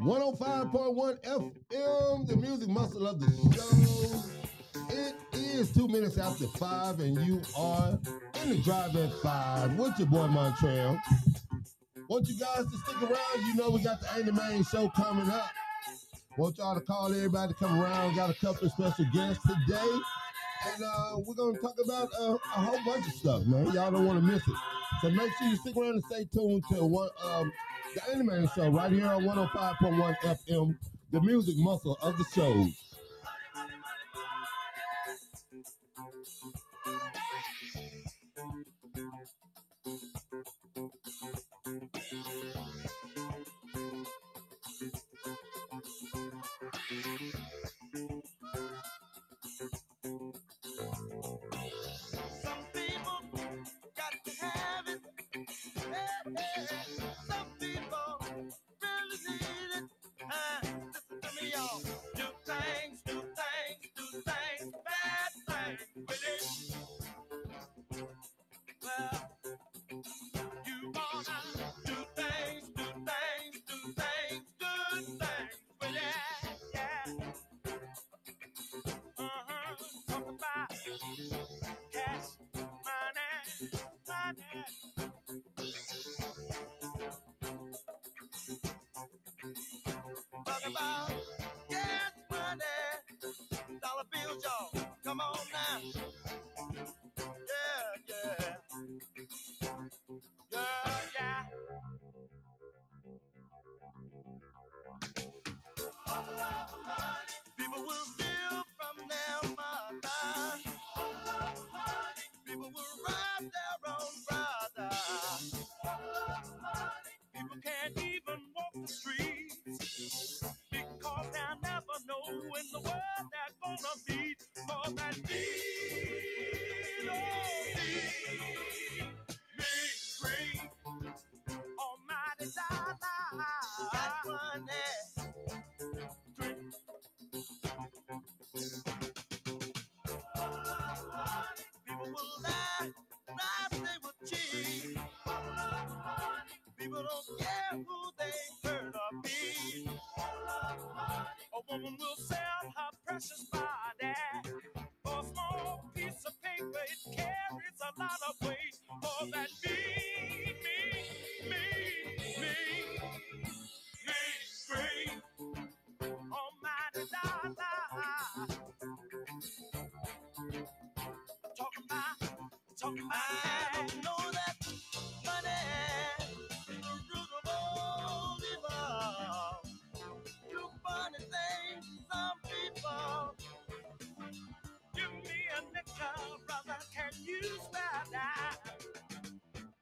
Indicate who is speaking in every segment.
Speaker 1: 105.1 FM, the music muscle of the show. It is two minutes after five, and you are in the drive at five with your boy Montreal. Want you guys to stick around. You know we got the Ain't the Main show coming up. Want y'all to call everybody to come around. Got a couple of special guests today. And uh, we're going to talk about uh, a whole bunch of stuff, man. Y'all don't want to miss it. So make sure you stick around and stay tuned to one, um, the Animated Show right here on 105.1 FM, the music muscle of the show.
Speaker 2: Some people got to have it. Hey, hey, hey. Some people really need it. Uh, listen to me, y'all. Do things, do things, do things, bad things with it. Well, you wanna do things, do things, do things, good things with it. Yeah. Uh-huh. Talk about cash, money, money. Talk about gas money, dollar bills, y'all. Come on now. Yeah, yeah, yeah, yeah. People will steal from their mother. People will rob their own brother. People can't even walk the streets because they never know in the world they're gonna meet more than need. Oh, need me free. Almighty dollar. That's money. Drink People will lie, lie, they will cheat. People don't care who they hurt or beat. A woman will sell her precious body for a small piece of paper. It carries a lot of weight. More than me, me, me, me, me, free. Almighty dollar. Talking about, talking about. I know that money. is the root of all evil. do funny things, some people. Give me a nickel, brother, can you spare that?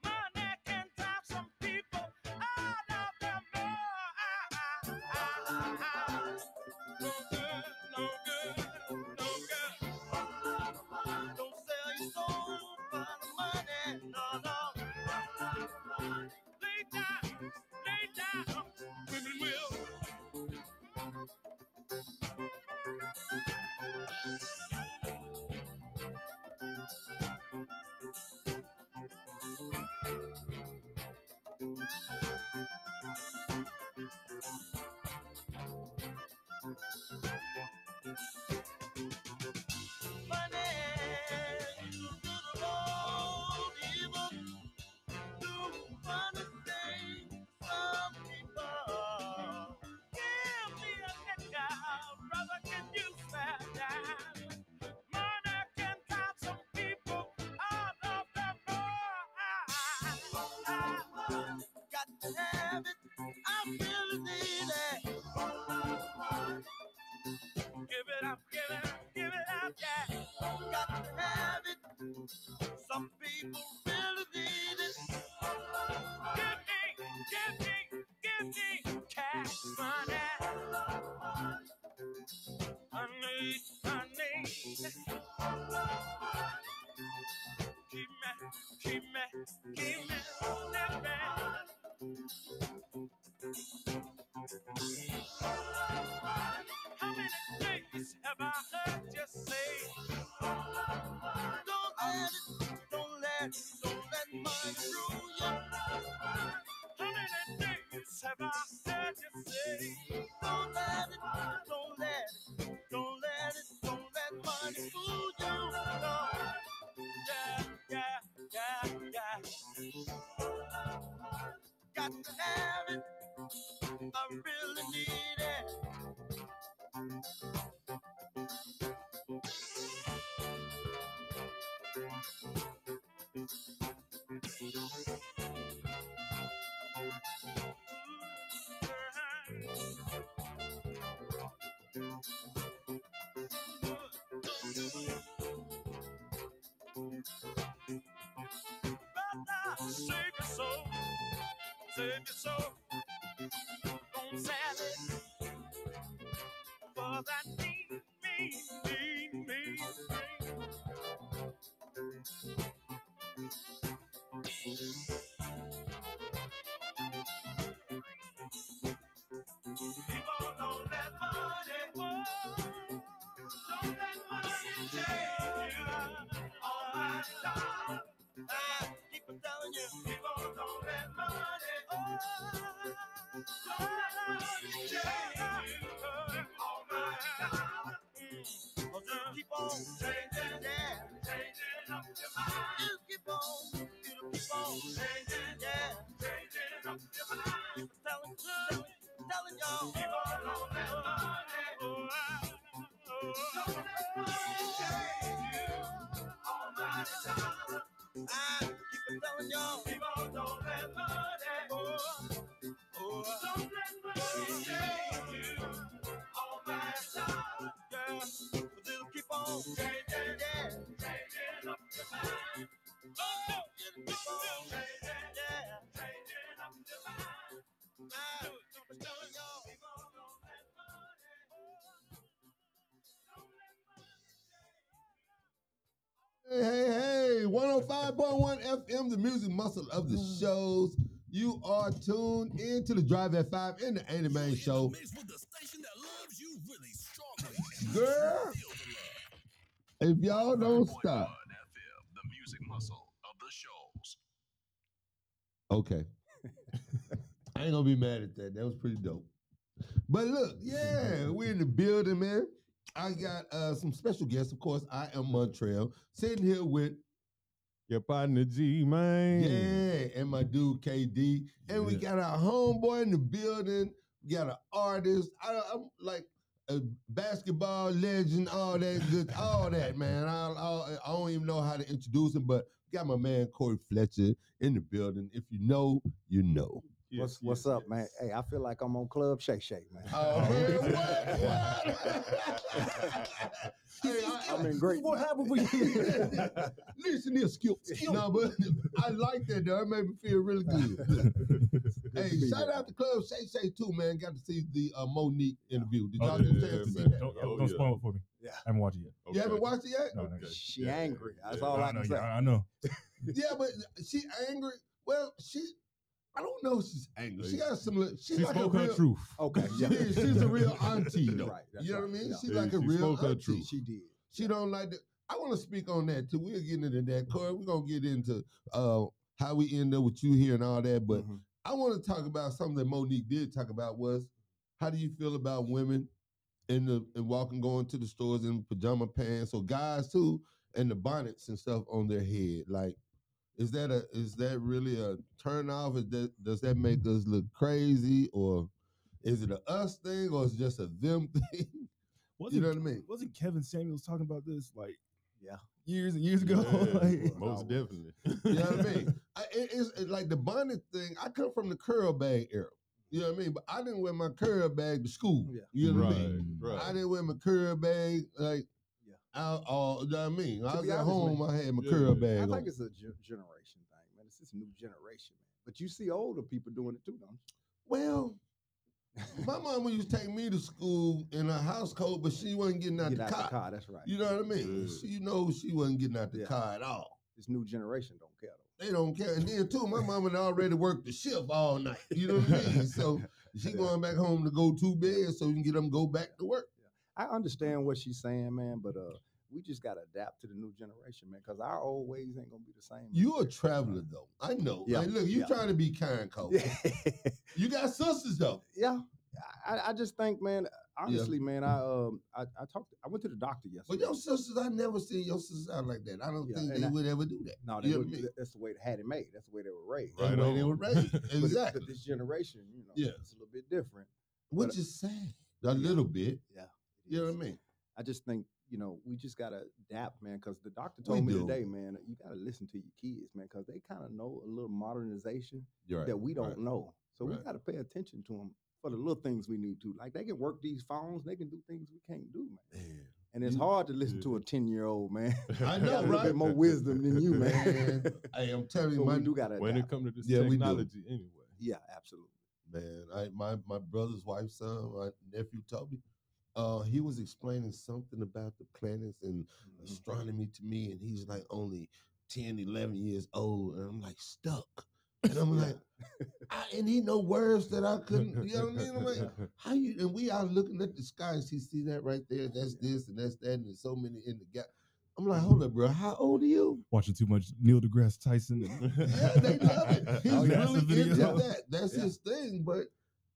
Speaker 2: Money can drive some people out of their mind. No good, no good, no good. Don't sell your soul for the money, no, no. Lay down, lay down, women will. Money is the root of all evil. do funny things. Some people give me a nickel, brother. Can you spare dime? Money can drive some people out of their mind. Got to have it. I really need it. Give it up, give it up, give it up, yeah. Got to have it. Some people really need it. Give me, give me, give me cash money. I need, I need. Keep me, keep me, keep me on that man. How many things have I heard you say? Don't let it, don't let, don't let money rule you. How many many things have I heard you say? Don't let it, don't let it, don't let it, don't let money fool you. No. Yeah, yeah, yeah, yeah. Got to have it. I really need it. Brother, save your soul, save your soul. Don't sell it, for that mean, mean, mean, mean, mean. People don't let money walk. Don't let money change you. All my time, I keep on telling you. People don't let money walk. Don't let money change you. All my time. Mm. Well, just keep on changing, yeah. Changing up your mind. You keep on, you keep on changing, yeah. Changing up your mind. Keep on telling, telling telling y'all. Keep on on that money. Oh, I- oh, Don't let money change you. All my time. I keep on telling y'all. Keep on on that money. Oh, oh, I- Don't let money change you. All my time. Yeah, but it'll keep on changing. Yeah, changing up your mind. Oh, it'll keep on changing. Yeah, changing up your mind. I keep on telling y'all. Keep on on that money.
Speaker 1: Hey, hey, oh hey, 105.1 FM, the music muscle of the shows. You are tuned into the Drive at 5 in the Anime Man Show. Girl, if y'all don't stop. Okay. I ain't gonna be mad at that. That was pretty dope. But look, yeah, we're in the building, man. I got uh, some special guests, of course. I am Montreal, sitting here with
Speaker 3: Your partner G, man.
Speaker 1: Yeah, and my dude KD, and we
Speaker 3: Yeah.
Speaker 1: got our homeboy in the building. We got an artist. I, I'm like a basketball legend, all that good, all that man. I, I I don't even know how to introduce him, but got my man Corey Fletcher in the building. If you know, you know.
Speaker 3: Yes,
Speaker 4: what's what's
Speaker 3: yes,
Speaker 4: up, man?
Speaker 3: yes.
Speaker 4: Hey, I feel like I'm on Club Shake Shake, man.
Speaker 1: Oh man, what? Hey, I-
Speaker 4: I'm in great. What happened with
Speaker 1: Listen here, Skip. No, but I like that though. It made me feel really good. hey,
Speaker 4: be
Speaker 1: shout
Speaker 4: here.
Speaker 1: out to Club Shay Shay too, man. Got to see the uh, Monique interview. Did
Speaker 3: Oh,
Speaker 1: y'all
Speaker 3: yeah,
Speaker 1: get a chance to
Speaker 3: yeah,
Speaker 1: see
Speaker 3: man.
Speaker 1: that?
Speaker 5: Don't,
Speaker 3: Oh,
Speaker 5: don't
Speaker 3: yeah.
Speaker 5: spoil it for me.
Speaker 4: Yeah.
Speaker 5: I haven't watched it yet.
Speaker 1: You haven't
Speaker 3: Okay.
Speaker 1: watched it yet?
Speaker 5: No, no.
Speaker 3: Okay.
Speaker 4: She
Speaker 3: Yeah,
Speaker 4: angry.
Speaker 3: yeah,
Speaker 4: That's
Speaker 3: yeah.
Speaker 4: all
Speaker 5: I
Speaker 4: I
Speaker 5: know.
Speaker 4: can
Speaker 5: Yeah,
Speaker 4: say.
Speaker 5: I know.
Speaker 1: Yeah, but she angry. Well, she. I don't know if she's angry. She got some. li- She's
Speaker 5: She
Speaker 1: like
Speaker 5: spoke
Speaker 1: a
Speaker 5: her
Speaker 1: real,
Speaker 5: truth.
Speaker 4: Okay,
Speaker 1: She
Speaker 4: yeah.
Speaker 1: is. She's a real auntie, though.
Speaker 4: Right, that's
Speaker 1: you know what I
Speaker 4: right,
Speaker 1: mean?
Speaker 4: yeah.
Speaker 1: She's
Speaker 3: Yeah,
Speaker 1: like a
Speaker 3: she
Speaker 1: real
Speaker 3: spoke her
Speaker 1: auntie.
Speaker 3: truth.
Speaker 4: She did.
Speaker 1: She don't like that. I want to speak on that too. We'll get into that, Corey. We're gonna get into uh, how we end up with you here and all that. But
Speaker 4: Mhm.
Speaker 1: I want to talk about something that Monique did talk about was how do you feel about women in the and walking, going to the stores in pajama pants or guys too, and the bonnets and stuff on their head. Like, is that a is that really a turn off? Is that does that make us look crazy or is it a us thing or is it just a them thing? you
Speaker 5: Wasn't
Speaker 1: know what I mean?
Speaker 5: wasn't Kevin Samuels talking about this like
Speaker 4: Yeah.
Speaker 5: years and years
Speaker 3: Yeah,
Speaker 5: ago? Like,
Speaker 3: most definitely.
Speaker 1: You know what I mean? I, it- it's it, like the bonnet thing. I come from the curl bag era. You know what I mean? But I didn't wear my curl bag to school.
Speaker 4: Yeah.
Speaker 1: You know what I mean?
Speaker 3: Right, right.
Speaker 1: I didn't wear my curl bag like
Speaker 4: Yeah.
Speaker 1: out all. You know what I mean? I
Speaker 4: To
Speaker 1: was
Speaker 4: be
Speaker 1: at
Speaker 4: honest,
Speaker 1: home. I had my
Speaker 3: Yeah.
Speaker 1: curl
Speaker 4: I
Speaker 1: bag on.
Speaker 4: think it's a gen- generation thing, man. It's this new generation, man. But you see older people doing it too, don't
Speaker 1: Well,
Speaker 4: you?
Speaker 1: my mama used to take me to school in a house coat, but she wasn't getting out,
Speaker 4: Get
Speaker 1: the,
Speaker 4: out
Speaker 1: car.
Speaker 4: the car. That's right.
Speaker 1: You know what I mean?
Speaker 3: Yeah.
Speaker 1: She, you know, she wasn't getting out the
Speaker 4: Yeah.
Speaker 1: car at all.
Speaker 4: This new generation don't care though.
Speaker 1: They don't care. And then too, my mama had already worked the shift all night. You know what I mean? So she
Speaker 4: Yeah.
Speaker 1: going back home to go to bed so we can get them go back to work.
Speaker 4: I understand what she's saying, man, but uh, we just gotta adapt to the new generation, man, because our old ways ain't gonna be the same. as
Speaker 1: You
Speaker 4: the
Speaker 1: a
Speaker 4: new
Speaker 1: traveler though. I know.
Speaker 4: Yeah,
Speaker 1: Like, look, you
Speaker 4: yeah.
Speaker 1: trying to be kind, Cole.
Speaker 4: generation. Yeah.
Speaker 1: You got sisters though.
Speaker 4: yeah. I, I just think, man, honestly, man, I um I, I talked I went to the doctor
Speaker 1: But
Speaker 4: yesterday.
Speaker 1: your sisters, I never seen your sisters out like that. I don't
Speaker 4: Yeah,
Speaker 1: think
Speaker 4: and
Speaker 1: they
Speaker 4: I-
Speaker 1: would ever do that.
Speaker 4: no, they
Speaker 1: you know what
Speaker 4: wouldn't-
Speaker 1: I mean?
Speaker 4: that's the way they had it made. That's the way they were raised.
Speaker 1: That's the way they
Speaker 3: on.
Speaker 1: were raised.
Speaker 4: But it-
Speaker 1: Exactly.
Speaker 4: But this generation, you know,
Speaker 1: Yeah.
Speaker 4: it's a little bit different.
Speaker 1: Which
Speaker 4: but-
Speaker 1: is sad. A little bit. You know what I mean?
Speaker 4: I just think you know we just gotta adapt, man. Because the doctor
Speaker 1: We
Speaker 4: told me
Speaker 1: do.
Speaker 4: today, man, you gotta listen to your kids, man, because they kind of know a little modernization
Speaker 1: You're
Speaker 4: that we don't
Speaker 1: right.
Speaker 4: know. So we
Speaker 1: Right.
Speaker 4: gotta pay attention to them for the little things we need to. Like they can work these phones, they can do things we can't do, man.
Speaker 1: Man.
Speaker 4: And it's
Speaker 1: You-
Speaker 4: hard to listen
Speaker 3: yeah.
Speaker 4: to a ten year old man.
Speaker 1: I
Speaker 4: They
Speaker 1: know,
Speaker 4: got a little
Speaker 1: right?
Speaker 4: bit more wisdom than you, man.
Speaker 1: Man, hey, I'm telling you,
Speaker 4: but
Speaker 1: my,
Speaker 4: we do gotta
Speaker 3: When it
Speaker 4: adapt.
Speaker 3: comes to this
Speaker 1: Yeah, we do.
Speaker 3: technology, anyway.
Speaker 4: Yeah, absolutely.
Speaker 1: man, I, my my brother's wife's son, my nephew told me, uh, he was explaining something about the planets and
Speaker 4: Mhm.
Speaker 1: astronomy to me, and he's like only 10, 11 years old, and I'm like stuck, and I'm
Speaker 4: Yeah.
Speaker 1: like, I, and he know words that I couldn't, you know what I mean? I'm like, how you? And we are looking at the skies. He see that right there. That's this and that's that, and there's so many in the gap. I'm like, hold up, bro. How old are you?
Speaker 5: Watching too much Neil deGrasse Tyson.
Speaker 1: Yeah, they love it. He's
Speaker 5: Oh, yeah.
Speaker 1: really
Speaker 5: That's the
Speaker 1: into
Speaker 5: video.
Speaker 1: that. That's
Speaker 4: Yeah.
Speaker 1: his thing. But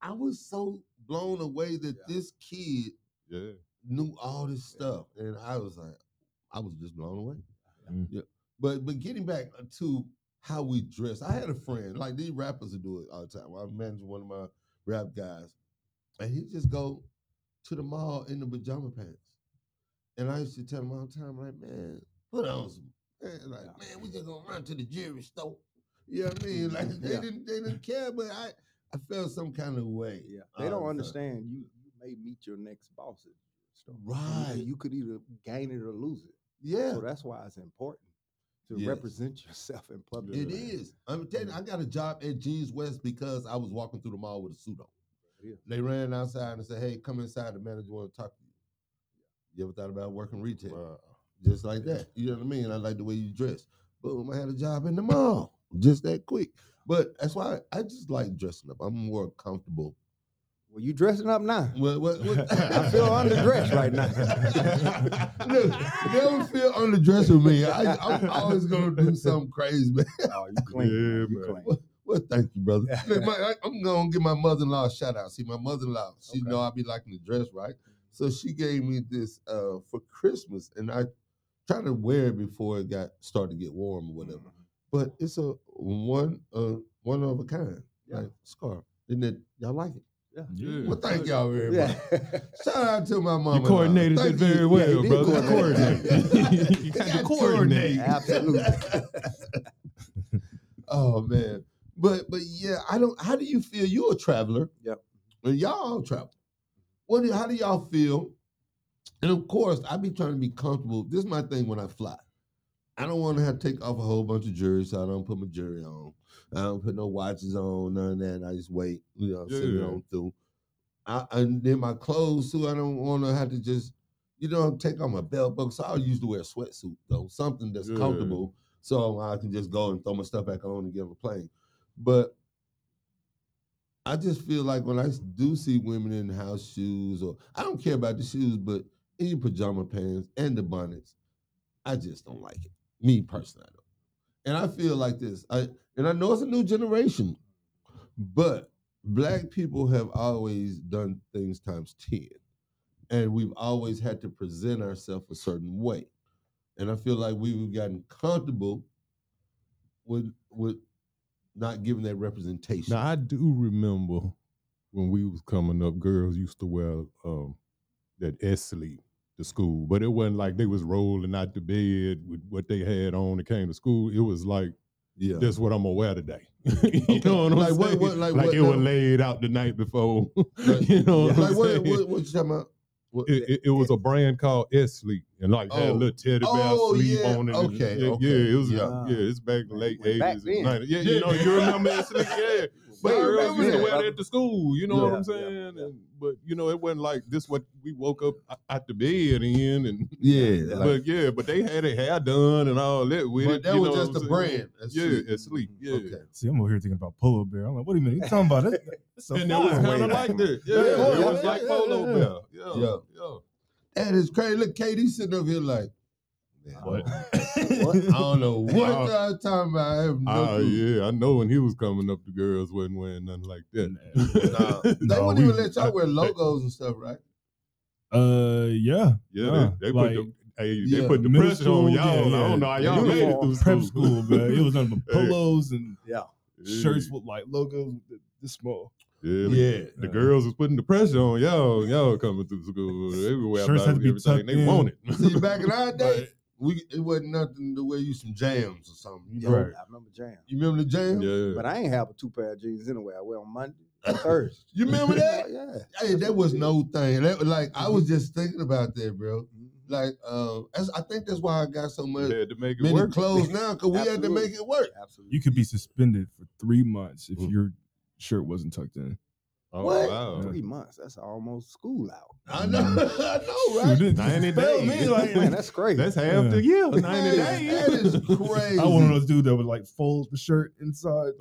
Speaker 1: I was so blown away that
Speaker 4: Yeah.
Speaker 1: this kid
Speaker 3: yeah.
Speaker 1: knew all this
Speaker 4: Yeah.
Speaker 1: stuff, and I was like, I was just blown away.
Speaker 3: Mm.
Speaker 1: Yeah. But but getting back to how we dress, I had a friend like these rappers that do it all the time. I manage one of my rap guys, and he just go to the mall in the pajama pants. And I used to tell him all the time, like, man, put on some. Man, like,
Speaker 4: Yeah.
Speaker 1: man, we just gonna run to the jewelry store. You know what I mean? Like they
Speaker 4: Yeah.
Speaker 1: didn't they didn't care, but I I felt some kind of way.
Speaker 4: Yeah,
Speaker 1: all
Speaker 4: they
Speaker 1: the
Speaker 4: don't
Speaker 1: time.
Speaker 4: understand. You you may meet your next boss at the store.
Speaker 1: Right.
Speaker 4: And You could, you could either gain it or lose it.
Speaker 1: Yeah.
Speaker 4: So that's why it's important to
Speaker 1: Yes.
Speaker 4: represent Mm. yourself in public.
Speaker 1: It
Speaker 4: man.
Speaker 1: is. I'm telling you, I got a job at Jeans West because I was walking through the mall with a suit on.
Speaker 4: Yeah.
Speaker 1: They ran outside and said, "Hey, come inside. The manager want to talk to you." You ever thought about working retail?
Speaker 3: Wow.
Speaker 1: Just like that. You know what I mean? I like the way you dress. Boom! I had a job in the mall just that quick. But that's why I just like dressing up. I'm more comfortable.
Speaker 4: Well, you dressing up now.
Speaker 1: Well, well, well-
Speaker 4: I feel underdressed right now.
Speaker 1: Look, never feel underdressed with me. I, I'm always gonna do something crazy, man.
Speaker 4: oh, you clean. man,
Speaker 3: Yeah,
Speaker 4: you
Speaker 3: man.
Speaker 4: clean.
Speaker 1: Well, thank you, brother. Look, my, I, I'm gonna give my mother-in-law a shout out. See, my mother-in-law, she
Speaker 4: Okay.
Speaker 1: know I be liking the dress, right? So she gave me this uh, for Christmas, and I tried to wear it before it got started to get warm or
Speaker 4: Mm-hmm.
Speaker 1: whatever. But it's a one uh, one of a kind,
Speaker 4: Yeah.
Speaker 1: like scarf. Isn't it? Y'all like it?
Speaker 3: Yeah.
Speaker 1: Well, thank y'all very
Speaker 4: Yeah.
Speaker 1: much. Shout out to my mom.
Speaker 3: coordinated it very well,
Speaker 4: Yeah, he did
Speaker 3: brother. You
Speaker 4: coordinate.
Speaker 3: coordinated. you had
Speaker 1: Gotta
Speaker 3: to coordinate.
Speaker 4: Absolutely.
Speaker 1: oh man, but but yeah, I don't. How do you feel? You're a traveler.
Speaker 4: Yep.
Speaker 1: And y'all all travel. What? Do, how do y'all feel? And of course, I be trying to be comfortable. This is my thing when I fly. I don't want to have to take off a whole bunch of jewelry, so I don't put my jewelry on. I don't put no watches on, none of that. I just wait, you know,
Speaker 3: Yeah,
Speaker 1: sit it
Speaker 3: yeah.
Speaker 1: on through. I, and then my clothes too. I don't want to have to just, you know, take off my belt buckle. So I usually wear a sweatsuit though, something that's
Speaker 3: Yeah.
Speaker 1: comfortable, so I can just go and throw my stuff back on and get on the plane. But I just feel like when I s- do see women in house shoes, or I don't care about the shoes, but any pajama pants and the bonnets, I just don't like it. Me personally, I don't. And I feel like this. I and I know it's a new generation, but black people have always done things times 10 and we've always had to present ourselves a certain way and i feel like we've gotten comfortable with with not giving that representation
Speaker 3: Now I do remember when we was coming up, girls used to wear um, that S sleeve to school, but it wasn't like they was rolling out the bed with what they had on that came to school. It was like
Speaker 1: yeah
Speaker 3: that's what I'm gonna wear today. you
Speaker 1: Okay.
Speaker 3: know what I'm
Speaker 1: Like
Speaker 3: saying?
Speaker 1: what- what- like
Speaker 3: like
Speaker 1: what
Speaker 3: it was
Speaker 1: now?
Speaker 3: laid out the night before.
Speaker 1: Like-
Speaker 3: you know what
Speaker 1: like
Speaker 3: I'm
Speaker 1: what,
Speaker 3: saying?
Speaker 1: what what you talking about What-
Speaker 3: it, it, it was a brand called S Sleep, and like had a
Speaker 1: Oh.
Speaker 3: little teddy bear
Speaker 1: Oh,
Speaker 3: sleeve
Speaker 1: yeah.
Speaker 3: on it. and-
Speaker 1: Okay,
Speaker 3: yeah,
Speaker 1: okay.
Speaker 3: yeah, it was
Speaker 4: Yeah.
Speaker 3: yeah, it's back late
Speaker 4: Back
Speaker 3: eighties,
Speaker 4: then.
Speaker 3: and nineties. Yeah, you know, Oh, you remember S Sleep, yeah. But
Speaker 1: I
Speaker 3: girls
Speaker 1: remember
Speaker 3: used to
Speaker 1: that.
Speaker 3: wear that to school. You know what
Speaker 4: Yeah,
Speaker 3: I'm
Speaker 4: yeah,
Speaker 3: saying?
Speaker 4: yeah.
Speaker 3: And, but you know, it wasn't like this. What we woke up o- out the bed in, and
Speaker 1: yeah like-
Speaker 3: but yeah, but they had their hair done and all that with
Speaker 1: but
Speaker 3: it.
Speaker 1: that
Speaker 3: you
Speaker 1: was
Speaker 3: know
Speaker 1: just
Speaker 3: what
Speaker 1: the
Speaker 3: I'm saying?
Speaker 1: brand that's
Speaker 3: Yeah,
Speaker 1: it.
Speaker 3: S Sleep. Yeah.
Speaker 1: okay
Speaker 5: See, I'm over here thinking about Polo Bear. I'm like, what do you mean? You talking about it? It's a
Speaker 3: And it was kind
Speaker 5: flyaway.
Speaker 3: of like that. Yeah,
Speaker 1: Yeah,
Speaker 3: it was
Speaker 1: yeah,
Speaker 3: like
Speaker 1: yeah,
Speaker 3: Polo
Speaker 1: yeah,
Speaker 3: Bear. Yeah,
Speaker 1: Yeah.
Speaker 3: yeah.
Speaker 1: that is crazy look katie sitting over here like Yeah.
Speaker 5: What?
Speaker 1: I don't know what
Speaker 3: Oh.
Speaker 1: y'all talking about. I have no
Speaker 3: Ah,
Speaker 1: clue.
Speaker 3: yeah, I know when he was coming up, the girls wasn't wearing nothing like that.
Speaker 1: Nah, they
Speaker 5: No,
Speaker 1: wouldn't even
Speaker 5: we-
Speaker 1: let y'all wear logos and stuff, right?
Speaker 5: Uh, yeah.
Speaker 3: Yeah,
Speaker 5: Nah,
Speaker 3: they, they
Speaker 5: like,
Speaker 3: put the, hey,
Speaker 1: yeah,
Speaker 3: they put the
Speaker 5: middle
Speaker 3: pressure
Speaker 5: school,
Speaker 3: on
Speaker 5: yeah,
Speaker 3: y'all. I
Speaker 5: yeah.
Speaker 3: don't know how y'all made it
Speaker 4: Uniform.
Speaker 3: through
Speaker 5: Prep
Speaker 3: school.
Speaker 5: school, man. It was nothing but
Speaker 3: Hey.
Speaker 5: polos and
Speaker 4: Yeah.
Speaker 5: shirts with like logos this small.
Speaker 3: Yeah, the, the girls was putting the pressure on y'all. Y'all coming through school everywhere.
Speaker 5: Shirts had to be
Speaker 3: everything.
Speaker 5: tucked
Speaker 3: They
Speaker 5: in.
Speaker 3: want it.
Speaker 1: See, back in our day, we it wasn't nothing to wear you some jams or something. You
Speaker 4: Yeah,
Speaker 1: know,
Speaker 4: I remember jam.
Speaker 1: you remember the jams?
Speaker 3: yeah,
Speaker 4: But I ain't have a two pair of jeans anyway. I wear on Monday, and Thursday.
Speaker 1: You remember
Speaker 4: Oh,
Speaker 1: that?
Speaker 4: yeah.
Speaker 1: hey, that was no thing. That was like I
Speaker 4: Mm-hmm.
Speaker 1: was just thinking about that, bro.
Speaker 4: Mhm.
Speaker 1: Like, uh, that's, I think that's why I got so much
Speaker 3: had to make it
Speaker 1: many
Speaker 3: work.
Speaker 1: clothes now because we had to
Speaker 4: Absolutely.
Speaker 1: make it work.
Speaker 4: Absolutely.
Speaker 5: You could be suspended for three months if
Speaker 3: Mm.
Speaker 5: your shirt wasn't tucked in.
Speaker 3: Oh
Speaker 4: what?
Speaker 3: wow!
Speaker 4: Three months. That's almost school out.
Speaker 1: I know, I know, right?
Speaker 5: Shoot, it-
Speaker 3: Ninety
Speaker 1: Spell
Speaker 3: days.
Speaker 1: me
Speaker 4: Man, that's crazy.
Speaker 3: That's half
Speaker 5: Yeah.
Speaker 3: the year. Ninety
Speaker 1: That
Speaker 3: days.
Speaker 1: is- that is crazy.
Speaker 5: I want one of those dudes that would like fold the shirt inside.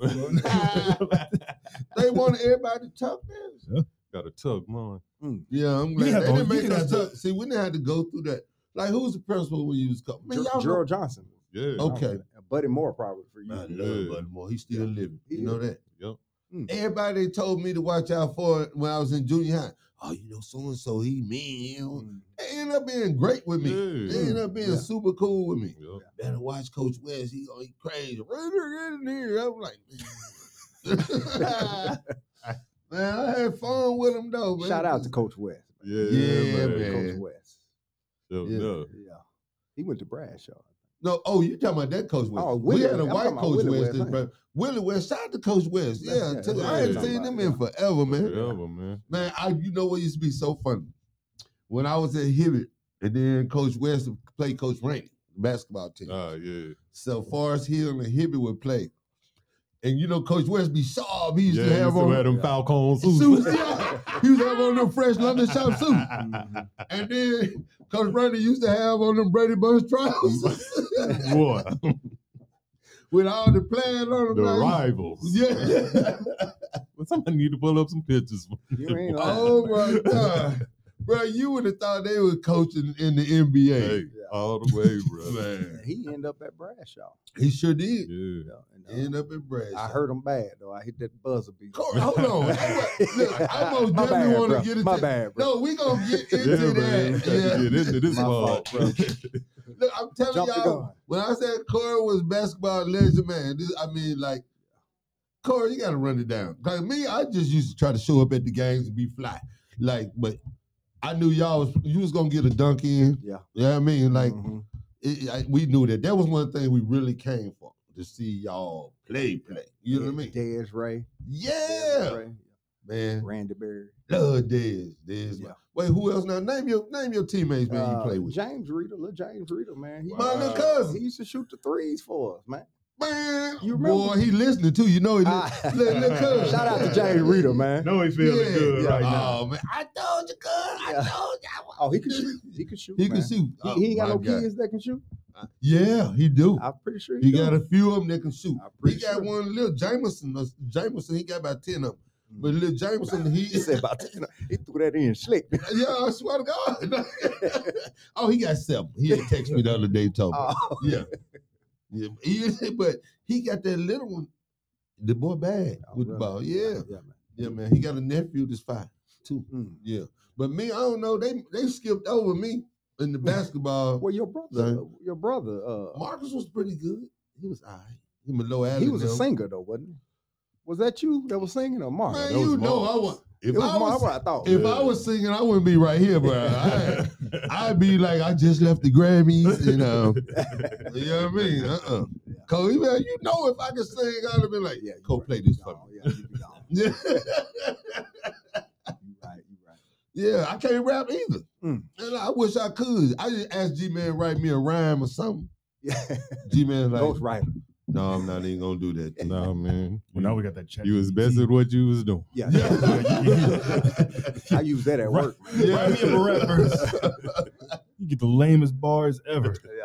Speaker 1: they wanted everybody to tuck this.
Speaker 3: Got a tug, man.
Speaker 4: Mm.
Speaker 1: Yeah, I'm
Speaker 5: You
Speaker 1: glad
Speaker 5: have
Speaker 1: they
Speaker 5: to-
Speaker 1: didn't
Speaker 5: you
Speaker 1: make
Speaker 5: can
Speaker 1: us
Speaker 5: have to-
Speaker 1: tuck. See, we didn't have to go through that. Like, who was the principal when you was coming? Man,
Speaker 4: Ger-
Speaker 1: y'all know-
Speaker 4: Gerald Johnson.
Speaker 3: Yeah.
Speaker 1: Oh. Okay.
Speaker 4: Buddy Moore probably for you.
Speaker 1: I love
Speaker 3: Yeah.
Speaker 1: Buddy Moore. He's still living. You
Speaker 4: He
Speaker 1: know
Speaker 4: is.
Speaker 1: that.
Speaker 3: Yep.
Speaker 4: Mm.
Speaker 1: Everybody told me to watch out for it when I was in junior high. Oh, you know, so and so, he mean.
Speaker 4: Mm.
Speaker 1: They ended up being great with me. They
Speaker 3: Yeah.
Speaker 1: ended up being
Speaker 4: Yeah.
Speaker 1: super cool with me.
Speaker 3: Yep.
Speaker 1: Better watch Coach West. He going he crazy. Right there in here. I'm like, man. man, I had fun with him though, man.
Speaker 4: Shout out to Coach West.
Speaker 3: Yeah,
Speaker 1: Yeah,
Speaker 3: man.
Speaker 1: man.
Speaker 4: Coach West.
Speaker 3: Yo,
Speaker 1: Yeah.
Speaker 3: no.
Speaker 4: Yeah. He went to Bradshaw.
Speaker 1: No, oh, you talking about that Coach West?
Speaker 4: Oh,
Speaker 1: we
Speaker 4: Willie-
Speaker 1: had a
Speaker 4: I'm
Speaker 1: white
Speaker 4: talking about
Speaker 1: Coach
Speaker 4: Willie
Speaker 1: West.
Speaker 4: West,
Speaker 1: in
Speaker 4: huh?
Speaker 1: front- Willie West. Shout out to Coach West.
Speaker 4: That's-
Speaker 1: Yeah,
Speaker 4: yeah,
Speaker 1: too.
Speaker 4: that's
Speaker 1: I ain't
Speaker 3: what I'm
Speaker 1: seen
Speaker 4: talking
Speaker 1: him
Speaker 4: about,
Speaker 1: in
Speaker 4: yeah.
Speaker 1: forever, man.
Speaker 3: Forever, man.
Speaker 1: Man, I you know what used to be so funny when I was at Hibbert, and then Coach West would play Coach Rainey basketball team.
Speaker 3: Ah, yeah.
Speaker 1: so Forest Hill and Hibbert would play, and you know Coach West be sharp. He used
Speaker 3: yeah,
Speaker 1: to have
Speaker 3: used to
Speaker 1: on
Speaker 3: wear them Falcon suits.
Speaker 1: suits. yeah. He used to have on them fresh London shop suits, and then Coach Rainey used to have on them Brady Bunch trousers
Speaker 3: What?
Speaker 1: with all the playing on
Speaker 3: The
Speaker 1: them. man.
Speaker 3: rivals.
Speaker 1: Yeah.
Speaker 3: Well, somebody need to pull up some pictures.
Speaker 4: You ain't lying.
Speaker 1: oh my god, bro! You would have thought they were coaching in the NBA.
Speaker 3: Hey, all the way, bro.
Speaker 1: Man.
Speaker 4: And He ended up at Bradshaw.
Speaker 1: He sure did.
Speaker 3: Yeah.
Speaker 4: Yeah, and, uh,
Speaker 1: End up in Bradshaw.
Speaker 4: I heard him bad though. I hit that buzzer beat.
Speaker 1: Corey, hold on. Look, I most
Speaker 4: My
Speaker 1: definitely
Speaker 4: bad,
Speaker 1: want
Speaker 4: bro.
Speaker 1: to get into.
Speaker 4: My bad, bro.
Speaker 1: No, we gonna get
Speaker 3: Yeah,
Speaker 1: into
Speaker 3: man.
Speaker 1: that.
Speaker 3: We gotta
Speaker 1: Yeah.
Speaker 3: get into this
Speaker 4: My
Speaker 3: part.
Speaker 4: fault, bro.
Speaker 1: Look, I'm telling
Speaker 4: Jump the
Speaker 1: y'all.
Speaker 4: gun.
Speaker 1: When I said Corey was basketball legend, man, this, I mean like. Corey, you gotta run it down. Like me, I just used to try to show up at the games and be fly. Like, but I knew y'all was you was gonna get a dunk in.
Speaker 4: Yeah.
Speaker 1: You know what I mean? Like,
Speaker 4: Mhm.
Speaker 1: it, I, we knew that. That was one thing we really came for to see y'all play, play. You know what I mean?
Speaker 4: Dez Ray. Dez
Speaker 1: Yeah,
Speaker 4: Ray,
Speaker 1: man.
Speaker 4: Randy Berry.
Speaker 1: Love Dez. Dez.
Speaker 4: Yeah.
Speaker 1: Wait, who else now? Name your name your teammates, man. you
Speaker 4: Uh,
Speaker 1: play with
Speaker 4: James Reader, little James Reader, man. He,
Speaker 1: my little cousin.
Speaker 4: he used to shoot the threes for us, man.
Speaker 1: Man,
Speaker 4: You remember-
Speaker 1: boy, he listening too. You know he.
Speaker 4: Ah.
Speaker 1: li- li- li- cuz.
Speaker 4: Shout out to James Reader, man.
Speaker 5: no, he
Speaker 1: Yeah.
Speaker 4: good right
Speaker 1: oh,
Speaker 4: now.
Speaker 1: man, I told you, cuz. I
Speaker 4: Yeah.
Speaker 1: told you. I wa-
Speaker 4: Oh, he could shoot. He could shoot.
Speaker 1: He
Speaker 4: man.
Speaker 1: can shoot.
Speaker 4: He,
Speaker 1: Oh,
Speaker 4: he ain't got
Speaker 1: my
Speaker 4: no
Speaker 1: God.
Speaker 4: kids that can shoot.
Speaker 1: Yeah, he do.
Speaker 4: I'm pretty sure
Speaker 1: He
Speaker 4: do.
Speaker 1: got a few of them that can shoot.
Speaker 4: I'm
Speaker 1: He
Speaker 4: pretty
Speaker 1: got
Speaker 4: sure.
Speaker 1: one little Jameson. uh, Jameson, he got about ten of them. But little Jameson,
Speaker 4: Mm. He
Speaker 1: he
Speaker 4: said about that. He threw that in slick.
Speaker 1: Yeah, I swear to God. oh, he got seven. He had texted me the other day, told me.
Speaker 4: Oh,
Speaker 1: yeah. yeah. he- but he got that little one. The boy bad with the
Speaker 4: Oh, really?
Speaker 1: ball. Yeah.
Speaker 4: yeah, man.
Speaker 1: Yeah, man. He got a nephew that's five, too.
Speaker 4: Mm.
Speaker 1: Yeah. But me, I don't know. They they skipped over me in the basketball.
Speaker 4: Well, your brother, your brother, uh,
Speaker 1: Marcus was pretty good. He was all right. Him and Low Allen.
Speaker 4: he was a singer though, wasn't he? Was that you that was singing or Mark?
Speaker 1: Man,
Speaker 3: that was
Speaker 1: you know
Speaker 3: Marcus.
Speaker 1: I was. If
Speaker 4: it was
Speaker 1: I
Speaker 4: Mark.
Speaker 1: was,
Speaker 4: I thought.
Speaker 1: if I was singing, I wouldn't be right here, bro. I- I'd be like, I just left the Grammys, and um, you know what I mean? Uh-uh.
Speaker 4: Yeah.
Speaker 1: Cause you know- you know, if I could sing, I'd have been like, yeah,
Speaker 4: you
Speaker 1: go
Speaker 4: right,
Speaker 1: play
Speaker 4: you
Speaker 1: this for
Speaker 4: gone, Yeah, you be gone.
Speaker 1: me.
Speaker 4: You right, you right.
Speaker 1: yeah, I can't rap either.
Speaker 4: Mm.
Speaker 1: And I wish I could. I just asked G Man write me a rhyme or something.
Speaker 4: Yeah,
Speaker 1: G Man like,
Speaker 4: Ghost Rider.
Speaker 1: no, I'm not even gonna do that. to you."
Speaker 3: nah, man.
Speaker 5: Well, now we got that chat.
Speaker 3: you was best at what you was doing.
Speaker 4: Yeah,
Speaker 1: Yeah.
Speaker 4: I use that at
Speaker 5: Right.
Speaker 4: work. Man.
Speaker 1: Yeah.
Speaker 5: Write me up a rap verse. You get the lamest bars ever.
Speaker 4: Yeah,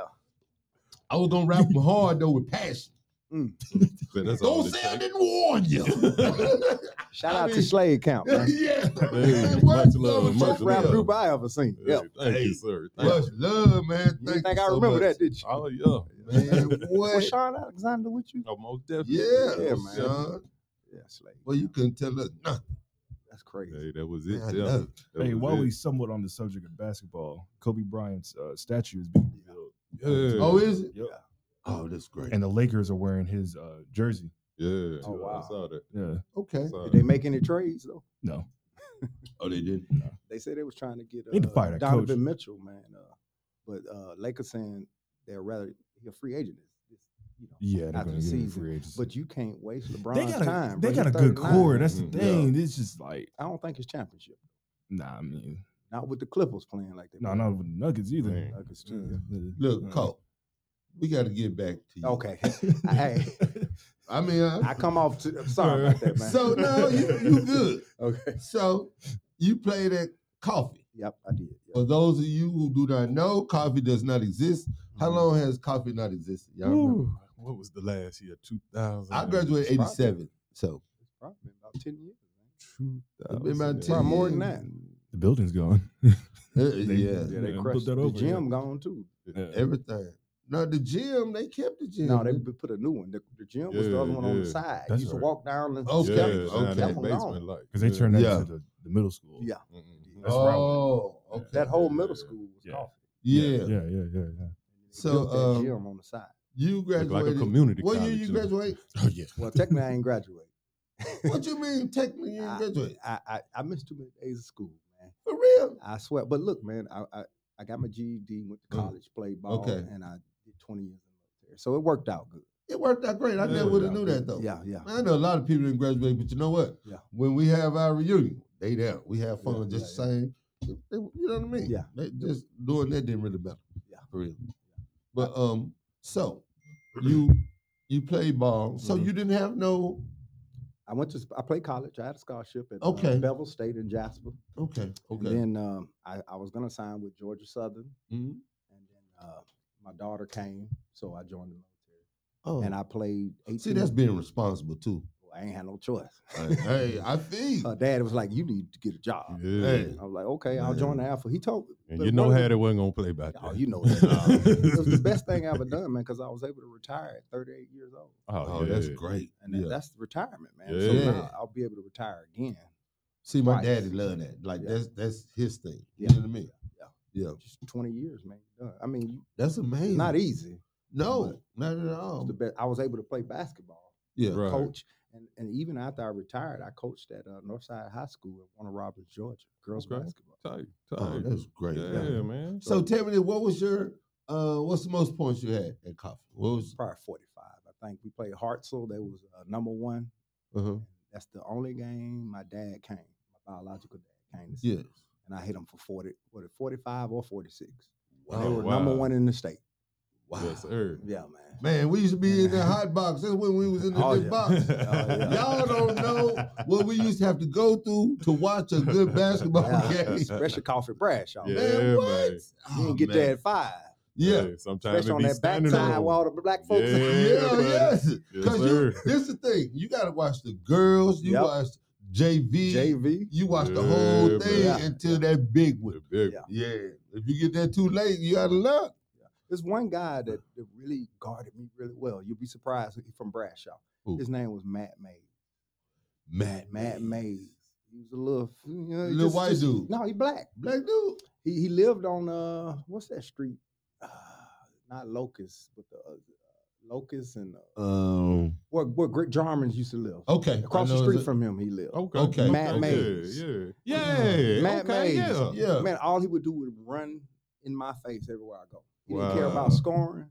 Speaker 1: I was gonna rap them hard though with passion.
Speaker 3: But that's all
Speaker 1: Don't
Speaker 3: it
Speaker 1: say I
Speaker 3: takes.
Speaker 1: didn't warn you.
Speaker 4: Shout
Speaker 1: I
Speaker 4: out
Speaker 1: mean-
Speaker 4: to Slade Camp, man.
Speaker 1: yeah.
Speaker 3: Hey,
Speaker 1: What?
Speaker 3: much
Speaker 1: No,
Speaker 3: love,
Speaker 1: it's
Speaker 3: much
Speaker 1: a
Speaker 4: Rap
Speaker 1: Yeah.
Speaker 3: love.
Speaker 4: group I ever seen.
Speaker 3: Hey,
Speaker 4: Yep.
Speaker 3: Thank
Speaker 1: Hey.
Speaker 3: you, sir. Thank
Speaker 1: Much love, man.
Speaker 4: You
Speaker 1: Thank
Speaker 4: think
Speaker 1: you
Speaker 4: I
Speaker 1: so
Speaker 4: remember
Speaker 1: much.
Speaker 4: that, did you?
Speaker 3: Oh yeah,
Speaker 1: Man,
Speaker 4: Was
Speaker 1: what?
Speaker 4: Sean Alexander with you?
Speaker 3: Oh, most definitely.
Speaker 1: Yeah,
Speaker 4: Yeah,
Speaker 1: man.
Speaker 4: man. Yeah, Slade.
Speaker 1: Well, you couldn't tell us nothing.
Speaker 4: That's crazy.
Speaker 3: Hey, that was it.
Speaker 1: Man, I
Speaker 3: yeah.
Speaker 1: know.
Speaker 3: That
Speaker 5: hey,
Speaker 3: was
Speaker 5: while
Speaker 3: it.
Speaker 5: we somewhat on the subject of basketball, Kobe Bryant's uh, statue is being rebuilt,
Speaker 3: yeah.
Speaker 1: Oh, is it?
Speaker 5: Yep.
Speaker 1: Oh, that's great.
Speaker 5: and the Lakers are wearing his uh, jersey.
Speaker 3: yeah.
Speaker 4: Oh, wow.
Speaker 3: I saw that.
Speaker 5: Yeah,
Speaker 1: Okay.
Speaker 3: I saw
Speaker 4: Did
Speaker 3: that.
Speaker 4: they make any trades though?
Speaker 5: no,
Speaker 1: Oh, they did.
Speaker 4: They said they was trying to get uh,
Speaker 5: Need to fire that
Speaker 4: Donovan
Speaker 5: coach.
Speaker 4: Mitchell, man. Uh, but uh, Lakers saying they're rather he a free agent. It's, it's, you know,
Speaker 5: yeah, they're
Speaker 4: After
Speaker 5: going
Speaker 4: the
Speaker 5: to get him
Speaker 4: season,
Speaker 5: free agency.
Speaker 4: but you can't waste
Speaker 5: they
Speaker 4: LeBron's
Speaker 5: got a
Speaker 4: time.
Speaker 5: they
Speaker 4: bro.
Speaker 5: got a
Speaker 4: He's
Speaker 5: good
Speaker 4: 39.
Speaker 5: core. That's the
Speaker 1: Mm-hmm.
Speaker 3: Mhm.
Speaker 5: thing. It's just like
Speaker 4: I don't think it's championship.
Speaker 5: nah. I mean,
Speaker 4: Not with the Clippers playing like that.
Speaker 5: no, not with the Nuggets either.
Speaker 3: Man.
Speaker 4: Nuggets too.
Speaker 1: Look,
Speaker 5: Uh,
Speaker 1: Cole, we got to get back to you.
Speaker 4: Okay, hey,
Speaker 1: I mean, I,
Speaker 4: I come off. To, I'm sorry about that, man.
Speaker 1: so no, you, you good.
Speaker 4: okay.
Speaker 1: So you played at Coffee.
Speaker 4: Yep, I did. Yep.
Speaker 1: For those of you who do not know, Coffee does not exist.
Speaker 4: Mm-hmm.
Speaker 1: How long has Coffee not existed? Y'all remember?
Speaker 3: Whew. What was the last year? Two thousand.
Speaker 1: I graduated
Speaker 4: Probably.
Speaker 1: '87, so
Speaker 4: Probably been about ten years.
Speaker 3: Two
Speaker 1: It's been about
Speaker 3: thousand.
Speaker 1: ten
Speaker 4: Probably more than
Speaker 1: years.
Speaker 4: that.
Speaker 5: The building's gone.
Speaker 1: Uh,
Speaker 5: They-
Speaker 1: yeah,
Speaker 4: Yeah, they
Speaker 5: Yeah, put
Speaker 4: crushed
Speaker 5: that
Speaker 4: the
Speaker 5: over,
Speaker 4: gym.
Speaker 5: yeah.
Speaker 4: Gone too.
Speaker 1: everything. No, the gym they kept the gym.
Speaker 4: No, they b- put a new one. The, the gym was the other
Speaker 3: Yeah,
Speaker 4: one on the
Speaker 3: yeah.
Speaker 4: side.
Speaker 5: That's
Speaker 4: you used
Speaker 5: right.
Speaker 4: to walk down the
Speaker 1: Okay,
Speaker 3: Yeah,
Speaker 4: steps.
Speaker 3: down in
Speaker 1: okay.
Speaker 4: That
Speaker 3: that
Speaker 4: one gone.
Speaker 3: basement like
Speaker 5: because they turned that
Speaker 1: Yeah.
Speaker 5: into the, the middle school.
Speaker 4: Yeah,
Speaker 3: Mm-hmm.
Speaker 5: That's right.
Speaker 1: oh, okay.
Speaker 4: that whole middle
Speaker 3: Yeah.
Speaker 4: school was
Speaker 5: Yeah.
Speaker 4: coffee.
Speaker 1: yeah.
Speaker 5: yeah, yeah, yeah. yeah.
Speaker 4: They
Speaker 1: So,
Speaker 4: built that
Speaker 1: um,
Speaker 4: gym on the side.
Speaker 1: You
Speaker 3: Look
Speaker 1: graduated.
Speaker 3: like a community
Speaker 1: what year
Speaker 3: college.
Speaker 1: you
Speaker 3: you know.
Speaker 1: graduate?
Speaker 3: Oh yeah.
Speaker 4: Well, technically, I ain't graduated.
Speaker 1: what you mean technically you didn't
Speaker 4: I-
Speaker 1: graduate?
Speaker 4: I, I I missed too many days of school, man.
Speaker 1: For real?
Speaker 4: I swear. But look, man, I I, I got my GED, went to
Speaker 1: Mm.
Speaker 4: college, played ball,
Speaker 1: Okay.
Speaker 4: and I did 20 years in the military. So it worked out good.
Speaker 1: It worked out great. I
Speaker 3: Yeah,
Speaker 1: never
Speaker 3: it
Speaker 1: would have
Speaker 4: worked
Speaker 1: knew
Speaker 4: out
Speaker 1: that
Speaker 4: good.
Speaker 1: though.
Speaker 4: Yeah, yeah.
Speaker 1: I know a lot of people didn't graduate, but you know what?
Speaker 4: Yeah.
Speaker 1: When we have our reunion, they there. We have fun
Speaker 4: Yeah,
Speaker 1: just
Speaker 4: yeah,
Speaker 1: the same. They- they- you know what I mean?
Speaker 4: Yeah.
Speaker 1: They just doing that didn't really matter.
Speaker 4: Yeah.
Speaker 1: For real. But um, so you you played ball. So
Speaker 5: Mhm.
Speaker 1: you didn't have no
Speaker 4: Mm-hmm. I went to sp- I played college. I had a scholarship at
Speaker 1: Okay.
Speaker 4: uh, Bevel State in Jasper.
Speaker 1: Okay. Okay.
Speaker 4: And then um, I, I was gonna sign with Georgia Southern,
Speaker 1: Mhm.
Speaker 4: and then uh, my daughter came, so I joined the military.
Speaker 1: Oh.
Speaker 4: And I played 18.
Speaker 1: See, that's being responsible too.
Speaker 4: I ain't had no choice.
Speaker 1: hey, I think.
Speaker 4: Her dad was like, "You need to get a job."
Speaker 3: Yeah.
Speaker 1: Hey.
Speaker 4: I was like, "Okay, I'll join the Alpha." He told me,
Speaker 3: And
Speaker 4: but
Speaker 3: you know
Speaker 4: one of
Speaker 3: how
Speaker 4: the-
Speaker 3: they wasn't gonna play by
Speaker 4: Oh,
Speaker 3: that.
Speaker 4: you know that. it was the best thing I ever done, man, because I was able to retire at 38 years old.
Speaker 1: Oh, that's great.
Speaker 4: And that,
Speaker 1: Yeah.
Speaker 4: that's retirement, man. So
Speaker 3: Yeah.
Speaker 4: now I'll be able to retire again.
Speaker 1: See, my
Speaker 4: Right.
Speaker 1: daddy loved that. Like
Speaker 4: Yeah.
Speaker 1: that's that's his thing. You
Speaker 4: Yeah.
Speaker 1: know what I mean?
Speaker 4: Yeah.
Speaker 1: Yeah.
Speaker 4: Just 20 years, man. done. I mean, you-
Speaker 1: That's amazing.
Speaker 4: it's not easy.
Speaker 1: No, not at all.
Speaker 4: It's the best. I was able to play basketball,
Speaker 1: yeah.
Speaker 3: Right.
Speaker 4: coach, and, and even after I retired, I coached at uh, Northside High School in Warner Robbins, Georgia, girls
Speaker 3: Okay.
Speaker 4: basketball.
Speaker 3: Tight,
Speaker 1: Oh,
Speaker 3: tight.
Speaker 1: that's great.
Speaker 3: yeah,
Speaker 1: Yeah.
Speaker 3: man.
Speaker 1: So tell me, then, what was your uh, what's the most points you had at coffee? What was
Speaker 4: Probably 45. I think we played Hartsel. They was uh, number one.
Speaker 1: uh-huh.
Speaker 4: That's the only game my dad came, my biological dad came to see.
Speaker 1: yeah?
Speaker 4: and I hit them for 40, what, 45 or 46.
Speaker 1: Wow.
Speaker 4: they were number
Speaker 3: wow.
Speaker 4: one in the state.
Speaker 1: Wow.
Speaker 3: Yes, sir.
Speaker 4: Yeah, man.
Speaker 1: Man, we used to be in the hot box. That's when we was in the
Speaker 4: Oh,
Speaker 1: big
Speaker 4: yeah.
Speaker 1: box.
Speaker 4: Oh, yeah.
Speaker 1: Y'all don't know what we used to have to go through to watch a good basketball
Speaker 4: Yeah.
Speaker 1: game.
Speaker 4: Especially Coffee Brash, y'all.
Speaker 3: Yeah.
Speaker 1: Man, what?
Speaker 3: man.
Speaker 4: You
Speaker 1: Oh,
Speaker 4: didn't get
Speaker 1: man.
Speaker 4: there at five.
Speaker 1: Yeah.
Speaker 3: Hey, sometimes
Speaker 4: Especially
Speaker 3: it
Speaker 4: on
Speaker 3: be
Speaker 4: that
Speaker 3: standing
Speaker 4: backside
Speaker 3: room.
Speaker 4: where all the black folks
Speaker 3: Yeah.
Speaker 4: are.
Speaker 1: Yeah,
Speaker 3: buddy.
Speaker 1: yes.
Speaker 3: Yes,
Speaker 1: Because you,
Speaker 3: sir.
Speaker 1: this is the thing. You got to watch the girls. You
Speaker 4: Yep.
Speaker 1: watch JV.
Speaker 4: JV.
Speaker 1: You watch the
Speaker 3: Yeah,
Speaker 1: whole
Speaker 3: buddy.
Speaker 1: thing
Speaker 4: Yeah.
Speaker 1: until that big one.
Speaker 3: The big
Speaker 4: Yeah.
Speaker 1: Yeah. If you get there too late, you out of luck.
Speaker 4: There's one guy that, that really guarded me really well. You'll be surprised. He's from Brash, y'all.
Speaker 1: Who?
Speaker 4: His name was Matt Mays.
Speaker 1: Matt,
Speaker 4: Matt Mays. He was a little, you know,
Speaker 1: Little white dude.
Speaker 4: No, he black.
Speaker 1: Black dude.
Speaker 4: He he lived on uh what's that street? Uh, not Locust, but the uh, Locust and uh,
Speaker 1: Um.
Speaker 4: where where Greg Jarman used to live.
Speaker 1: Okay. I
Speaker 4: Across the
Speaker 1: know
Speaker 4: street
Speaker 1: it's-
Speaker 4: from him, he lived.
Speaker 3: Okay.
Speaker 1: Okay.
Speaker 4: Matt
Speaker 3: okay,
Speaker 4: Mays. Uh-huh.
Speaker 3: Yeah. Yeah. yeah.
Speaker 4: Matt
Speaker 3: okay,
Speaker 4: Mays.
Speaker 3: Yeah.
Speaker 1: Yeah.
Speaker 4: Man, all he would do would run in my face everywhere I go. He didn't care
Speaker 3: Wow.
Speaker 4: about scoring,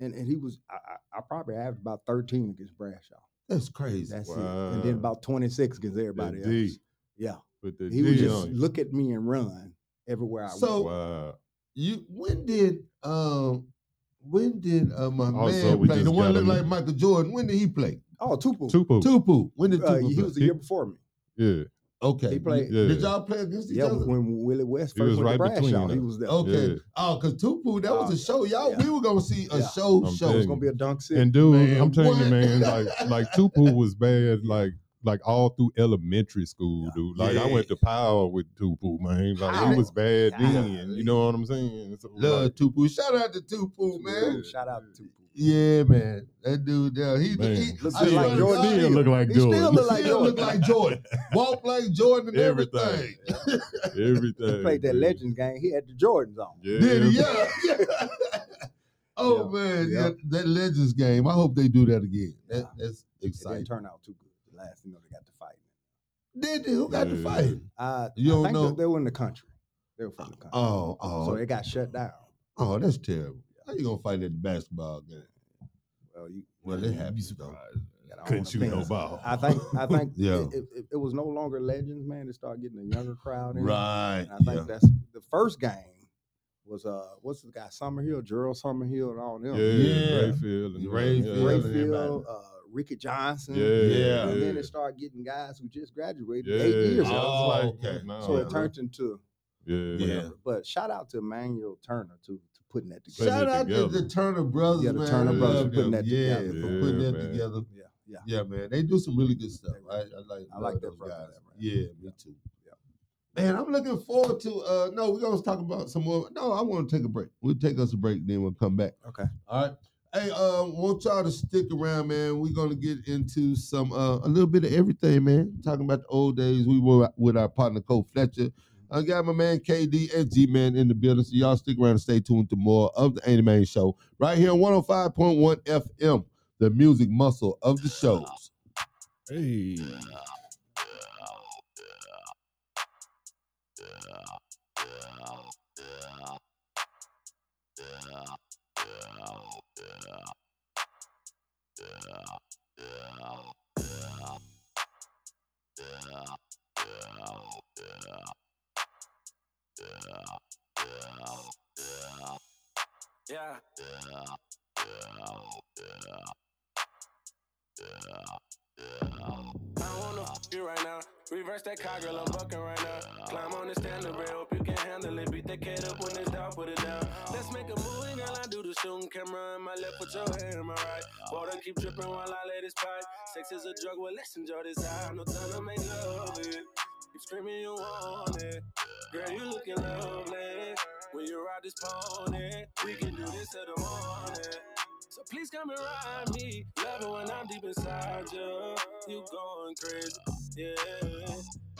Speaker 4: and and he was I, I, I probably averaged about thirteen against Brashaw.
Speaker 1: That's crazy.
Speaker 4: That's it, and then
Speaker 3: Wow.
Speaker 4: about twenty six against everybody
Speaker 3: D.
Speaker 4: else. Yeah,
Speaker 3: But the
Speaker 4: he would
Speaker 3: D
Speaker 4: just
Speaker 3: on it.
Speaker 4: look at me and run everywhere I
Speaker 1: So-
Speaker 4: went.
Speaker 3: Wow.
Speaker 1: You. When did um. When did uh, my
Speaker 3: Also,
Speaker 1: man
Speaker 3: we
Speaker 1: play? The
Speaker 3: just
Speaker 1: one
Speaker 3: got
Speaker 1: looked
Speaker 3: him-
Speaker 1: like Michael Jordan. When did he play?
Speaker 4: Oh, Tupu,
Speaker 3: Tupu.
Speaker 1: Tupu. When did
Speaker 4: uh,
Speaker 1: Tupu
Speaker 4: he
Speaker 1: play?
Speaker 4: was a year before me.
Speaker 3: Yeah.
Speaker 1: Okay.
Speaker 4: They played-
Speaker 3: Yeah.
Speaker 1: Did y'all play against each
Speaker 4: Yeah,
Speaker 1: other?
Speaker 4: when Willie West
Speaker 3: He was
Speaker 4: first went
Speaker 3: right
Speaker 4: to
Speaker 3: between
Speaker 4: Bradshaw, he
Speaker 3: us.
Speaker 4: was there.
Speaker 1: Okay.
Speaker 3: Yeah.
Speaker 1: Oh, cause Tupu, that was a show. Y'all,
Speaker 4: Yeah.
Speaker 1: we were gonna see a
Speaker 4: Yeah.
Speaker 1: show
Speaker 3: I'm
Speaker 1: show.
Speaker 4: It was
Speaker 3: Dang.
Speaker 4: gonna be a dunk city.
Speaker 3: And dude,
Speaker 1: Man,
Speaker 3: I'm telling
Speaker 1: what?
Speaker 3: you, man, like like Tupu was bad, like like all through elementary school, dude. Like I went to Powell with Tupu, man. Like
Speaker 1: Powell.
Speaker 3: he was bad
Speaker 4: Yeah.
Speaker 3: then. You know what I'm saying? So,
Speaker 1: Love
Speaker 3: like,
Speaker 1: Tupu. Shout out to Tupu, man.
Speaker 4: Shout out to
Speaker 1: Yeah, man. That dude there. He,
Speaker 3: Man.
Speaker 1: he
Speaker 4: Looks
Speaker 1: I swear
Speaker 4: just like
Speaker 1: to
Speaker 4: Jordan.
Speaker 1: God,
Speaker 6: Still look like
Speaker 1: He
Speaker 6: Jordan.
Speaker 1: still look like
Speaker 4: Still
Speaker 1: Jordan.
Speaker 4: look like
Speaker 1: Walk like Jordan and everything.
Speaker 3: Everything. everything.
Speaker 4: He played that
Speaker 3: dude.
Speaker 4: Legends game. He had the Jordans on.
Speaker 3: Yeah.
Speaker 1: Did he? Yeah. oh man,
Speaker 4: Yeah.
Speaker 1: yeah, that Legends game. I hope they do that again. That, that's
Speaker 4: It didn't
Speaker 1: exciting.
Speaker 4: turn out too good. The last, you know, they got to fight.
Speaker 1: Did they? Who got the
Speaker 3: Yeah.
Speaker 1: fight?
Speaker 4: Uh,
Speaker 1: You
Speaker 4: I
Speaker 1: don't
Speaker 4: think
Speaker 1: know.
Speaker 4: that they were in the country. They were from the country.
Speaker 1: Oh, oh,
Speaker 4: So it got shut down.
Speaker 1: oh, that's terrible. How you gonna fight at the basketball game?
Speaker 4: Well, you
Speaker 1: Well, it happens though.
Speaker 4: you know,
Speaker 3: Couldn't
Speaker 4: I
Speaker 3: shoot
Speaker 4: think-
Speaker 3: no ball.
Speaker 4: I think I think
Speaker 1: Yeah.
Speaker 4: it, it, it was no longer legends, man. They started getting a younger crowd in.
Speaker 1: Right.
Speaker 4: And I think
Speaker 1: yeah.
Speaker 4: that's the first game was uh what's the guy Summerhill, Gerald Summerhill, and all
Speaker 3: Yeah,
Speaker 4: them.
Speaker 1: Yeah.
Speaker 3: Rayfield and
Speaker 1: Rayfield.
Speaker 3: Yeah.
Speaker 4: Rayfield, uh, Ricky Johnson.
Speaker 3: Yeah.
Speaker 1: Yeah.
Speaker 4: And
Speaker 3: yeah.
Speaker 4: then they started getting guys who just graduated
Speaker 3: yeah.
Speaker 4: eight years
Speaker 3: I
Speaker 4: ago.
Speaker 1: Oh,
Speaker 3: was
Speaker 1: okay.
Speaker 3: no.
Speaker 4: So it turned into
Speaker 3: Yeah.
Speaker 1: Yeah.
Speaker 4: whatever. But shout out to Emmanuel Turner to, to putting that together.
Speaker 1: Shout
Speaker 3: it
Speaker 1: out to
Speaker 3: together.
Speaker 1: the Turner brothers,
Speaker 4: Yeah, the
Speaker 1: man.
Speaker 4: Turner
Speaker 1: I
Speaker 3: brothers
Speaker 1: love
Speaker 4: for putting
Speaker 1: them.
Speaker 4: that
Speaker 1: yeah,
Speaker 4: together.
Speaker 1: for putting
Speaker 3: Yeah,
Speaker 1: that
Speaker 3: man.
Speaker 1: together.
Speaker 4: Yeah, yeah.
Speaker 1: Yeah, man, they do some really good stuff. I, I like,
Speaker 4: I like
Speaker 1: love
Speaker 4: that
Speaker 1: those
Speaker 4: brother,
Speaker 1: guys.
Speaker 4: that brother.
Speaker 1: Yeah, me too. Man, I'm looking forward to. uh No, we're gonna talk about some more. No, I want to take a break. We'll take us a break, then we'll come back.
Speaker 4: Okay.
Speaker 1: All right. Hey, uh, want y'all to stick around, man. We're gonna get into some uh, a little bit of everything, man. Talking about the old days. We were with our partner Cole Fletcher. I got my man KD and G Man in the building. So y'all stick around and stay tuned to more of the Anime Man Show right here on 105.1 FM, the music muscle of the shows.
Speaker 6: Hey.
Speaker 7: Yeah. I wanna f you right now. Reverse that car, girl, I'm bucking right now. Climb on the standard rail, hope you can handle it. Beat that cat up when it's down, put it down. Let's make a move, and girl, I do the shooting camera in my left, put your hand in my right. Water keep dripping while I lay this pipe. Sex is a drug, well, let's enjoy this high. No time to make love it. Keep screaming, you want it. Girl, you looking lovely. When you ride this pony, we can do this till the morning. So please come and ride me. Love it when I'm deep inside you. You going crazy, yeah.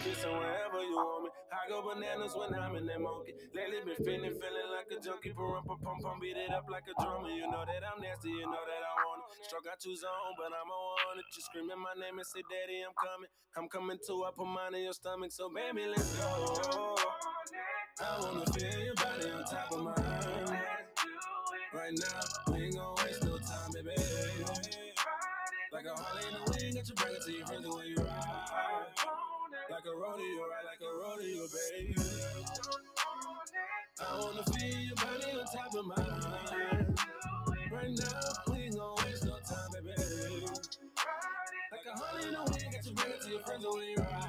Speaker 7: Kissing wherever you want me. I go bananas when I'm in that monkey. Lately been feeling, feeling like a junkie. Pump, pump, pump, pump, beat it up like a drummer. You know that I'm nasty, you know that I want it. Struck out you zone, but I'm on it. You screaming my name and say, Daddy, I'm coming. I'm coming too. I put mine in your stomach, so baby, let's go. I wanna feel your body on top of mine. Right now, we ain't gon' waste no time, baby. Like a Harley in the wind, got you bring it to your friends the way you ride. Like a rodeo, ride like a rodeo, baby. I wanna feel your body on top of mine. Right now, we ain't gon' waste no time, baby. Like a Harley in the wind, got you bring it to your friends the way you ride.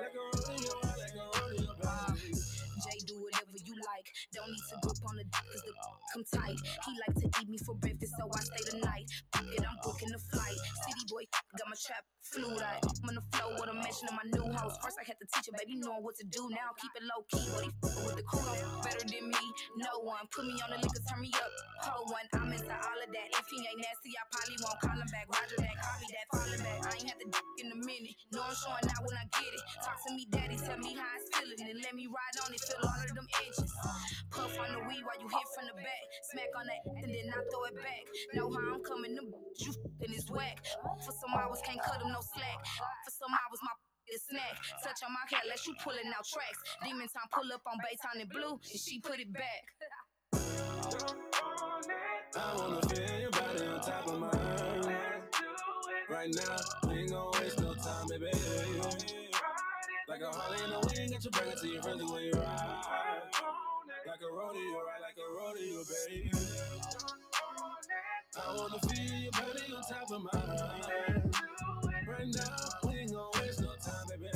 Speaker 7: Like a rodeo, ride like a rodeo, baby.
Speaker 8: Jay, do whatever you like. Don't need to grip on the dick cause the come tight. He like to eat me for breakfast, so I stay the night. Fuck it, I'm booking the flight. City boy, got my trap flew like I'm on the flow with a mansion in my new house. First, I had to teach a baby knowing what to do. Now, keep it low key, but he fucking with the crew. Better than me, no one. Put me on the liquor, turn me up. Hold one, I'm into all of that. If he ain't nasty, I probably won't call him back. Roger that, copy that, follow back. I ain't had the dick in a minute. No, I'm showing out when I get it. Talk to me, daddy, tell me how it's feeling. And let me ride on it, feel all of them inches. Puff on the weed while you hit from the back. Smack on that, and then I throw it back. Know how I'm coming, them you f***ing is whack. For some hours, can't cut him no slack. For some hours, my is snack. Touch on my cat, let you pulling out tracks. Demon time, pull up on Baytown and Blue, and she put it back.
Speaker 7: I wanna feel your body on top of mine. Right now, we ain't gon' waste no time, baby. Like a Harley in the wind, got you bring it to your friends the way you ride. Like a rodeo, ride like a rodeo, baby. I wanna feel your body on top of mine. Right now, we ain't gon' waste no time, baby.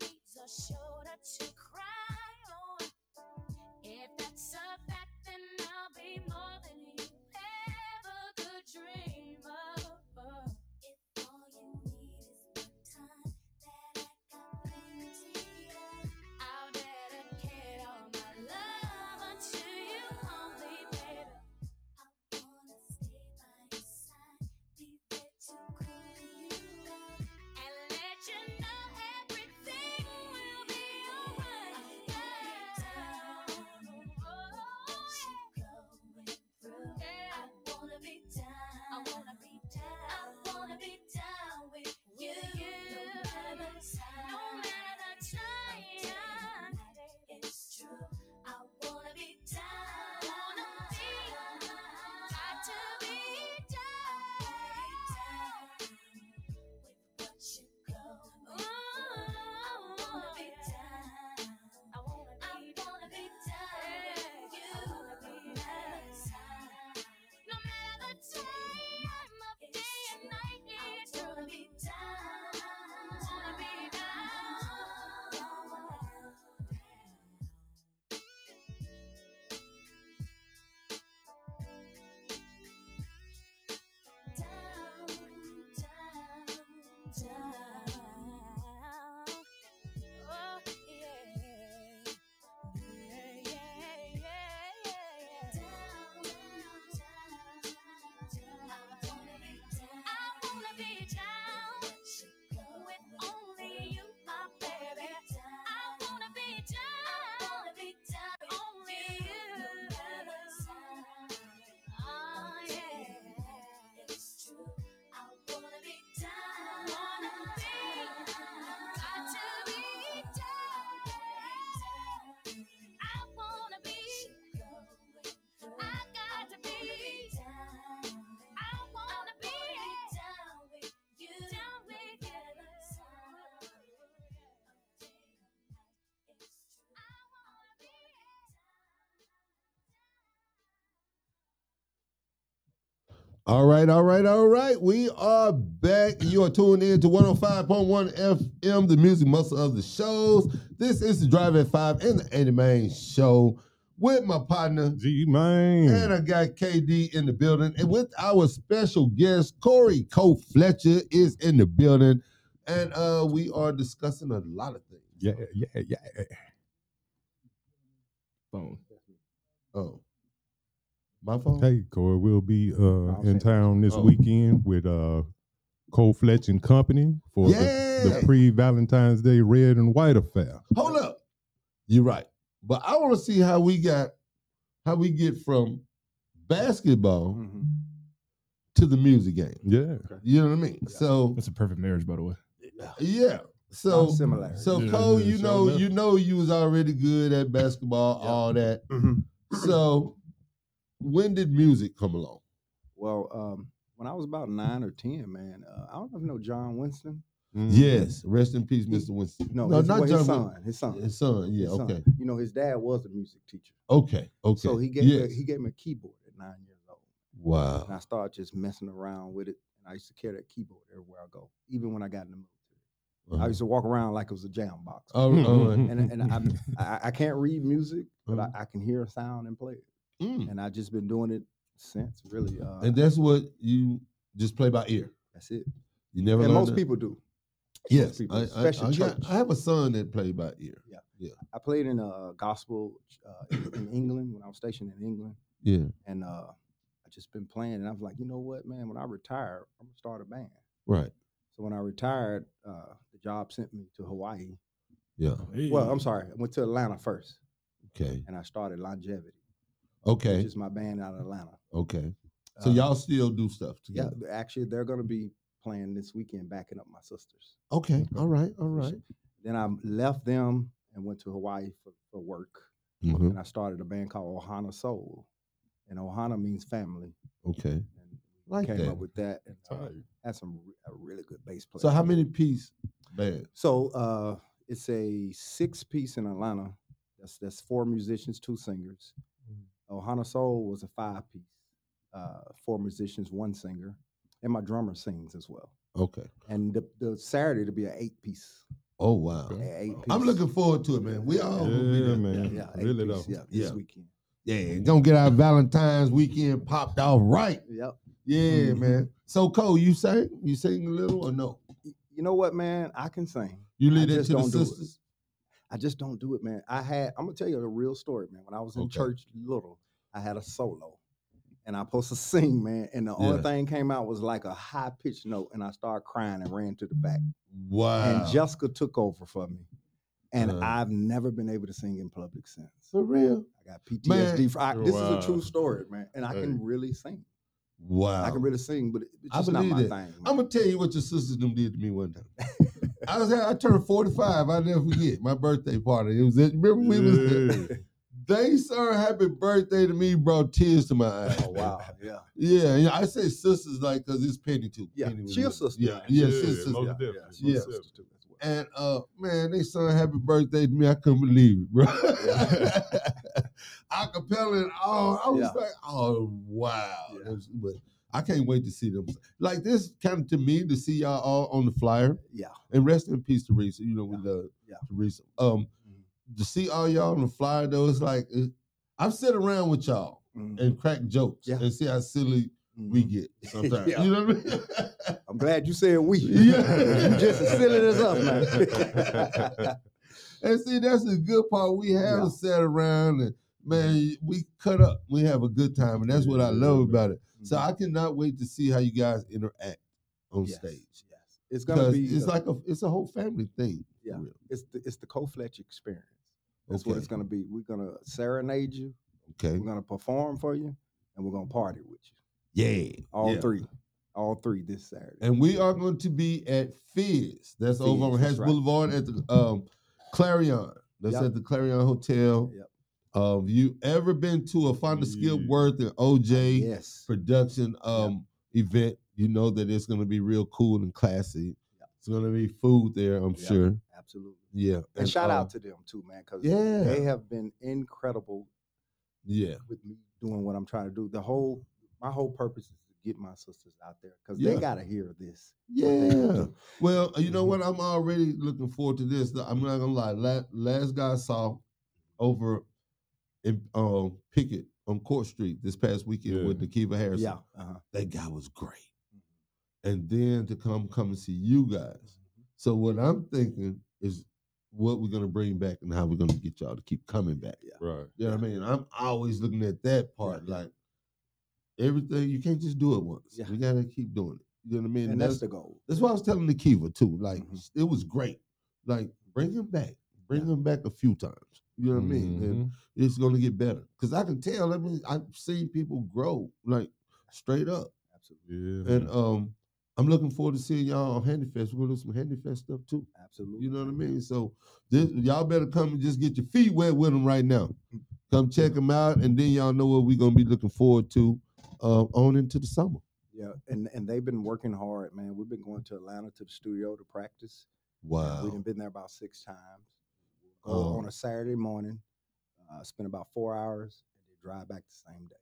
Speaker 9: that you cry on. If that's a fact, then I'll be more than you ever could dream of. If all you need is my time, that I got plenty of. I'll dedicate all my love unto you only, baby. I wanna stay by your side, be there to cradle you up. And let you know everything will be alright. I wanna be down. I wanna be down. I wanna be down with you. No matter time. It's true. I wanna be down. I wanna be got to be down with what you go. Ooh, I wanna be down. I wanna be, down. with You I wanna be no matter time. No matter the time of day and night, I wanna be down. Wanna be down. Down, down, down. Oh, yeah. Yeah, yeah, yeah, yeah. Down, down, down, down. I wanna be down with only you, my baby. I wanna be down with only you. Oh, yeah. It's true. I wanna be down. Wanna be got to be down. I wanna be. I got to be down. I wanna be down with you. Down with you. I wanna be
Speaker 1: All right, all right, all right. We are back. You are tuned in to 105.1 FM, the music muscle of the shows. This is the Drive at Five and the Andy Man Show with my partner,
Speaker 3: G man.
Speaker 1: and I got KD in the building. And with our special guest, Corey Cole Fletcher is in the building. And uh, we are discussing a lot of things.
Speaker 3: yeah, yeah, yeah.
Speaker 5: Phone.
Speaker 1: Oh, my phone?
Speaker 3: Hey, Corey, we'll be uh,
Speaker 4: I'll
Speaker 3: in
Speaker 4: say-
Speaker 3: town this
Speaker 1: Oh.
Speaker 3: weekend with uh, Cole Fletch and Company for
Speaker 1: Yeah.
Speaker 3: the, the pre Valentine's Day Red and White affair.
Speaker 1: Hold up. You're right. But I want to see how we got, how we get from basketball to the music game.
Speaker 3: Mm-hmm. Yeah,
Speaker 1: You know what I mean? So
Speaker 5: That's a perfect marriage, by the way.
Speaker 1: yeah. So
Speaker 4: similar.
Speaker 1: so
Speaker 3: Yeah,
Speaker 1: Cole,
Speaker 3: yeah,
Speaker 1: you
Speaker 3: sure
Speaker 1: know,
Speaker 3: enough.
Speaker 1: you know you was already good at basketball,
Speaker 4: Yeah. Mm-hmm.
Speaker 1: all that. So when did music come along?
Speaker 4: Well, um, when I was about nine or ten, man, uh, I don't know if you know John Winston.
Speaker 1: Yes. Rest in peace, Mr. Winston.
Speaker 4: Mm-hmm. No, his, well, his son, his son,
Speaker 1: Winston. His son, yeah,
Speaker 4: his son.
Speaker 1: okay.
Speaker 4: You know, his dad was a music teacher,
Speaker 1: Okay. Okay.
Speaker 4: so he gave
Speaker 1: yes.
Speaker 4: me, he gave me a keyboard at nine years old, and
Speaker 1: Wow.
Speaker 4: I started just messing around with it. And I used to carry that keyboard everywhere I go, even when I got in the military.
Speaker 1: Uh-huh.
Speaker 4: I used to walk around like it was a jam box.
Speaker 1: All right, all right.
Speaker 4: and and I'm- I, I can't read music, but I,
Speaker 1: Mhm.
Speaker 4: I can hear a sound and play it.
Speaker 1: Mm.
Speaker 4: And I've just been doing it since, really. Uh,
Speaker 1: And that's what you just play by ear.
Speaker 4: that's it.
Speaker 1: You never
Speaker 4: And
Speaker 1: learn
Speaker 4: most
Speaker 1: that?
Speaker 4: people do.
Speaker 1: Yes,
Speaker 4: people,
Speaker 1: I, I-
Speaker 4: especially
Speaker 1: I got-
Speaker 4: church.
Speaker 1: I have a son that played by ear.
Speaker 4: I played in a gospel uh, in- in England when I was stationed in England,
Speaker 1: Yeah,
Speaker 4: and uh, I just been playing. And I was like, you know what, man? When I retire, I'm gonna start a band.
Speaker 1: right.
Speaker 4: So when I retired, uh, the job sent me to Hawaii.
Speaker 1: Yeah.
Speaker 4: Well, I'm sorry, I went to Atlanta first,
Speaker 1: Okay.
Speaker 4: and I started Longevity, which
Speaker 1: Okay.
Speaker 4: is my band out of Atlanta.
Speaker 1: Okay. So
Speaker 4: Uh,
Speaker 1: y'all still do stuff
Speaker 4: yeah,
Speaker 1: together?
Speaker 4: th- actually, they're gonna be playing this weekend, backing up my sisters.
Speaker 1: Okay. All right. All right.
Speaker 4: Then I left them and went to Hawaii for, for work,
Speaker 1: Mhm,
Speaker 4: and I started a band called Ohana Soul, and Ohana means family.
Speaker 1: Okay.
Speaker 4: and
Speaker 1: Like
Speaker 4: came
Speaker 1: that.
Speaker 4: up with that and uh, had some re- a really good bass player.
Speaker 1: So how many piece band?
Speaker 4: So uh, it's a six piece in Atlanta. That's that's four musicians, two singers.
Speaker 1: Mm.
Speaker 4: Ohana Soul was a five piece, uh, four musicians, one singer, and my drummer sings as well.
Speaker 1: Okay.
Speaker 4: And the, the Saturday to be an eight piece.
Speaker 1: Oh wow.
Speaker 3: Okay.
Speaker 4: at eight
Speaker 1: I'm
Speaker 4: piece.
Speaker 1: looking forward to it, man. We all gonna be
Speaker 3: Yeah,
Speaker 1: there.
Speaker 3: man.
Speaker 4: Yeah, eight
Speaker 3: really
Speaker 4: piece,
Speaker 3: though.
Speaker 4: Yeah, this
Speaker 1: Yeah.
Speaker 4: weekend.
Speaker 1: Yeah, gonna get our Valentine's weekend popped off right.
Speaker 4: Yep.
Speaker 1: Yeah, man. So Cole, you sing? You sing a little or no?
Speaker 4: You know what, man? I can sing.
Speaker 1: You
Speaker 4: I
Speaker 1: leave that
Speaker 4: just
Speaker 1: to the
Speaker 4: don't do it.
Speaker 1: sisters?
Speaker 4: I just don't do it, man. I had, I'm gonna tell you a real story, man. When I was in
Speaker 1: Okay.
Speaker 4: church little, I had a solo and I supposed to sing, man. And the only
Speaker 1: Yeah.
Speaker 4: thing came out was like a high pitched note, and I started crying and ran to the back.
Speaker 1: Wow.
Speaker 4: And Jessica took over for me. And
Speaker 1: Uh.
Speaker 4: I've never been able to sing in public since.
Speaker 1: for real?
Speaker 4: I got PTSD. For, I, this
Speaker 3: Wow.
Speaker 4: is a true story, man. And I can
Speaker 1: Hey.
Speaker 4: really sing.
Speaker 1: Wow.
Speaker 4: I can really sing, but it- it's
Speaker 1: I
Speaker 4: just not
Speaker 1: believe
Speaker 4: my
Speaker 1: that.
Speaker 4: thing. man.
Speaker 1: I'm gonna tell you what your sisters them did to me one time. I was at- I turned 45. I never forget my birthday party. It was at, remember we was there.
Speaker 3: Yeah.
Speaker 1: They sung happy birthday to me, brought tears to my eyes.
Speaker 4: Oh, wow. Yeah.
Speaker 1: Yeah, yeah. I say sisters like because it's Penny too.
Speaker 4: Yeah,
Speaker 1: Penny was
Speaker 4: she a
Speaker 1: with us.
Speaker 4: sister,
Speaker 1: Yeah,
Speaker 4: man.
Speaker 1: yeah,
Speaker 3: Yeah,
Speaker 1: sister.
Speaker 3: most
Speaker 4: Yeah,
Speaker 3: definitely,
Speaker 4: yeah,
Speaker 3: most
Speaker 1: yeah.
Speaker 3: definitely.
Speaker 1: And uh, man, they sung happy birthday to me. I couldn't believe it, bro. Acapella and all. I was
Speaker 4: Yeah.
Speaker 1: like, oh wow.
Speaker 4: Yeah.
Speaker 1: That's- But I can't wait to see them. Like this kind of to me to see y'all all on the flyer.
Speaker 4: Yeah.
Speaker 1: And rest in peace, Teresa. You know, we
Speaker 4: Yeah.
Speaker 1: love
Speaker 4: Yeah. Mm-hmm.
Speaker 1: Teresa. Um, to see all y'all on the flyer though, it's like it- I've sat around with y'all
Speaker 4: Mhm.
Speaker 1: and cracked jokes
Speaker 4: Yeah.
Speaker 1: and see how silly we
Speaker 4: Mhm.
Speaker 1: get sometimes.
Speaker 4: Yeah.
Speaker 1: You know what I mean?
Speaker 4: I'm glad you said we.
Speaker 1: Yeah.
Speaker 4: you just as silly as us, man.
Speaker 1: And see, that's the good part. We have
Speaker 4: Yeah.
Speaker 1: a sat around and man, we cut up. We have a good time, and that's what I love about it.
Speaker 4: Mm-hmm.
Speaker 1: So I cannot wait to see how you guys interact on
Speaker 4: Yes,
Speaker 1: stage
Speaker 4: yes. It's gonna
Speaker 1: because
Speaker 4: be
Speaker 1: it's
Speaker 4: uh,
Speaker 1: like a it's a whole family thing.
Speaker 4: Yeah.
Speaker 1: for real.
Speaker 4: it's the it's the Cole Fletch experience. That's what it's
Speaker 1: Okay.
Speaker 4: gonna be. We're gonna serenade you,
Speaker 1: Okay.
Speaker 4: we're gonna perform for you, and we're gonna party with you.
Speaker 1: Yeah.
Speaker 4: All
Speaker 1: yeah.
Speaker 4: three. All three this Saturday.
Speaker 1: And we are going to be at Fizz. That's over on
Speaker 4: Fizz,
Speaker 1: Hatch
Speaker 4: that's right.
Speaker 1: Boulevard at the um, Clarion. That's
Speaker 4: Yep.
Speaker 1: at the Clarion Hotel.
Speaker 4: Yep.
Speaker 1: Um, you ever been to a Fonda Skipworth and OJ?
Speaker 4: Uh, yes.
Speaker 1: production um event. You know that it's gonna be real cool and classy.
Speaker 4: Yeah.
Speaker 1: It's gonna be food there, I'm
Speaker 4: Yeah.
Speaker 1: sure.
Speaker 4: Absolutely.
Speaker 1: Yeah.
Speaker 4: And, shout
Speaker 1: um,
Speaker 4: out to them too, man, because
Speaker 1: yeah.
Speaker 4: they have been incredible
Speaker 1: yeah,
Speaker 4: with me doing what I'm trying to do. The whole my whole purpose is to get my sisters out there because
Speaker 1: Yeah.
Speaker 4: they gotta hear this. what they gonna
Speaker 1: yeah.
Speaker 4: do.
Speaker 1: Well, you know
Speaker 4: Mhm.
Speaker 1: what? I'm already looking forward to this. though. I'm not gonna lie. Last, last guy I saw over in um Pickett on Court Street this past weekend
Speaker 3: Yeah.
Speaker 1: with Nakiva Harrison.
Speaker 4: Yeah. Uh-huh. Mm-hmm.
Speaker 1: That guy was great. And then to come come and see you guys. So what I'm thinking is what we're gonna bring back and how we're gonna get y'all to keep coming back.
Speaker 3: Right.
Speaker 1: You know what I mean? I'm always looking at that part. Like everything, you can't just do it once.
Speaker 4: Yeah.
Speaker 1: You gotta keep dodoing it. You know what I mean?
Speaker 4: And, that's, the goal.
Speaker 1: that's why I was telling Nikiva too. Like
Speaker 4: Mhm.
Speaker 1: it was great. Like bring him back. Bring him back a few times. You know what I mean? And
Speaker 4: Mm-hmm.
Speaker 1: it's gonna get better. Cause I can tell. I mean, I've seen people grow like straight up.
Speaker 4: Absolutely.
Speaker 3: Mhm. Yeah.
Speaker 1: And um, I'm looking forward to seeing y'all on Handy Fest. We're gonna do some Handy Fest stuff too.
Speaker 4: Absolutely.
Speaker 1: You know what I mean? So this, y'all better come and just get your feet wet with them right now. Come check them out, and then y'all know what we're gonna be looking forward to uh, on into the summer.
Speaker 4: Yeah, and and they've been working hard, man. We've been going to Atlanta to the studio to practice. We've
Speaker 1: Wow.
Speaker 4: been there about six times. Go
Speaker 1: Oh.
Speaker 4: on a Saturday morning, uh, spend about four hours, and then drive back the same day.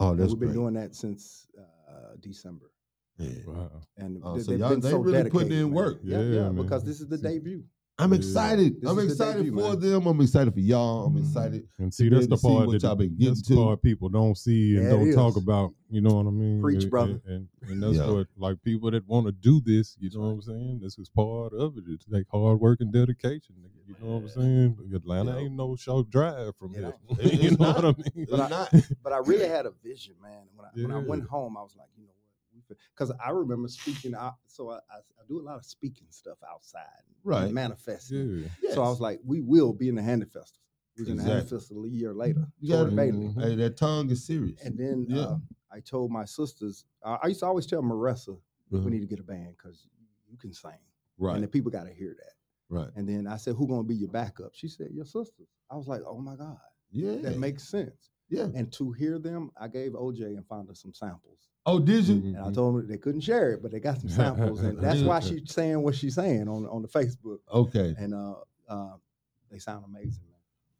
Speaker 1: Oh,
Speaker 4: And
Speaker 1: that's
Speaker 4: we've been
Speaker 1: great.
Speaker 4: doing that since uh, December,
Speaker 1: Yeah.
Speaker 3: wow.
Speaker 4: and
Speaker 1: Oh,
Speaker 4: they-
Speaker 1: so
Speaker 4: they've
Speaker 1: y'all-
Speaker 4: been
Speaker 1: they
Speaker 4: so
Speaker 1: really
Speaker 4: dedicated.
Speaker 1: putting in
Speaker 4: man.
Speaker 1: work.
Speaker 4: Yeah,
Speaker 3: Yeah,
Speaker 4: yeah,
Speaker 3: man.
Speaker 4: because this is the debut.
Speaker 1: I'm
Speaker 3: Yeah.
Speaker 1: excited.
Speaker 4: This
Speaker 1: I'm
Speaker 4: is the
Speaker 1: excited
Speaker 4: debut,
Speaker 1: for
Speaker 4: man.
Speaker 1: them. I'm excited for y'all. I'm
Speaker 4: Mhm.
Speaker 1: excited.
Speaker 3: And see,
Speaker 1: be
Speaker 3: that's
Speaker 1: able
Speaker 3: the
Speaker 1: to see
Speaker 3: part
Speaker 1: what
Speaker 3: that
Speaker 1: y'all been getting
Speaker 3: that's the
Speaker 1: to.
Speaker 3: part people don't see and
Speaker 4: Yeah, it
Speaker 3: don't talk
Speaker 4: is.
Speaker 3: about. You know what I mean?
Speaker 4: Preach,
Speaker 3: And-
Speaker 4: brother.
Speaker 3: And, and, and that's
Speaker 1: Yeah.
Speaker 3: what like people that want to do this. You know what I'm saying? This is part of it. It's like hard work and dedication. You know what I'm saying? Atlanta
Speaker 1: Yeah.
Speaker 3: ain't no short drive from
Speaker 4: It
Speaker 3: here.
Speaker 1: ain't.
Speaker 3: you
Speaker 1: It's
Speaker 3: know what I mean?
Speaker 1: But
Speaker 4: I-
Speaker 1: not,
Speaker 4: But I really had a vision, man. When I, when I went
Speaker 3: Yeah.
Speaker 4: home, I was like, you know what? Because I remember speaking out, so I, I, I do a lot of speaking stuff outside, and
Speaker 1: Right.
Speaker 4: Manifesting.
Speaker 3: Yeah.
Speaker 4: So I was like, we will be in the Handy Festival. We was in the Handy
Speaker 1: Exactly.
Speaker 4: Festival a year later.
Speaker 1: you gotta,
Speaker 4: Tory Bailey.
Speaker 3: Mm-hmm.
Speaker 1: Hey, that tongue is serious.
Speaker 4: And then
Speaker 1: Yeah.
Speaker 4: uh, I told my sisters, I I used to always tell Marissa,
Speaker 1: Uh-huh.
Speaker 4: we need to get a band because you can sing.
Speaker 1: right,
Speaker 4: And the people got to hear that.
Speaker 1: right.
Speaker 4: And then I said, who going to be your backup? She said, your sisters. I was like, oh my God,
Speaker 1: Yeah.
Speaker 4: that makes sense.
Speaker 1: yeah.
Speaker 4: And to hear them, I gave OJ and Fonda some samples.
Speaker 1: Oh, did you?
Speaker 4: And I told them they couldn't share it, but they got some samples. And that's why she's saying what she's saying on, on the Facebook.
Speaker 1: Okay.
Speaker 4: And uh, uh, they sound amazing, man.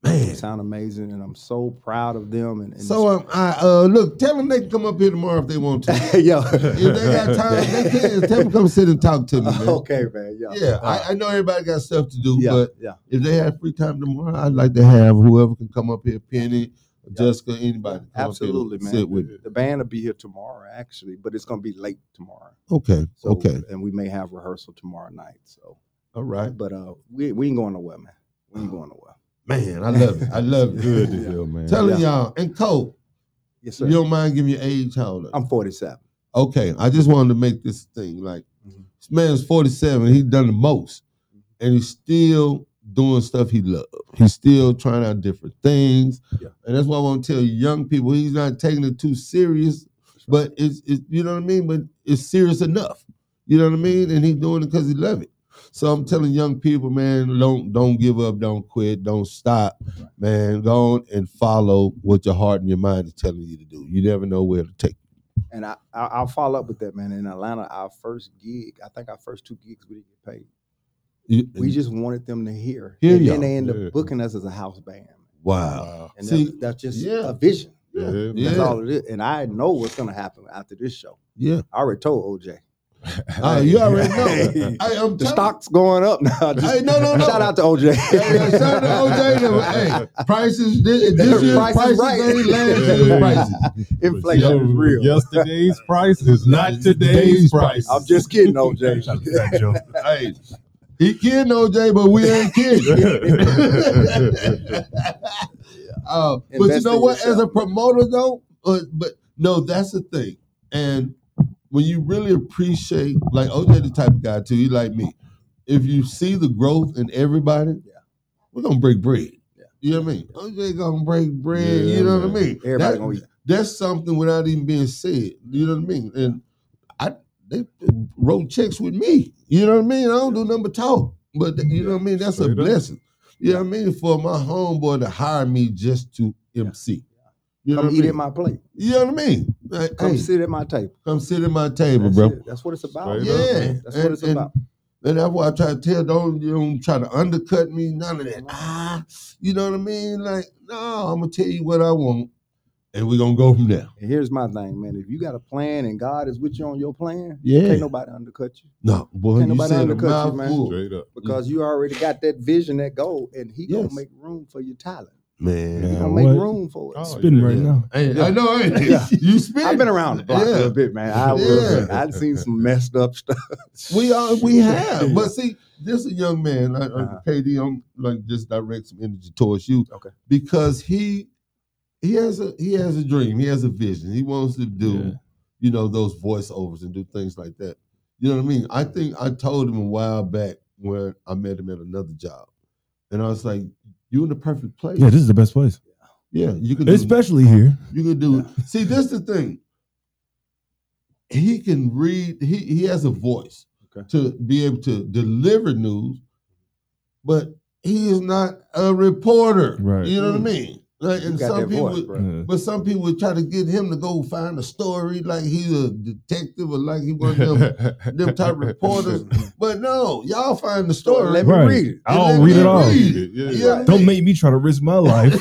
Speaker 4: They
Speaker 1: Man.
Speaker 4: sound amazing, and I'm so proud of them. And, and
Speaker 1: So um, I uh, look, tell them they can come up here tomorrow if they want to.
Speaker 4: this- yo,
Speaker 1: if they got time, they can. Tell them come sit and talk to me. Man.
Speaker 4: okay, man, yeah,
Speaker 1: Yeah, I, I know everybody got stuff to do,
Speaker 4: yeah,
Speaker 1: but
Speaker 4: yeah.
Speaker 1: if they have free time tomorrow, I'd like to have whoever can come up here, Penny, or Jessica, anybody. come up here and
Speaker 4: Absolutely, man.
Speaker 1: Sit with me.
Speaker 4: The band will be here tomorrow, actually, but it's gonna be late tomorrow.
Speaker 1: Okay,
Speaker 4: So,
Speaker 1: okay,
Speaker 4: and we may have rehearsal tomorrow night. So,
Speaker 1: all right,
Speaker 4: but uh, we we ain't going nowhere, man. We ain't going nowhere.
Speaker 1: man. I love it. I love it.
Speaker 3: Good to
Speaker 4: Yeah.
Speaker 3: hear, man.
Speaker 1: Telling y'all and Cole,
Speaker 4: Yes, sir.
Speaker 1: you don't mind giving your age, how old? are you?
Speaker 4: I'm 47.
Speaker 1: okay, I just wanted to make this thing like
Speaker 4: Mhm.
Speaker 1: this man's 47, he's done the most, and he's still doing stuff he loves. He's still trying out different things.
Speaker 4: Yeah.
Speaker 1: And that's why I want to tell young people he's not taking it too serious, but it's, it's you know what I mean? But it's serious enough. You know what I mean? And he's doing it because he loves it. So I'm telling young people, man, don't don't give up, don't quit, don't stop, man. Go on and follow what your heart and your mind is telling you to do. You never know where to take.
Speaker 4: And I, I I'll follow up with that, man. In Atlanta, our first gig, I think our first two gigs, we didn't get paid.
Speaker 1: You.
Speaker 4: We just wanted them to hear.
Speaker 1: Hear
Speaker 4: and
Speaker 1: y'all.
Speaker 4: then they end up
Speaker 3: Yeah.
Speaker 4: booking us as a house band.
Speaker 1: wow.
Speaker 3: Wow.
Speaker 4: And
Speaker 1: See,
Speaker 4: that- that's just
Speaker 1: yeah.
Speaker 4: a vision.
Speaker 3: Yeah,
Speaker 1: Yeah.
Speaker 4: That's all it is. And I know what's gonna happen after this show.
Speaker 1: Yeah.
Speaker 4: I already told OJ.
Speaker 1: Uh, you already know.
Speaker 4: Hey,
Speaker 1: Hey, I'm
Speaker 4: the
Speaker 1: telling-
Speaker 4: stock's going up now. Just-
Speaker 1: Hey, no, no, no.
Speaker 4: Shout out to OJ.
Speaker 1: Hey, uh, shout out to OJ. Them. Hey, prices this, this year's
Speaker 4: Price is
Speaker 1: prices,
Speaker 4: right.
Speaker 1: ain't last year's
Speaker 3: Yeah.
Speaker 1: prices.
Speaker 4: Inflation
Speaker 3: Yo,
Speaker 4: is real.
Speaker 3: Yesterday's price is not today's
Speaker 1: Today's
Speaker 3: price.
Speaker 1: price.
Speaker 4: I'm just kidding, OJ.
Speaker 1: Hey, he kidding OJ, but we ain't kidding. Uh, but you
Speaker 4: Invest
Speaker 1: know
Speaker 4: in
Speaker 1: what? As a
Speaker 4: yourself.
Speaker 1: promoter, though, uh, but no, that's the thing. And when you really appreciate, like OJ, the type of guy too, he like me. If you see the growth in everybody,
Speaker 4: Yeah.
Speaker 1: we're gonna break bread.
Speaker 4: Yeah.
Speaker 1: You know what I mean? OJ gonna break bread.
Speaker 3: Yeah,
Speaker 1: you know
Speaker 3: man.
Speaker 1: what I mean?
Speaker 4: Everybody
Speaker 1: That-
Speaker 4: gonna eat.
Speaker 1: That's something without even being said. You know what I mean? And I they wrote checks with me. You know what I mean? I don't do nothing but talk. But you know what I mean? That's a
Speaker 3: Straight up.
Speaker 1: blessing. You know what I mean? For my homeboy to hire me just to MC. You know
Speaker 4: Come
Speaker 1: what I
Speaker 4: eat
Speaker 1: mean?
Speaker 4: at my plate.
Speaker 1: you know what I mean? Like,
Speaker 4: Come
Speaker 1: hey,
Speaker 4: sit at my table.
Speaker 1: come sit at my table,
Speaker 4: That's,
Speaker 1: bro.
Speaker 4: it. That's what it's about.
Speaker 3: Straight up,
Speaker 1: man.
Speaker 4: That's what it's
Speaker 1: And- and-
Speaker 4: about.
Speaker 1: And that's why I try to tell don't you don't try to undercut me, none of that.
Speaker 4: Uh-huh.
Speaker 1: Ah, you know what I mean? Like, no, I'm gonna tell you what I want, and we're gonna go from there.
Speaker 4: And here's my thing, man. If you got a plan and God is with you on your plan,
Speaker 1: Yeah.
Speaker 4: can't nobody undercut you
Speaker 1: No, boy,
Speaker 4: Can't
Speaker 1: you
Speaker 4: nobody
Speaker 1: said a
Speaker 4: undercut you, man.
Speaker 1: mouthful.
Speaker 3: Straight up.
Speaker 4: because you already got that vision, that goal, and He
Speaker 1: Yes.
Speaker 4: gonna make room for your talent.
Speaker 1: man.
Speaker 4: He
Speaker 5: Man,
Speaker 4: gonna make
Speaker 5: what?
Speaker 4: room for it.
Speaker 3: Oh,
Speaker 5: Spitting right
Speaker 1: yeah.
Speaker 5: now.
Speaker 1: Hey,
Speaker 4: Yeah.
Speaker 1: I know. ain't it?
Speaker 4: Yeah.
Speaker 1: You spit.
Speaker 4: I've been around the block a
Speaker 1: Yeah.
Speaker 4: little bit, man. I
Speaker 1: Yeah.
Speaker 4: was. I've seen some messed up stuff.
Speaker 1: We are. We have. But see, this a young man. I, I-
Speaker 4: Uh-huh.
Speaker 1: KD, I'm like just direct some energy towards you.
Speaker 4: Okay.
Speaker 1: Because he he has a he has a dream. He has a vision. He wants to do
Speaker 5: Yeah.
Speaker 1: you know those voiceovers and do things like that. You know what I mean? I think I told him a while back when I met him at another job, and I was like, "You in the perfect place.
Speaker 5: Yeah, this is the best place,
Speaker 1: Yeah, you can. do
Speaker 5: especially here.
Speaker 1: You can do it. See, that's the thing. He can read. He he has a voice
Speaker 4: Okay.
Speaker 1: to be able to deliver news, but he is not a reporter.
Speaker 5: Right.
Speaker 1: You know what I
Speaker 4: Mm.
Speaker 1: mean? Like,
Speaker 4: You
Speaker 1: and
Speaker 4: got
Speaker 1: some
Speaker 4: that
Speaker 1: people,
Speaker 4: voice, bro.
Speaker 5: Yeah.
Speaker 1: but some people would try to get him to go find a story, like he's a detective or like he one of them. them type of reporters. but no, y'all find the story.
Speaker 4: Let me
Speaker 5: Right.
Speaker 4: read it.
Speaker 5: I
Speaker 1: And
Speaker 5: don't
Speaker 1: let
Speaker 5: read
Speaker 1: me
Speaker 5: it all.
Speaker 1: read.
Speaker 3: Yeah.
Speaker 1: You know what I
Speaker 5: Don't
Speaker 1: mean?
Speaker 5: make me try to risk my life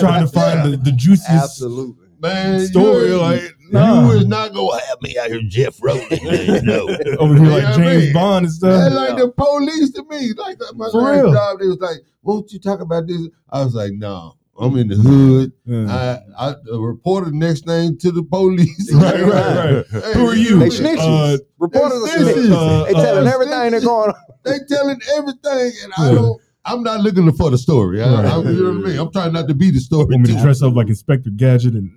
Speaker 5: trying to find the, the juiciest.
Speaker 4: Absolutely.
Speaker 1: man
Speaker 5: story,
Speaker 1: you is-
Speaker 5: like, nah.
Speaker 1: You is not gonna have me out here, Jeff Roden. man, no.
Speaker 5: Over here, like
Speaker 1: You know what I
Speaker 5: James
Speaker 1: mean?
Speaker 5: Bond and stuff.
Speaker 1: They're like the police to me. Like that- my
Speaker 5: For
Speaker 1: last
Speaker 5: real.
Speaker 1: job, they was like, "Won't you talk about this?" I was like, "No, I'm in the hood.
Speaker 5: Yeah.
Speaker 1: I, I the reporter next thing to the police.
Speaker 5: Right, right, right.
Speaker 1: Hey,
Speaker 5: Who are you?
Speaker 4: They
Speaker 1: They,
Speaker 4: snitches.
Speaker 5: Uh,
Speaker 4: Reporters are
Speaker 1: they snitches.
Speaker 4: snitches. They
Speaker 5: Uh,
Speaker 4: telling
Speaker 1: uh,
Speaker 4: everything that's going on.
Speaker 1: telling everything, and I
Speaker 5: Yeah.
Speaker 1: don't. I'm not looking for the story. I, I- you know what I mean? I'm trying not to be the story.
Speaker 5: Want me to
Speaker 1: too.
Speaker 5: dress up like Inspector Gadget and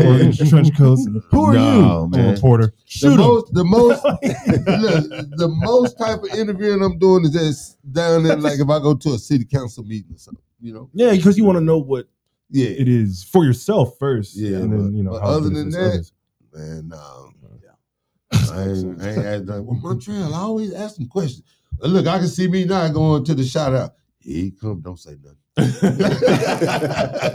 Speaker 5: or in trench coats? and- Who are
Speaker 1: No,
Speaker 5: you? I'm a
Speaker 1: man.
Speaker 5: reporter.
Speaker 1: The
Speaker 5: Shoot him.
Speaker 1: most, the most, look, the most type of interviewing I'm doing is just down there. Like if I go to a city council meeting or something, you know?
Speaker 5: Yeah, because you want to know what
Speaker 1: Yeah,
Speaker 5: it is for yourself first.
Speaker 1: Yeah,
Speaker 5: and then
Speaker 1: but-
Speaker 5: you know.
Speaker 1: but
Speaker 5: how
Speaker 1: other
Speaker 5: it
Speaker 1: than
Speaker 5: is
Speaker 1: that,
Speaker 5: others.
Speaker 1: man. No, um, I ain't, I ain't asked that. Well, Montreal, I always ask them questions. Uh, Look, I can see me now going to the shout out. Here he come, don't say nothing.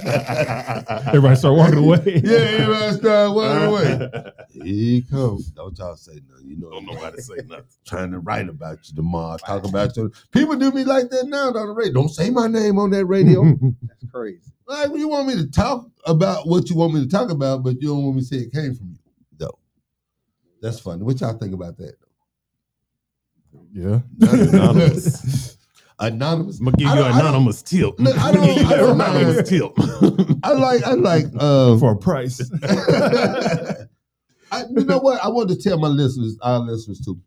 Speaker 1: yeah,
Speaker 5: everybody start walking away.
Speaker 1: everybody start walking away. Here he come, don't y'all say nothing. You know,
Speaker 3: Don't nobody say nothing.
Speaker 1: trying to write about you tomorrow, talk about you. People do me like that now on the radio. Don't say my name on that radio.
Speaker 4: crazy.
Speaker 1: Like, you want me to talk about what you want me to talk about, but you don't want me to say it came from you. No. That's funny. What y'all think about that?
Speaker 5: Yeah.
Speaker 3: Anonymous.
Speaker 1: anonymous.
Speaker 3: I'm gonna give
Speaker 1: I
Speaker 3: you
Speaker 1: don't- I don't-
Speaker 3: anonymous tip.
Speaker 1: Look, I
Speaker 3: I'm gonna
Speaker 1: don't-
Speaker 3: give you
Speaker 1: I don't
Speaker 3: anonymous tip.
Speaker 1: I like, I like, um,
Speaker 5: For a price.
Speaker 1: I, you know what? I want to tell my listeners, our listeners too.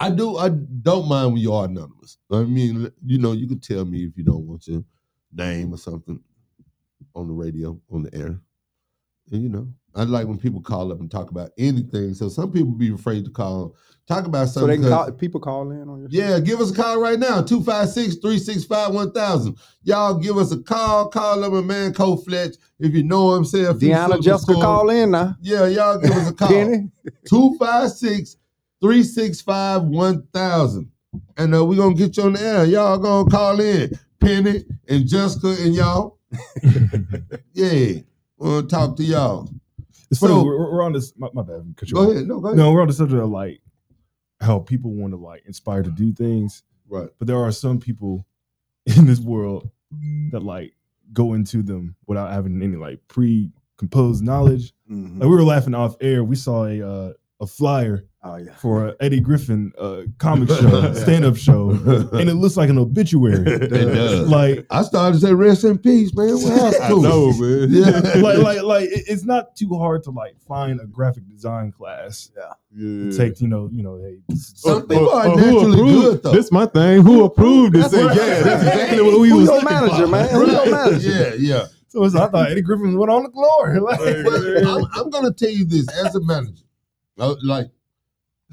Speaker 1: I do. I don't mind when you are anonymous. I mean, you know, you can tell me if you don't want your name or something on the radio, on the air. And, you know, I like when people call up and talk about anything. So some people be afraid to call, talk about
Speaker 4: So
Speaker 1: something.
Speaker 4: they can
Speaker 1: 'cause-
Speaker 4: call people call in on your shit?
Speaker 1: yeah, give us a call right now, 256 365 1000. Y'all give us a call. Call up a man, Cole Fletch, if you know him. Say a few
Speaker 4: Deanna
Speaker 1: syllables
Speaker 4: Jessica
Speaker 1: to him.
Speaker 4: call in now.
Speaker 1: Yeah, y'all give us a call.
Speaker 4: Kenny,
Speaker 1: 256 365 1000. And uh, we're going to get you on the air. Y'all going to call in. Penny and Jessica and y'all. yeah, we going to talk to y'all.
Speaker 5: It's funny.
Speaker 1: So-
Speaker 5: we're, we're on this. My, my bad. cut you
Speaker 1: Go
Speaker 5: off.
Speaker 1: ahead. No, go ahead.
Speaker 5: No, we're on the subject of like how people want to like inspire to do things,
Speaker 1: Right.
Speaker 5: but there are some people in this world that like go into them without having any like pre-composed knowledge.
Speaker 1: Mm-hmm.
Speaker 5: Like, we were laughing off air. We saw a uh, a flyer
Speaker 4: Oh yeah.
Speaker 5: for a Eddie Griffin uh, comic show, stand-up show, and it looks like an obituary.
Speaker 1: It does.
Speaker 5: like,
Speaker 1: Uh, I started to say rest in peace, man. What happened
Speaker 3: I
Speaker 1: to
Speaker 3: know,
Speaker 1: him?
Speaker 3: man.
Speaker 1: Yeah.
Speaker 5: like, like, like, it- it's not too hard to like find a graphic design class.
Speaker 3: Yeah.
Speaker 5: Take you know, you know, hey, this is-
Speaker 1: Some people are
Speaker 3: who
Speaker 1: naturally
Speaker 3: approved-
Speaker 1: good, though.
Speaker 3: This my thing. Who approved this?
Speaker 4: That's
Speaker 3: thing?
Speaker 4: right.
Speaker 3: Yeah, that's exactly what we
Speaker 4: Who
Speaker 3: was
Speaker 4: your
Speaker 3: looking
Speaker 4: manager,
Speaker 3: for.
Speaker 4: man? Who your manager?
Speaker 1: Yeah, yeah.
Speaker 5: So it's, I thought Eddie Griffin went on the glory. Like,
Speaker 1: But I'm, I'm going to tell you this as a manager. uh, Like,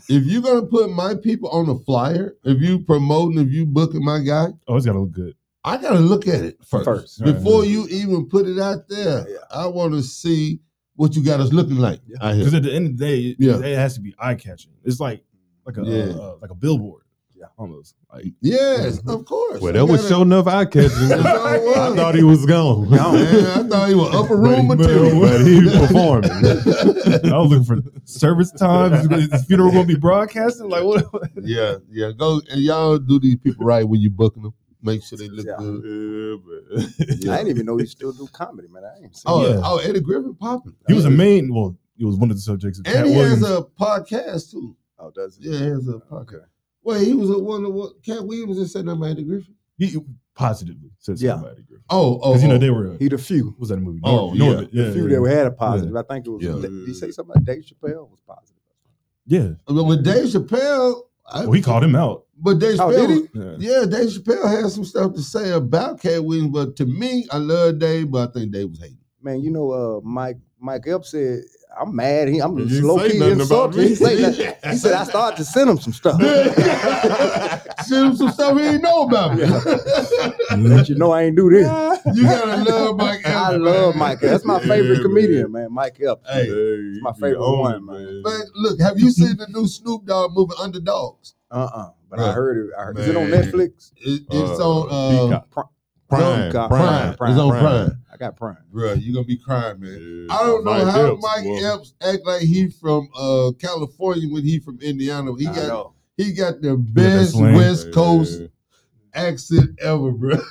Speaker 1: if you're going to put my people on a flyer, if you promoting, if you booking my guy,
Speaker 5: oh, it's gotta look good.
Speaker 1: I got to look at it first.
Speaker 4: First,
Speaker 5: right.
Speaker 1: Before you even put it out there,
Speaker 4: Yeah.
Speaker 1: I want to see what you got us looking like.
Speaker 4: Yeah.
Speaker 1: out here.
Speaker 5: Because at the end of the day,
Speaker 1: Yeah.
Speaker 5: it has to be eye catching. It's like like a
Speaker 1: Yeah.
Speaker 5: uh, like a billboard.
Speaker 4: Yeah.
Speaker 5: almost. Like
Speaker 1: Yes, of course.
Speaker 3: Well,
Speaker 1: I
Speaker 3: that was
Speaker 1: gotta-
Speaker 3: sure enough eye catching.
Speaker 1: That's all it was.
Speaker 3: I thought he was gone.
Speaker 1: Man, I thought you were upper
Speaker 3: But he-
Speaker 1: room material.
Speaker 3: But he performing.
Speaker 5: I was looking for service time. Is, is the funeral gonna be broadcasted? Like what?
Speaker 1: yeah, yeah. Go and y'all do these people right when you booking them. Make sure they look
Speaker 4: Yeah.
Speaker 1: good.
Speaker 3: Yeah,
Speaker 1: Yeah.
Speaker 4: I didn't even know you still do comedy, man. I ain't seen
Speaker 1: Oh,
Speaker 5: Yeah.
Speaker 1: oh, Eddie Griffin popping.
Speaker 5: He was a main. Well, he was one of the subjects. Of Cat
Speaker 1: And he has
Speaker 5: Williams.
Speaker 1: a podcast too.
Speaker 4: Oh, does it?
Speaker 1: Yeah, he has a
Speaker 4: Okay.
Speaker 1: podcast. Well, he was a one of what Cat Williams just said nothing about Eddie Griffin.
Speaker 5: he, he positively says
Speaker 4: Yeah.
Speaker 5: yeah. about Eddie Griffin
Speaker 1: Oh, oh,
Speaker 5: because you know
Speaker 1: oh.
Speaker 5: they were.
Speaker 4: He the few.
Speaker 5: what was that movie?
Speaker 1: Oh,
Speaker 5: Norbit. Norbit. yeah,
Speaker 4: Few
Speaker 5: yeah.
Speaker 4: that had a positive. I think it was.
Speaker 1: Yeah.
Speaker 4: Did you say something about Dave Chappelle was positive?
Speaker 5: yeah.
Speaker 1: But with Dave Chappelle, I,
Speaker 5: Well, he called him out.
Speaker 1: But Dave
Speaker 4: Oh,
Speaker 1: Chappelle,
Speaker 4: did he?
Speaker 5: Yeah.
Speaker 1: yeah, Dave Chappelle had some stuff to say about Cat Williams. But to me, I love Dave, but I think Dave was hating.
Speaker 4: man, you know, uh, Mike Mike Epps said, "I'm mad. He, I'm
Speaker 3: You
Speaker 4: just
Speaker 3: ain't
Speaker 4: low
Speaker 3: say
Speaker 4: key
Speaker 3: nothing about
Speaker 4: insulted." He,
Speaker 3: me.
Speaker 4: say that- he said, "I started to send him some stuff,
Speaker 1: Send him some stuff he didn't know about me.
Speaker 4: but you know I ain't do this."
Speaker 1: you gotta love Mike. Evans,
Speaker 4: I love
Speaker 1: man.
Speaker 4: Mike. Epps. That's my favorite
Speaker 3: Yeah,
Speaker 4: comedian, man. Mike Epps.
Speaker 1: Hey,
Speaker 3: It's
Speaker 4: my favorite one,
Speaker 1: man, look, have you seen the new Snoop Dogg movie Underdogs?
Speaker 4: Uh uh But I
Speaker 1: Yeah.
Speaker 4: heard it. I heard, is it on
Speaker 3: Man.
Speaker 4: Netflix?
Speaker 1: It, it's on uh,
Speaker 3: Peacock.
Speaker 4: Pri-
Speaker 3: Prime,
Speaker 4: Prime.
Speaker 1: Prime.
Speaker 3: Prime.
Speaker 1: It's on Prime.
Speaker 3: Prime.
Speaker 4: I got Prime.
Speaker 1: Bruh, you gonna be crying, man. I don't know
Speaker 4: uh,
Speaker 1: how Mike Epps act like he from uh, California when he from Indiana. He
Speaker 4: I
Speaker 1: got
Speaker 4: know.
Speaker 1: he got the best
Speaker 5: slang.
Speaker 1: West Coast accent ever, bro.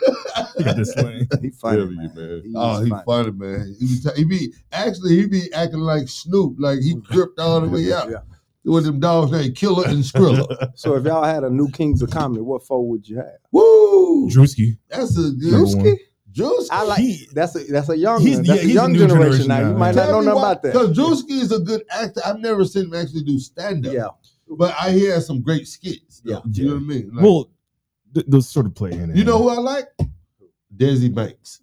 Speaker 5: He got this slang.
Speaker 4: He funny,
Speaker 3: W,
Speaker 4: man.
Speaker 3: man.
Speaker 4: He's
Speaker 1: oh, he funny,
Speaker 4: funny.
Speaker 1: man. He be, ta- he be actually he be acting like Snoop, like he gripped all the way out
Speaker 4: Yeah.
Speaker 1: with them dogs named Killer and Skrilla.
Speaker 4: So if y'all had a new Kings of Comedy, what four would you have?
Speaker 1: Woo,
Speaker 5: Drewski.
Speaker 1: that's a
Speaker 5: Number
Speaker 1: good
Speaker 5: one.
Speaker 1: Juice.
Speaker 4: I like
Speaker 5: He-
Speaker 4: that's a that's a young
Speaker 5: He's-
Speaker 4: one. that's
Speaker 5: yeah,
Speaker 4: a
Speaker 5: he's a
Speaker 4: young
Speaker 5: new
Speaker 4: generation,
Speaker 5: generation
Speaker 4: now. You
Speaker 5: now,
Speaker 4: might
Speaker 5: yeah.
Speaker 4: not know nothing about that.
Speaker 1: Because Drewski is a good actor. I've never seen him actually do stand up.
Speaker 4: Yeah,
Speaker 1: But I hear some great skits. though.
Speaker 4: Yeah.
Speaker 1: You know what I mean? Like,
Speaker 5: Well, th- those sort of play hand in
Speaker 1: you know
Speaker 5: hand.
Speaker 1: who I like? Desi Banks.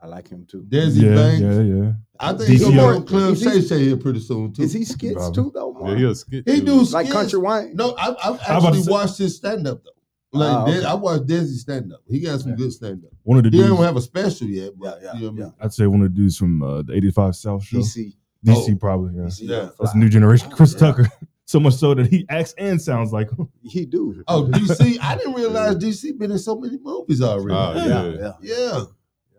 Speaker 4: I like him too.
Speaker 1: Desi
Speaker 5: yeah,
Speaker 1: Banks.
Speaker 5: Yeah, yeah.
Speaker 1: I think
Speaker 5: Is
Speaker 1: he's gonna
Speaker 5: he
Speaker 1: be
Speaker 5: on-
Speaker 1: on Club
Speaker 4: is he-
Speaker 1: Shay Shay here pretty soon too.
Speaker 4: Is he skits
Speaker 5: Bobby.
Speaker 4: too though?
Speaker 3: Yeah,
Speaker 4: Mark?
Speaker 3: he'll skit.
Speaker 1: He
Speaker 3: too.
Speaker 1: do
Speaker 4: like
Speaker 1: skits.
Speaker 4: Country Wayne?
Speaker 1: No, I've, I've
Speaker 5: I was about to
Speaker 1: actually
Speaker 5: say-
Speaker 1: watched his stand up though. Like
Speaker 4: Ah, okay.
Speaker 1: Des- I watched Desi stand up. He got some good stand up.
Speaker 5: One of the
Speaker 1: He don't
Speaker 5: dudes,
Speaker 1: have a special yet, but
Speaker 4: Yeah, yeah,
Speaker 1: you know what I mean.
Speaker 5: I'd say one of the dudes from uh, the 85 South show. DC,
Speaker 4: DC.
Speaker 1: Oh.
Speaker 5: probably. Yeah.
Speaker 4: DC
Speaker 1: Yeah.
Speaker 4: don't
Speaker 5: That's
Speaker 4: fly.
Speaker 5: a new generation. Chris
Speaker 4: Yeah.
Speaker 5: Tucker. So much so that he acts and sounds like him.
Speaker 4: He do.
Speaker 1: Oh, DC. I didn't realize DC been in so many movies already.
Speaker 3: Oh,
Speaker 1: yeah.
Speaker 4: yeah,
Speaker 3: yeah.
Speaker 4: yeah.
Speaker 1: yeah.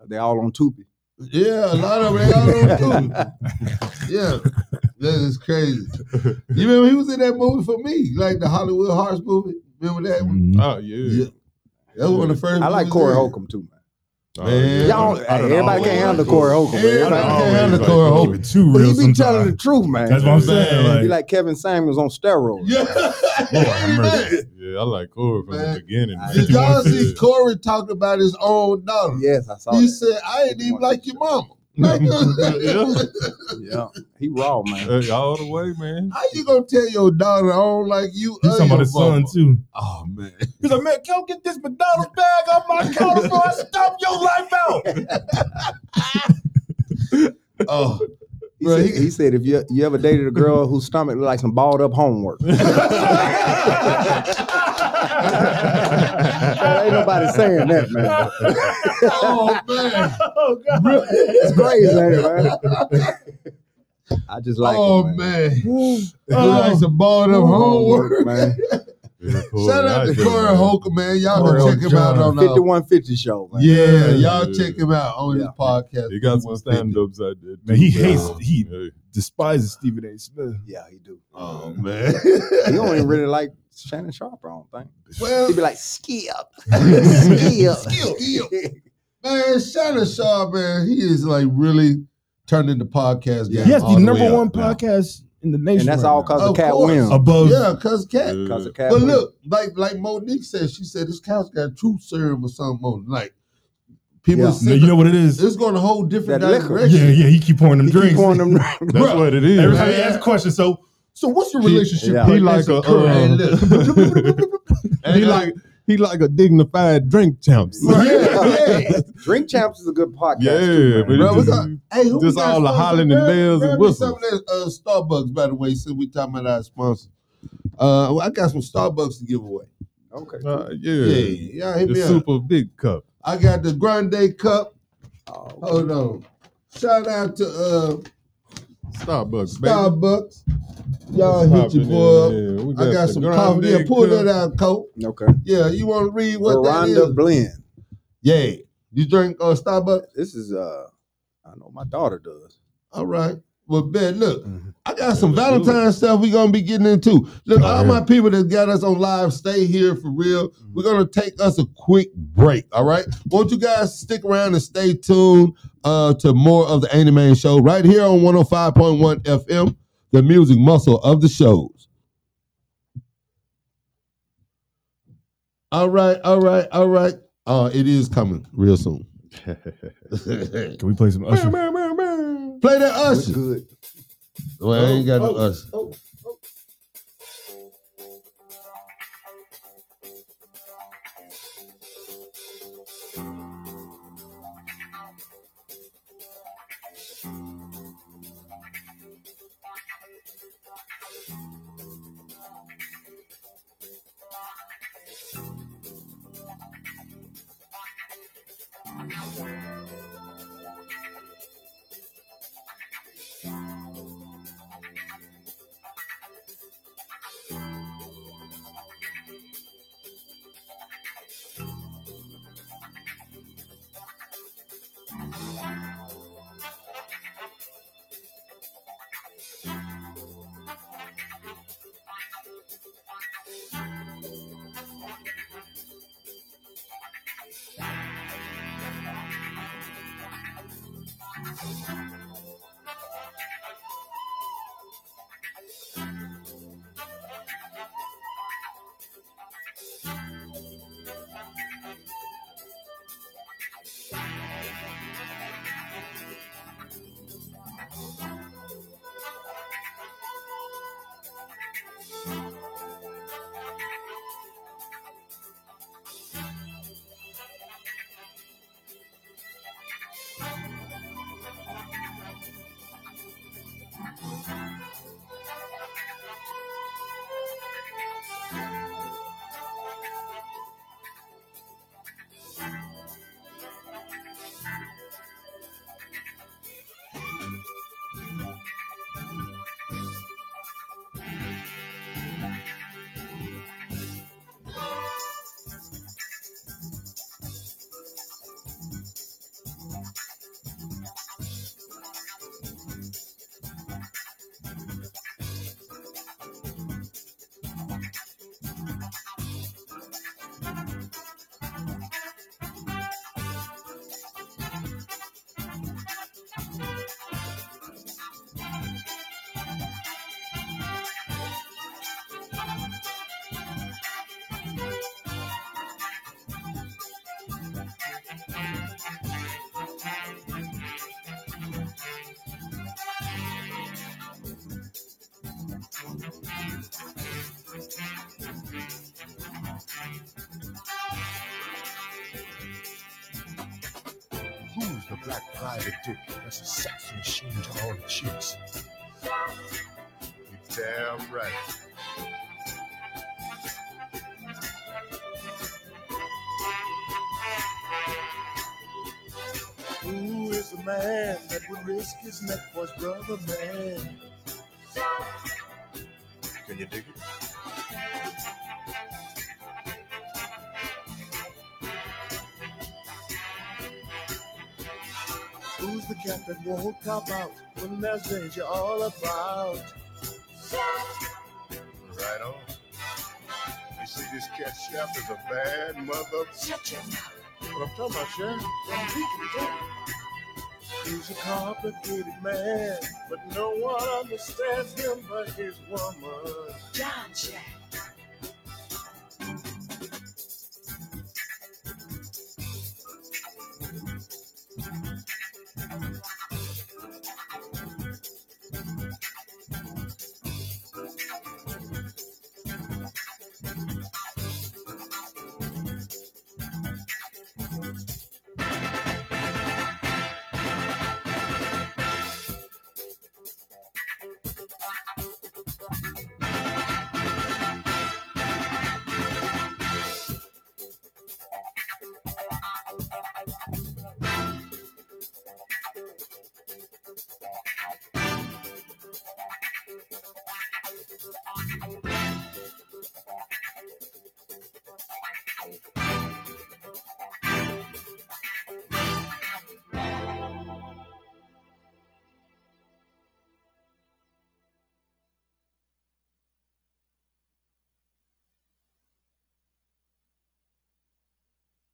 Speaker 4: They all on Tubi.
Speaker 1: Yeah, a lot of it all on too. Yeah, that is crazy. You remember he was in that movie for me, like the Hollywood Hearts movie. Remember that one?
Speaker 5: Mhm.
Speaker 3: Oh yeah.
Speaker 1: Yeah. That was one of the first.
Speaker 4: I like
Speaker 1: movies
Speaker 4: Corey
Speaker 1: in.
Speaker 4: Holcomb too, man.
Speaker 3: Oh,
Speaker 1: Man.
Speaker 3: yeah.
Speaker 4: Y'all,
Speaker 3: I done
Speaker 4: everybody
Speaker 3: always
Speaker 4: can't handle
Speaker 3: like
Speaker 4: Corey
Speaker 3: this.
Speaker 4: Holcomb. man.
Speaker 1: Everybody can't
Speaker 4: Everybody can't
Speaker 3: always
Speaker 1: handle
Speaker 3: like
Speaker 1: Corey
Speaker 3: this.
Speaker 1: Holcomb.
Speaker 5: Keep it too
Speaker 4: But
Speaker 5: real
Speaker 4: he be telling the
Speaker 5: sometimes.
Speaker 4: truth, man.
Speaker 5: That's what I'm
Speaker 1: Yeah.
Speaker 5: saying.
Speaker 4: He
Speaker 5: Like,
Speaker 4: like Kevin Samuels on steroids.
Speaker 1: Yeah.
Speaker 5: Lord have mercy.
Speaker 1: Amen.
Speaker 3: Yeah, I like Corey from
Speaker 1: Man.
Speaker 3: the beginning.
Speaker 5: Mm-hmm.
Speaker 4: I-
Speaker 1: Did y'all
Speaker 5: 51
Speaker 1: see Corey talking about his own daughter?
Speaker 4: Yes, I saw
Speaker 1: He
Speaker 4: that.
Speaker 1: said, I ain't even like your mama. Like,
Speaker 3: yeah,
Speaker 4: Yeah, he raw, man.
Speaker 3: Hey, all the way, man.
Speaker 1: how you gonna tell your daughter I don't like you?
Speaker 5: he's
Speaker 1: or
Speaker 5: talking about
Speaker 1: your
Speaker 5: his son
Speaker 1: mama?
Speaker 5: too.
Speaker 1: Oh man.
Speaker 5: He's like, man, go get this McDonald's bag off my counter before I stomp your life out.
Speaker 1: Oh
Speaker 4: He
Speaker 1: Bro,
Speaker 4: said,
Speaker 1: he-
Speaker 4: he said if you you ever dated a girl whose stomach looked like some balled up homework, ain't nobody saying that, man.
Speaker 1: oh man.
Speaker 5: oh God.
Speaker 4: It's crazy, ain't it, man. I just like.
Speaker 1: oh
Speaker 4: him, man.
Speaker 1: man.
Speaker 5: Oh.
Speaker 1: Like some balled up homework.
Speaker 4: man.
Speaker 3: Yeah, Corey,
Speaker 1: Shout out to
Speaker 3: I do,
Speaker 1: Corey
Speaker 3: man.
Speaker 1: Holcomb, man. Y'all
Speaker 5: Corey
Speaker 1: go check him out
Speaker 5: Holcomb.
Speaker 1: on uh,
Speaker 4: 5150 show, man.
Speaker 1: Yeah,
Speaker 3: Yeah.
Speaker 1: y'all check him out on his
Speaker 4: Yeah.
Speaker 1: podcast.
Speaker 3: He got
Speaker 1: 5150.
Speaker 3: some stand ups out there.
Speaker 5: Man, he
Speaker 3: too,
Speaker 5: hates-
Speaker 3: man.
Speaker 5: he-
Speaker 3: Yeah.
Speaker 5: Despises Stephen A. Smith.
Speaker 4: Yeah, he do.
Speaker 1: Oh
Speaker 5: Um,
Speaker 1: man.
Speaker 4: He don't even really like Shannon Sharp, I don't think.
Speaker 1: well,
Speaker 4: He'd be like, skip, skip,
Speaker 1: Skip, skip. Man, Shannon Shaw, man, he is like really turned into podcast. game
Speaker 5: He has
Speaker 1: all
Speaker 5: the number
Speaker 1: way up
Speaker 5: one
Speaker 1: now.
Speaker 5: podcast in the nation.
Speaker 4: and that's
Speaker 5: right
Speaker 4: all
Speaker 5: now.
Speaker 4: because
Speaker 1: Of
Speaker 4: of Cat
Speaker 1: course.
Speaker 4: Williams.
Speaker 5: above.
Speaker 1: Yeah, cause cat.
Speaker 3: Yeah.
Speaker 4: Because of Cat
Speaker 1: But
Speaker 4: Williams.
Speaker 1: look, like like Monique said, she said this couch got truth serum or something on it. Like people
Speaker 4: Yeah.
Speaker 1: say
Speaker 5: No, you know what it is?
Speaker 1: it's going a whole different
Speaker 4: That liquor.
Speaker 1: direction.
Speaker 5: Yeah, yeah. He keep pouring them
Speaker 4: He keep
Speaker 5: drinks.
Speaker 4: on them-
Speaker 3: That's
Speaker 5: Bruh.
Speaker 3: what it is.
Speaker 5: Every
Speaker 1: man.
Speaker 5: time he asks questions, so so what's your
Speaker 3: He-
Speaker 5: relationship?
Speaker 4: yeah.
Speaker 5: with
Speaker 3: He like a,
Speaker 1: Hey,
Speaker 3: um,
Speaker 1: look.
Speaker 3: he like he like a dignified drink champs.
Speaker 1: Right.
Speaker 4: Yeah, yeah. Drink Champs is a good podcast.
Speaker 3: Yeah,
Speaker 4: too,
Speaker 3: but
Speaker 4: man.
Speaker 1: Bro,
Speaker 3: it
Speaker 1: we
Speaker 3: just,
Speaker 1: got- hey, who we
Speaker 3: Just
Speaker 1: got
Speaker 3: all the
Speaker 1: sponsor?
Speaker 3: hollering and
Speaker 1: Grab-
Speaker 3: bells and
Speaker 1: grab me
Speaker 3: whistles.
Speaker 1: Some of that uh, Starbucks, by the way, since we talking about our sponsor. Uh, I got some Starbucks to give away.
Speaker 4: Okay.
Speaker 3: Uh, yeah,
Speaker 1: Yeah, yeah, hit
Speaker 3: the
Speaker 1: me up.
Speaker 3: super big cup.
Speaker 1: I got the Grande cup.
Speaker 4: Oh,
Speaker 1: Hold on. Shout out to uh,
Speaker 3: Starbucks, baby.
Speaker 1: Starbucks. Y'all
Speaker 3: What's
Speaker 1: hit your
Speaker 3: poppin'
Speaker 1: boy up.
Speaker 3: in there? We
Speaker 1: I got
Speaker 3: the
Speaker 1: some
Speaker 3: Grande
Speaker 1: coffee. Yeah, pull
Speaker 3: cup.
Speaker 1: that out, coat.
Speaker 4: okay.
Speaker 1: Yeah, you want to read what that
Speaker 4: Rhonda
Speaker 1: is?
Speaker 4: Blend.
Speaker 1: yeah. You drink uh, Starbucks?
Speaker 4: This is uh, I know my daughter does.
Speaker 1: All right. Well, Ben, look,
Speaker 4: Mhm.
Speaker 1: I got some
Speaker 3: Mm-hmm. Yeah, let's do it.
Speaker 1: Valentine's stuff we're gonna be getting into. Look,
Speaker 3: Oh,
Speaker 1: all
Speaker 3: yeah. Mm-hmm.
Speaker 1: my people that got us on live, stay here for real. We're gonna take us a quick break. All right. Won't you guys stick around and stay tuned uh, to more of the Anime Man Show right here on 105.1 FM, the music muscle of the shows. All right, all right, all right. Uh, it is coming real soon. Play
Speaker 5: Can we play some
Speaker 3: Uh,
Speaker 5: Usher?
Speaker 1: that
Speaker 4: What's
Speaker 1: Usher.
Speaker 4: good?
Speaker 1: Well, I ain't got
Speaker 2: Oh.
Speaker 1: no Usher.
Speaker 2: Who's the black private dick that's a sex machine to all the chicks? You damn right. Who is the man that would risk his neck for his brother, man? Can you dig it? Who's the cat that won't cop out when there's danger all about? Right on. You see, this cat chef is a bad mother. Shut your mouth. What I'm talking about, Chef? He's a complicated man, but no one understands him but his woman.
Speaker 10: John Jack.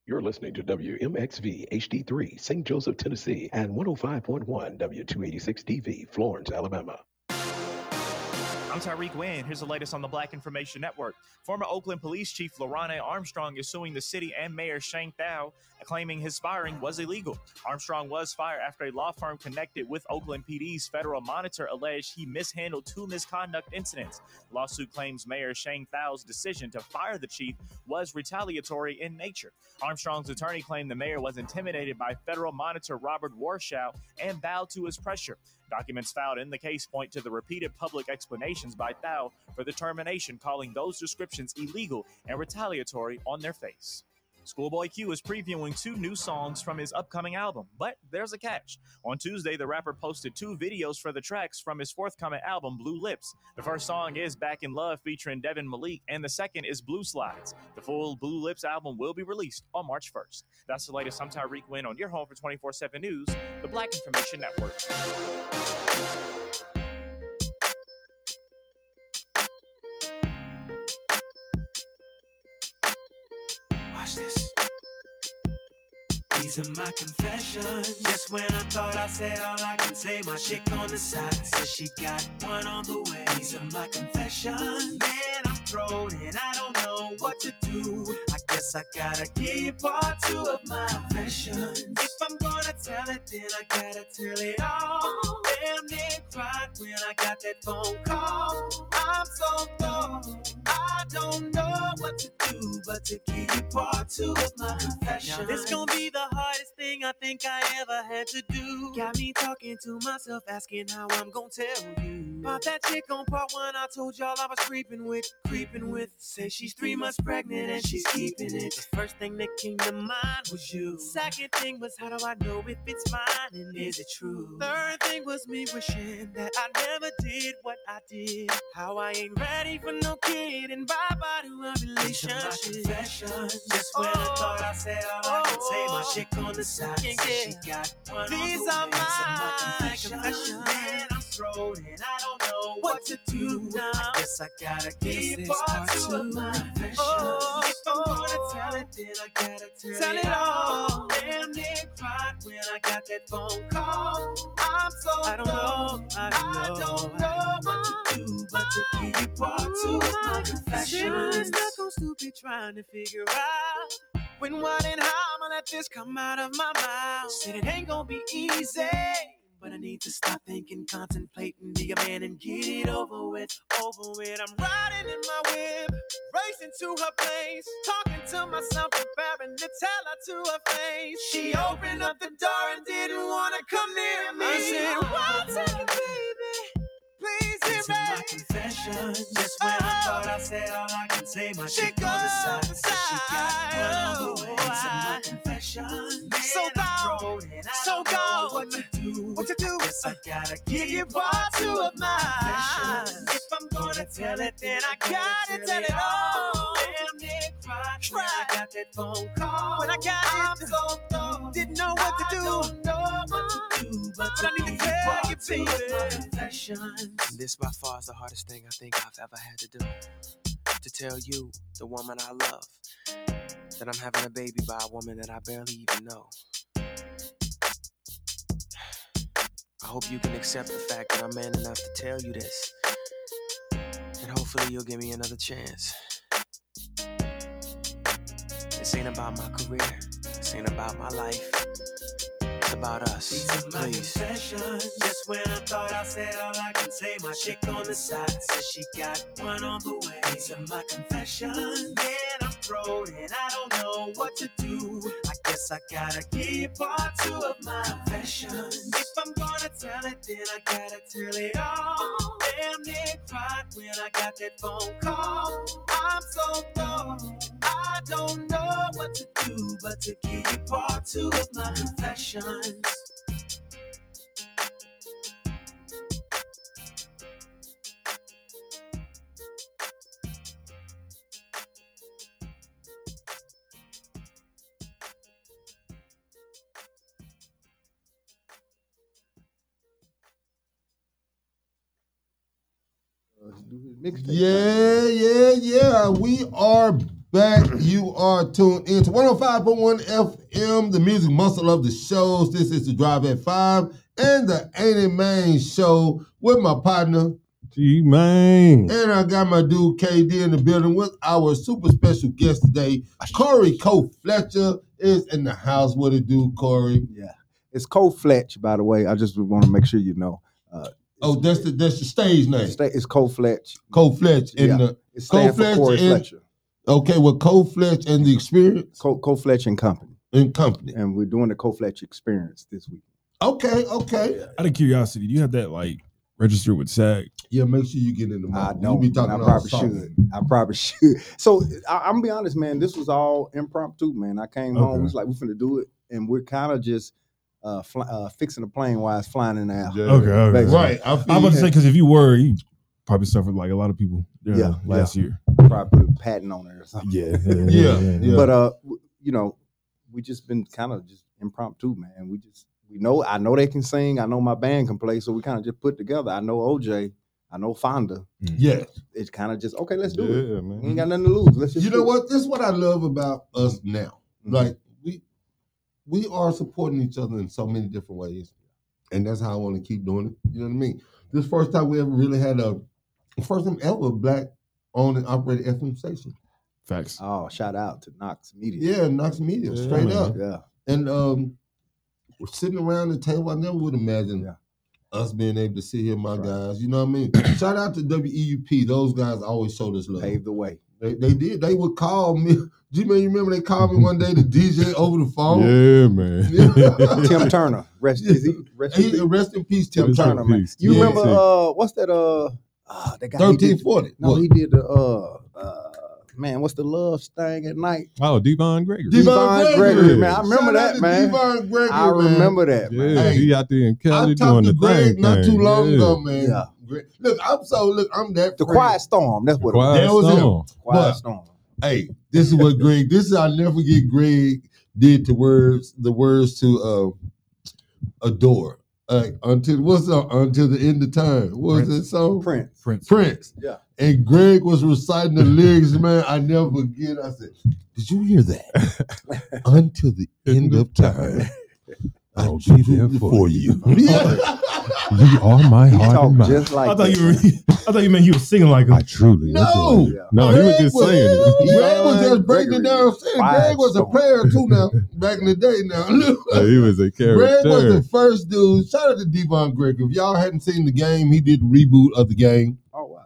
Speaker 11: You're listening to WMXV HD3, St. Joseph, Tennessee, and 105.1 W286DV, Florence, Alabama.
Speaker 12: I'm Tyreek Wynn. Here's the latest on the Black Information Network. Former Oakland Police Chief Lorane Armstrong is suing the city and Mayor Shane Thao, claiming his firing was illegal. Armstrong was fired after a law firm connected with Oakland PD's Federal Monitor alleged he mishandled two misconduct incidents. The lawsuit claims Mayor Shane Thao's decision to fire the chief was retaliatory in nature. Armstrong's attorney claimed the mayor was intimidated by Federal Monitor Robert Warshaw and bowed to his pressure. Documents filed in the case point to the repeated public explanations by Thao for the termination, calling those descriptions illegal and retaliatory on their face. Schoolboy Q is previewing two new songs from his upcoming album, but there's a catch. On Tuesday, the rapper posted two videos for the tracks from his forthcoming album, Blue Lips. The first song is Back in Love featuring Devin Malik, and the second is Blue Slides. The full Blue Lips album will be released on March 1st. That's the latest. I'm Tyreek Win on your home for 24 7 News, the Black Information Network.
Speaker 10: Watch this. These are my confessions. Just when I thought I said all I can say, my chick on the side says she got one on the way. These are my confessions. Man, I'm thrown and I don't know what to do. I guess I gotta give you part two of my confessions. If I'm gonna tell it, then I gotta tell it all. Damn near cried when I got that phone call. I'm so thrown. I don't know what to do but to give you part two of my confession. It's gonna be the hardest thing I think I ever had to do. Got me talking to myself, asking how I'm gonna tell you. About that chick on part one, I told y'all I was creeping with, creeping with. Say she's three months pregnant and she's keeping it. The first thing that came to mind was you. Second thing was how do I know if it's mine and is it true? Third thing was me wishing that I never did what I did. How I ain't ready for no kid and bye bye to a relationship. Just when I thought I said all I could say, my chick on the side said she got one. These are my confessions. Man, I'm thrown and I don't know what to do now. I guess I gotta give part two Oh, of my confessions. If I'm gonna tell it, then I gotta tell, it all. Damn near cried when I got that phone call. I'm so I don't know. I don't know. what to do but to give you part two of my confessions. Sitting stuck on stupid trying to figure out when, what, and how I'ma let this come out of my mouth. Said it ain't gonna be easy.
Speaker 2: But I need to stop thinking, contemplating, be a man and get it over with. Over with. I'm riding in my whip, racing to her place, talking to myself, preparing to tell her to her face. She opened up the door and didn't want to come near me. I said, What's it, baby? Please Oh.
Speaker 10: It's in my confession. Just when I thought I said all I can say, my chick on the side. said She got one other way. It's in my confession. Man,
Speaker 2: So
Speaker 10: I'm
Speaker 2: gone,
Speaker 10: grown and I
Speaker 2: so
Speaker 10: don't know
Speaker 2: gone.
Speaker 10: What to do?
Speaker 2: What you do?
Speaker 10: Guess I gotta
Speaker 2: Give
Speaker 10: give
Speaker 2: you
Speaker 10: you
Speaker 2: part
Speaker 10: part
Speaker 2: two
Speaker 10: two
Speaker 2: of
Speaker 10: of
Speaker 2: mine.
Speaker 10: confessions.
Speaker 2: If I'm gonna
Speaker 10: Gonna
Speaker 2: tell it, then I gotta tell
Speaker 10: tell
Speaker 2: it
Speaker 10: it
Speaker 2: all.
Speaker 10: all.
Speaker 2: Damn near cried when I
Speaker 10: Cried.
Speaker 2: got that phone call. When I got it, I'm so dumb. Didn't know what to do. Don't know what to do, but, I need to tell you, baby.
Speaker 10: And
Speaker 2: this by far is the hardest thing I think I've ever had to do. To tell you, the woman I love, that I'm having a baby by a woman that I barely even know. I hope you can accept the fact that I'm man enough to tell you this. And hopefully you'll give me another chance. This ain't about my career. This ain't about my life. It's about us.
Speaker 10: These are my
Speaker 2: Please.
Speaker 10: confessions. Just when I thought I said all I can say, my chick on the side says she got one on the way. These are my confessions. Man, I'm thrown and I don't know what to do. I guess I gotta give part two of my confessions.
Speaker 2: If I'm gonna tell it, then I gotta tell it all. Damn near cried when I got that phone call. I'm so thrown. I don't know what to do but to give you part two of my confessions.
Speaker 1: Yeah, yeah, yeah. We are back. You are tuned in to 105.1 FM, the music muscle of the shows. This is the Drive at Five and the Ain't It Man show with my partner.
Speaker 3: G man.
Speaker 1: And I got my dude KD in the building with our super special guest today. Corey Cole Fletcher is in the house. What it do, Corey?
Speaker 4: Yeah. It's Cole Fletch, by the way. I just want to make sure you know. Uh,
Speaker 1: Oh, that's the that's the stage name.
Speaker 4: sta- it's Cole Fletch.
Speaker 1: Cole Fletch in
Speaker 4: Yeah.
Speaker 1: the
Speaker 4: It
Speaker 1: Cole
Speaker 4: stands for
Speaker 1: Fletch
Speaker 4: Corey
Speaker 1: and
Speaker 4: Fletcher.
Speaker 1: okay, well Cole Fletch and the Experience
Speaker 4: Cole, Cole Fletch and Company.
Speaker 1: and Company.
Speaker 4: And we're doing the Cole Fletch experience this week.
Speaker 1: Okay, okay.
Speaker 5: Out of curiosity, do you have that like registered with SAG?
Speaker 1: Yeah, make sure you get in the
Speaker 4: I
Speaker 1: mode. You
Speaker 4: don't.
Speaker 1: be
Speaker 4: and
Speaker 1: talking
Speaker 4: I
Speaker 1: all
Speaker 4: probably
Speaker 1: soft.
Speaker 4: should. I probably should. So I, I'm gonna be honest, man. This was all impromptu, man. I came home.
Speaker 5: Okay.
Speaker 4: We was like, we're gonna do it, and we're kind of just uh, fly, uh, fixing the plane while it's flying in the air.
Speaker 3: Yeah.
Speaker 5: Okay, okay.
Speaker 4: Basically.
Speaker 1: Right. I feel
Speaker 5: I'm about to
Speaker 1: you.
Speaker 5: say because if you were, you probably suffered like a lot of people. Yeah,
Speaker 4: Yeah,
Speaker 5: last year.
Speaker 4: Probably put a patent on it or something.
Speaker 5: Yeah,
Speaker 1: Yeah, yeah.
Speaker 4: But uh, w- you know, we just been kind of just impromptu, man. We just we know. I know they can sing. I know my band can play. So we kind of just put together. I know OJ. I know Fonda.
Speaker 1: Yes.
Speaker 4: It's kind of just okay. Let's do it.
Speaker 3: Yeah,
Speaker 4: We ain't
Speaker 3: man.
Speaker 4: got nothing to lose. Let's just
Speaker 1: You
Speaker 4: do
Speaker 1: know
Speaker 4: it.
Speaker 1: what? This is what I love about us now.
Speaker 4: Mhm.
Speaker 1: Like we we are supporting each other in so many different ways. And that's how I want to keep doing it. You know what I mean? This first time we ever really had a first time ever black owned and operated FM station.
Speaker 5: Facts.
Speaker 4: Oh, shout out to Knox Media.
Speaker 1: Yeah, Knox Media,
Speaker 3: Yeah,
Speaker 1: straight
Speaker 3: man.
Speaker 1: up.
Speaker 4: Yeah.
Speaker 1: And um we're sitting around the table, I never would imagine
Speaker 4: Yeah.
Speaker 1: us being able to sit here, my
Speaker 4: That's right.
Speaker 1: guys. You know what I mean? Shout out to WEUP. Those guys always showed us love.
Speaker 4: Pave the way.
Speaker 1: They, they did. They would call me. G man, you remember they called me one day to DJ over the phone.
Speaker 3: Yeah, man.
Speaker 4: Tim Turner. Rest, is he, rest in
Speaker 1: He-
Speaker 4: peace?
Speaker 1: rest in peace, Tim
Speaker 4: Tim
Speaker 1: Turner.
Speaker 4: Turner, man.
Speaker 3: peace.
Speaker 4: You
Speaker 1: Yeah.
Speaker 4: remember uh what's that uh ah that guy he
Speaker 1: Thirteen
Speaker 4: did,
Speaker 1: forty.
Speaker 4: No, he did the uh uh man, what's the love thing at night?
Speaker 3: oh, Devon Gregory.
Speaker 1: Devon
Speaker 4: Devon
Speaker 1: Gregory.
Speaker 4: man. I remember that, man.
Speaker 1: Devon Gregory,
Speaker 4: I
Speaker 1: man.
Speaker 4: remember that, man.
Speaker 3: Yeah,
Speaker 1: Hey,
Speaker 3: he out there in
Speaker 1: I
Speaker 3: Cali doing
Speaker 1: talked
Speaker 3: the
Speaker 1: to Greg
Speaker 3: thing.
Speaker 1: not too
Speaker 3: thing.
Speaker 1: long
Speaker 3: yeah.
Speaker 1: ago, man.
Speaker 4: Yeah.
Speaker 1: Greg- Look, I'm so look. I'm that.
Speaker 4: The
Speaker 1: friend.
Speaker 4: Quiet Storm. That's what
Speaker 3: Quiet
Speaker 4: it
Speaker 1: That was him.
Speaker 3: Storm.
Speaker 4: was. Quiet
Speaker 1: But-
Speaker 4: Storm.
Speaker 1: Hey, this is what Greg. This is I'll never forget. Greg did the words. The words to uh, adore. Like until what's up until the end of time. What was
Speaker 5: Prince.
Speaker 1: that song?
Speaker 4: Prince.
Speaker 5: Prince.
Speaker 1: Prince.
Speaker 4: Yeah.
Speaker 1: And Greg was reciting the lyrics, man. I never forget. I said, Did you hear that? Until the end of time. I'll be there for you. Yeah.
Speaker 3: You are my
Speaker 4: He
Speaker 3: heart and
Speaker 4: talked
Speaker 3: mind.
Speaker 4: just like
Speaker 5: I thought
Speaker 4: that.
Speaker 5: you were. I I thought you meant he was singing like I
Speaker 3: truly.
Speaker 1: No,
Speaker 3: No, he was
Speaker 1: Greg
Speaker 3: just saying. it.
Speaker 1: Greg was just breaking it down. Shit, Greg was a player too. Now back in the day, now
Speaker 3: Like, he was a
Speaker 1: Greg was the
Speaker 3: character.
Speaker 1: first dude. Shout out to Devon Greg. If y'all hadn't seen the game, he did the reboot of the game.
Speaker 4: Oh wow.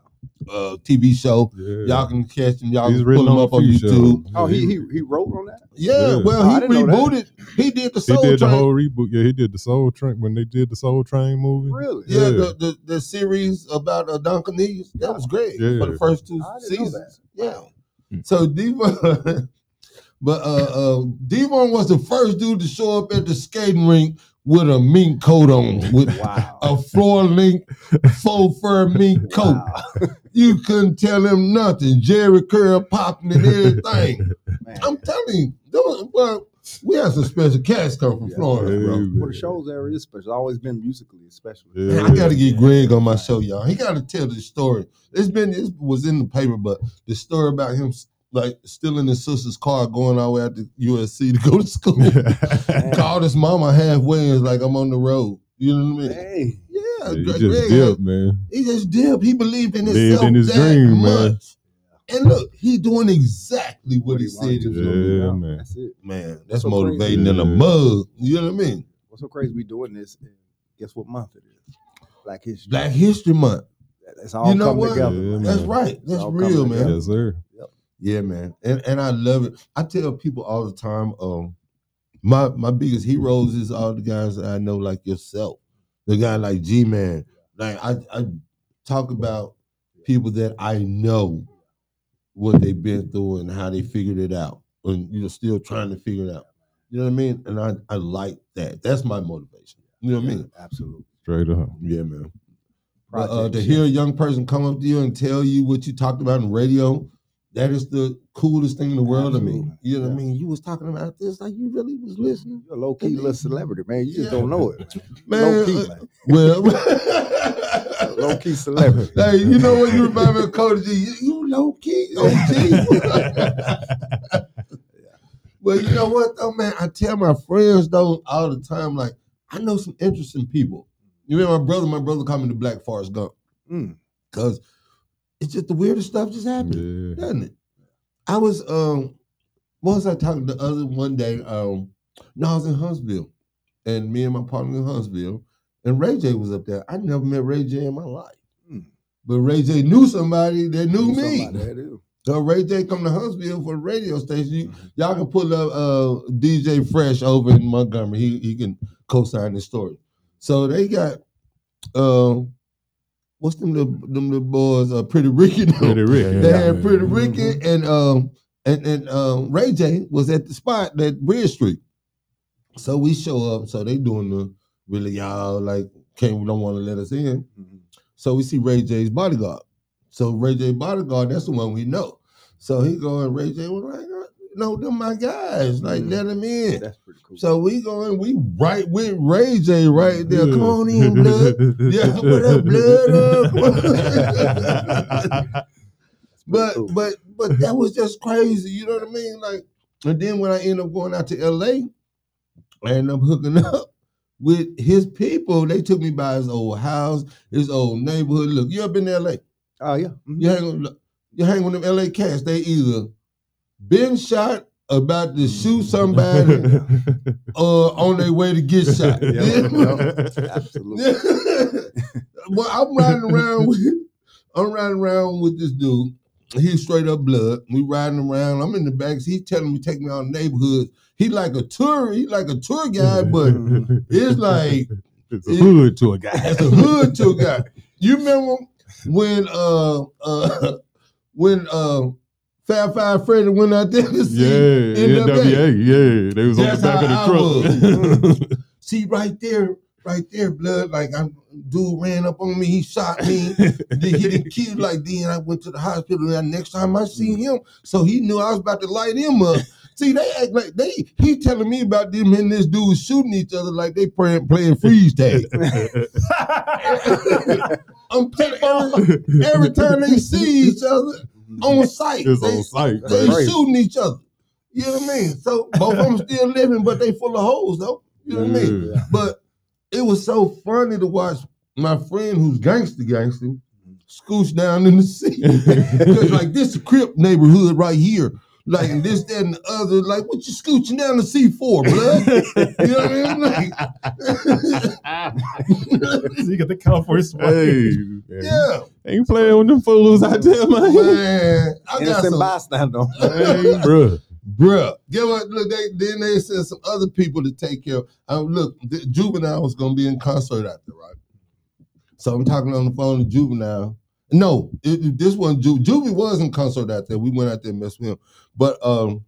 Speaker 1: Uh, TV show.
Speaker 3: Yeah.
Speaker 1: Y'all can catch him. Y'all
Speaker 3: He's
Speaker 1: can
Speaker 3: written
Speaker 1: pull him
Speaker 3: on a
Speaker 1: up on
Speaker 3: few
Speaker 1: YouTube.
Speaker 3: shows.
Speaker 4: Oh, he he, he wrote on that.
Speaker 1: Yeah,
Speaker 3: Yeah.
Speaker 1: well,
Speaker 4: Oh, I
Speaker 1: he
Speaker 4: didn't know that.
Speaker 1: rebooted. He did the
Speaker 3: He
Speaker 1: Soul
Speaker 3: did the
Speaker 1: Train.
Speaker 3: whole reboot. Yeah, he did the Soul Train when they did the Soul Train movie.
Speaker 4: Really?
Speaker 1: yeah,
Speaker 3: Yeah.
Speaker 1: The, the the series about uh, Don Cornelius. That was great for the
Speaker 3: Yeah.
Speaker 1: first two
Speaker 4: I didn't know that.
Speaker 1: seasons. Yeah. So Devon, but uh, uh, Devon was the first dude to show up at the skating rink with a mink coat on, with
Speaker 4: Wow.
Speaker 1: a floor link faux fur mink coat.
Speaker 4: Wow.
Speaker 1: You couldn't tell him nothing. Jerry Curl popping and everything.
Speaker 4: Man.
Speaker 1: I'm telling you, there was, well, we had some special cats come from
Speaker 4: Yeah.
Speaker 1: Florida, bro.
Speaker 3: Hey,
Speaker 4: Well,
Speaker 3: man.
Speaker 4: the show's there is special. It's always been musically, especially.
Speaker 3: Yeah.
Speaker 1: Man, I got to get Greg on my show, y'all. He got to tell the story. It's been it was in the paper, but the story about him like stealing his sister's car, going all the way out to USC to go to school. Called his mama halfway and was like, "I'm on the road." You know what I mean?
Speaker 4: Hey,
Speaker 1: Yeah,
Speaker 3: He
Speaker 1: Greg,
Speaker 3: just
Speaker 1: Greg,
Speaker 3: dipped, man.
Speaker 1: he just dipped. He believed in
Speaker 3: Lived
Speaker 1: himself
Speaker 3: in his
Speaker 1: that
Speaker 3: dream, man.
Speaker 1: much. And look, he doing exactly what,
Speaker 4: what
Speaker 1: he,
Speaker 4: he
Speaker 1: said
Speaker 4: wanted
Speaker 1: he
Speaker 4: to
Speaker 1: was
Speaker 3: do.
Speaker 1: gonna do.
Speaker 3: Yeah,
Speaker 4: now,
Speaker 3: man.
Speaker 4: That's it.
Speaker 1: Man, that's
Speaker 4: So crazy.
Speaker 1: motivating in a
Speaker 3: Yeah.
Speaker 1: mug. You know what I mean?
Speaker 4: What's so crazy? We doing this. And guess what month it is? Black History.
Speaker 1: Black History Month.
Speaker 4: It's all
Speaker 1: You know
Speaker 4: come
Speaker 1: what?
Speaker 4: together.
Speaker 3: Yeah,
Speaker 4: man.
Speaker 1: That's
Speaker 3: man.
Speaker 1: right. That's
Speaker 4: all coming
Speaker 1: real, man.
Speaker 4: together.
Speaker 3: Yes, sir.
Speaker 1: Yeah, man, and and I love it. I tell people all the time, um, my my biggest heroes is all the guys that I know, like yourself, the guy like G Man. Like I I talk about people that I know what they've been through and how they figured it out, and you know still trying to figure it out. You know what I mean? And I I like that. That's my motivation. You know what I mean?
Speaker 4: Absolutely.
Speaker 3: Straight up.
Speaker 1: Yeah, man. But, uh,
Speaker 4: Project
Speaker 1: to
Speaker 4: Shit.
Speaker 1: hear a young person come up to you and tell you what you talked about in radio, that is the coolest thing in the world to me.
Speaker 4: Absolutely.
Speaker 1: You know what I
Speaker 4: Yeah.
Speaker 1: mean? You was talking about this like you really was listening,
Speaker 4: You're a low key little celebrity, man. You just
Speaker 1: Yeah.
Speaker 4: don't know it.
Speaker 1: man.
Speaker 4: low key,
Speaker 1: uh,
Speaker 4: man.
Speaker 1: well,
Speaker 4: Low key celebrity.
Speaker 1: uh, hey, you know what? You remind me of Cody G. You, you low key, OG. well, you know what though, man? I tell my friends though all the time, like I know some interesting people. You remember my brother? My brother called me the Black Forest Gump.
Speaker 4: Mm.
Speaker 1: Cause it's just the weirdest stuff just happens,
Speaker 3: Yeah.
Speaker 1: doesn't it? I was um what was I talking the other one day? Um no, I was in Huntsville and me and my partner in Huntsville and Ray J was up there. I never met Ray J in my life.
Speaker 4: Hmm.
Speaker 1: But Ray J knew somebody that knew me.
Speaker 4: Somebody that is.
Speaker 1: So Ray J come to Huntsville for the radio station. You,
Speaker 3: Mm-hmm.
Speaker 1: y'all can pull up uh, DJ Fresh over in Montgomery. He he can co-sign this story. So they got uh, what's them little, them little boys? Uh, Pretty Ricky. and them.
Speaker 3: Pretty Rick.
Speaker 1: They
Speaker 3: yeah, Mm-hmm.
Speaker 1: had
Speaker 3: man.
Speaker 1: Pretty Ricky and um and and um, Ray J was at the spot that Bridge Street. So we show up. So they doing the really y'all like can't don't want to let us in.
Speaker 4: Mhm.
Speaker 1: So we see Ray J's bodyguard. So Ray J bodyguard, that's the one we know. So he going, Ray J was like, no, them my guys. Like,
Speaker 4: Mhm.
Speaker 1: let them in.
Speaker 4: That's pretty cool.
Speaker 1: So we going, we right with Ray J right there. Come on in, blood. Yeah, what up, blood?
Speaker 4: That's pretty
Speaker 1: But
Speaker 4: cool.
Speaker 1: but but that was just crazy. You know what I mean? Like, and then when I end up going out to LA, I end up hooking up with his people. They took me by his old house, his old neighborhood. Look, you ever been to LA?
Speaker 4: oh yeah, Mhm.
Speaker 1: You hang on, you hang with them LA cats. They either been shot, about to shoot somebody, or on their way to get shot.
Speaker 4: Yeah, absolutely.
Speaker 1: well, I'm riding around with, I'm riding around with this dude. He's straight up blood. We riding around. I'm in the back. He's telling me take me out in the neighborhood. He like a tour. He like a tour guy, but it's like
Speaker 3: it's a
Speaker 1: it-
Speaker 3: hood to a guy.
Speaker 1: that's a hood to a guy. You remember when uh uh when uh Fab Five Freddy went out there to
Speaker 3: Yeah,
Speaker 1: see NWA.
Speaker 3: NWA. Yeah, they was on
Speaker 1: That's
Speaker 3: the back
Speaker 1: how
Speaker 3: of
Speaker 1: I
Speaker 3: the truck.
Speaker 1: see right there, right there, blood. Like I dude ran up on me, he shot me, then he didn't kill like then I went to the hospital and next time I seen him, so he knew I was about to light him up. See, they act like they he telling me about them and this dude shooting each other like they playing playing freeze tag. I'm telling every, every time they see each other on site,
Speaker 3: it's
Speaker 1: they,
Speaker 3: on sight,
Speaker 1: they
Speaker 3: man.
Speaker 1: shooting each other. You know what I mean? So both of them still living, but they full of holes though. You know what I mean?
Speaker 3: Yeah.
Speaker 1: But it was so funny to watch my friend who's gangster gangster scooch down in the seat. Because like this Crip neighborhood right here. Like and this, that, and the other. Like, what you scooching down the seat for, blood? you know what I mean? Like,
Speaker 5: so you got the California swag.
Speaker 1: yeah.
Speaker 3: Ain't playing with them fools out there, man.
Speaker 1: Man, I got
Speaker 4: Innocent
Speaker 1: some
Speaker 4: bystander.
Speaker 3: Hey, bruh.
Speaker 1: Bruh, get what? Look, they, then they sent some other people to take care. of um, Look, the, Juvenile was gonna be in concert after, right? So I'm talking on the phone to Juvenile. No, it, it- this one, Ju, Juvie was in concert out there. We went out there and messed with him. But um,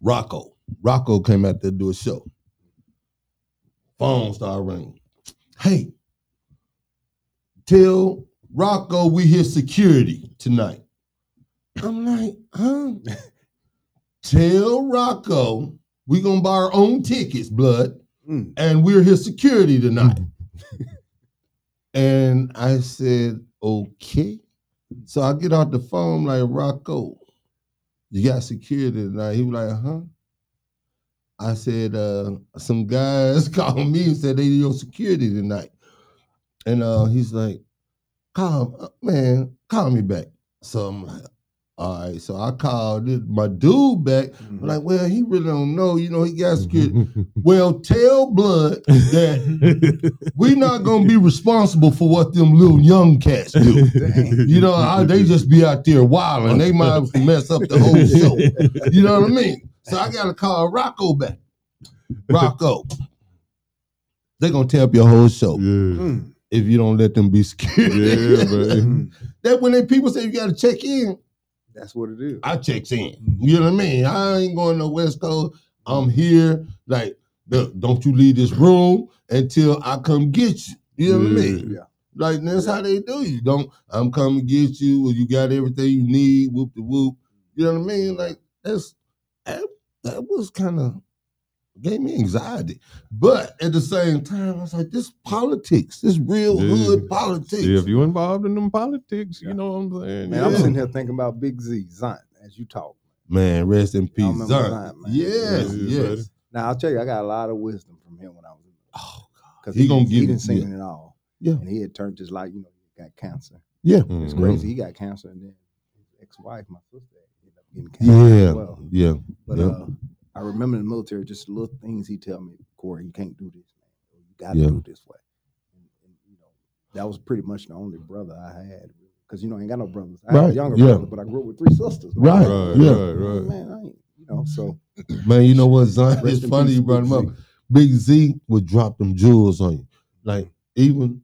Speaker 1: Rocco, Rocco came out there to do a show. Phone started ringing. Hey, tell Rocco we hear security tonight. I'm like, huh? tell Rocco we gonna buy our own tickets, blood,
Speaker 4: Mm.
Speaker 1: and we're his security tonight. and I said, okay. So I get off the phone like Rocco, you got security tonight. He was like, huh? I said, uh, some guys called me and said they need your security tonight. And uh, he's like, call uh, man, call me back. So I'm like, all right. So I called this- my dude back. I'm like, well, he really don't know. You know, he got security. well, tell Blood that we're not gonna be responsible for what them little young cats do. You know, I, they just be out there wilding. They might mess up the whole show. You know what I mean? So I gotta call Rocco back. Rocco, they gonna tear up your whole show
Speaker 3: Yeah,
Speaker 4: Mm.
Speaker 1: if you don't let them be scared.
Speaker 3: yeah, bruh.
Speaker 4: Mm.
Speaker 1: that when they people say you gotta check in,
Speaker 4: That's what it is.
Speaker 1: I checks in. You know what I mean? I ain't going no West Coast. I'm here. Like, look, don't you leave this room until I come get you. You know what I mean?
Speaker 4: Yeah.
Speaker 1: Like that's how they do you. Don't I'm coming get you or you got everything you need, whoop the whoop. You know what I mean? Like that's that, that was kind of gave me anxiety. But at the same time, I was like, this politics, this real
Speaker 3: Yeah.
Speaker 1: hood politics.
Speaker 3: See, if you involved in them politics, you know what I'm saying.
Speaker 4: Man, I'm
Speaker 3: Yeah.
Speaker 4: sitting here thinking about Big Z, Zion, as you talk.
Speaker 1: Man, rest in peace.
Speaker 4: remember
Speaker 1: Zion.
Speaker 4: Zion, man.
Speaker 1: Yes,
Speaker 3: Yeah,
Speaker 1: yes.
Speaker 4: Now I'll tell you, I got a lot of wisdom from him when I was in
Speaker 1: Oh,
Speaker 4: because
Speaker 1: He gonna give
Speaker 4: he
Speaker 1: it,
Speaker 4: didn't sing
Speaker 1: yeah.
Speaker 4: it at all.
Speaker 1: Yeah.
Speaker 4: and he had turned his life. You know, he got cancer.
Speaker 1: yeah. Mm-hmm.
Speaker 4: It's
Speaker 3: Mhm.
Speaker 4: crazy. He got cancer, and then his ex-wife, my sister, ended up getting cancer
Speaker 1: Yeah,
Speaker 4: as well.
Speaker 1: yeah.
Speaker 4: But
Speaker 1: yeah.
Speaker 4: uh, I remember in the military, just little things he tell me, Corey, you can't do this, man. You got to
Speaker 1: Yeah.
Speaker 4: do it this way. And, and, you know, that was pretty much the only brother I had because you know I ain't got no brothers. I had a
Speaker 1: Right,
Speaker 4: younger
Speaker 1: yeah.
Speaker 4: brother, but I grew up with three sisters. man.
Speaker 1: Right,
Speaker 3: Right,
Speaker 1: yeah.
Speaker 3: right, right.
Speaker 4: Man, I ain't, you know, so
Speaker 1: Man, you know what, Zion?
Speaker 4: rest
Speaker 1: It's
Speaker 4: in
Speaker 1: funny
Speaker 4: peace,
Speaker 1: you brought him
Speaker 4: Big
Speaker 1: up.
Speaker 4: Z.
Speaker 1: Big Z would drop them jewels on you. Like, even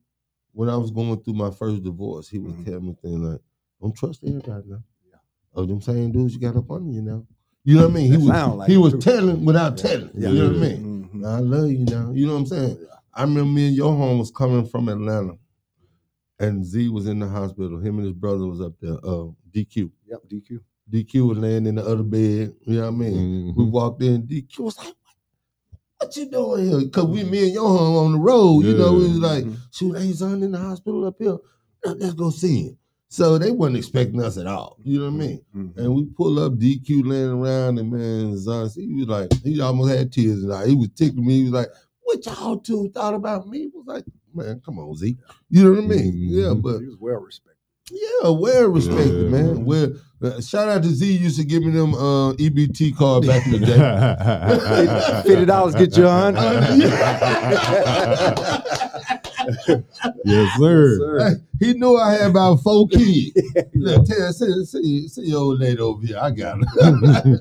Speaker 1: when I was going through my first divorce, he would
Speaker 4: Mhm.
Speaker 1: tell me things like, don't trust everybody now. Of them same dudes you got up on you now. You know what I mean? He
Speaker 4: That
Speaker 1: was,
Speaker 4: sound like
Speaker 1: he
Speaker 4: it,
Speaker 1: was
Speaker 4: too.
Speaker 1: telling without
Speaker 4: Yeah.
Speaker 1: telling.
Speaker 4: Yeah.
Speaker 1: You know what I mean?
Speaker 4: Mhm.
Speaker 1: I love you now. You know what I'm saying?
Speaker 4: Yeah.
Speaker 1: I remember me and Johan was coming from Atlanta, and Z was in the hospital. Him and his brother was up there, uh, DQ.
Speaker 4: Yep, DQ.
Speaker 1: DQ was laying in the other bed. You know what I mean? We
Speaker 4: Mm-hmm.
Speaker 3: Mhm.
Speaker 1: walked in, DQ was like, what you doing here? Cause we me and your home on the road, you know, it was
Speaker 3: Yeah.
Speaker 1: like,
Speaker 4: Mhm.
Speaker 1: shoot, ain't son in the hospital up here. Let- Let's go see him. So they wasn't expecting us at all. You know what I mean?
Speaker 4: Mhm.
Speaker 1: And we pull up DQ laying around and man, Zon, he was like, he almost had tears in his eye. He was tickling me. He was like, what y'all two thought about me? I was like, man, come on, Z. You know what I mean? Yeah,
Speaker 3: Mhm.
Speaker 1: but
Speaker 4: Mm-hmm. he was well respected.
Speaker 1: yeah, well respected,
Speaker 3: Yeah.
Speaker 1: man. Well, uh, shout out to Z used to give me them uh, EBT card back in the day.
Speaker 4: $50 get you a hundred.
Speaker 3: yes, sir.
Speaker 4: Sir.
Speaker 1: Hey, he knew I had about four kids. Look, tell see, see, see your old lady over here. I got her.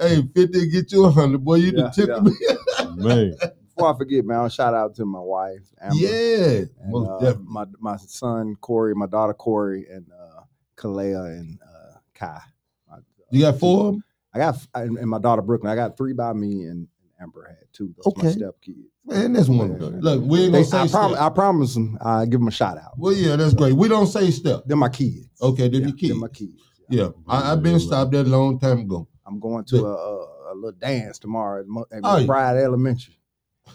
Speaker 1: hey, 50 get you a 100, boy. You
Speaker 4: Yeah,
Speaker 1: done took
Speaker 4: yeah.
Speaker 1: me.
Speaker 3: Man,
Speaker 4: Before I forget, man, I'll shout out to my wife, Amber.
Speaker 1: Yeah,
Speaker 4: and,
Speaker 1: most
Speaker 4: uh,
Speaker 1: definitely.
Speaker 4: my my son Corey, my daughter Corey, and uh, Kalea and uh, Kai. My-
Speaker 1: You got four of them?
Speaker 4: I got f- and, and my daughter Brooklyn. I got three by me, and Amber had two. Those my
Speaker 1: Okay.
Speaker 4: step kids.
Speaker 1: Man, that's wonderful. Look, we ain't
Speaker 4: They,
Speaker 1: going to say
Speaker 4: I, prom-
Speaker 1: stuff.
Speaker 4: I promise them. I give them a shout out.
Speaker 1: Well, yeah, that's great. We don't say stuff.
Speaker 4: They're my kids.
Speaker 1: Okay, they're
Speaker 4: yeah,
Speaker 1: your
Speaker 4: They're my
Speaker 1: kids.
Speaker 4: kids. Yeah.
Speaker 1: Yeah, I, I've been stopped that a long time ago.
Speaker 4: I'm going to a, a, a little dance tomorrow at, Mo- at
Speaker 1: Oh, yeah.
Speaker 4: McBride Elementary,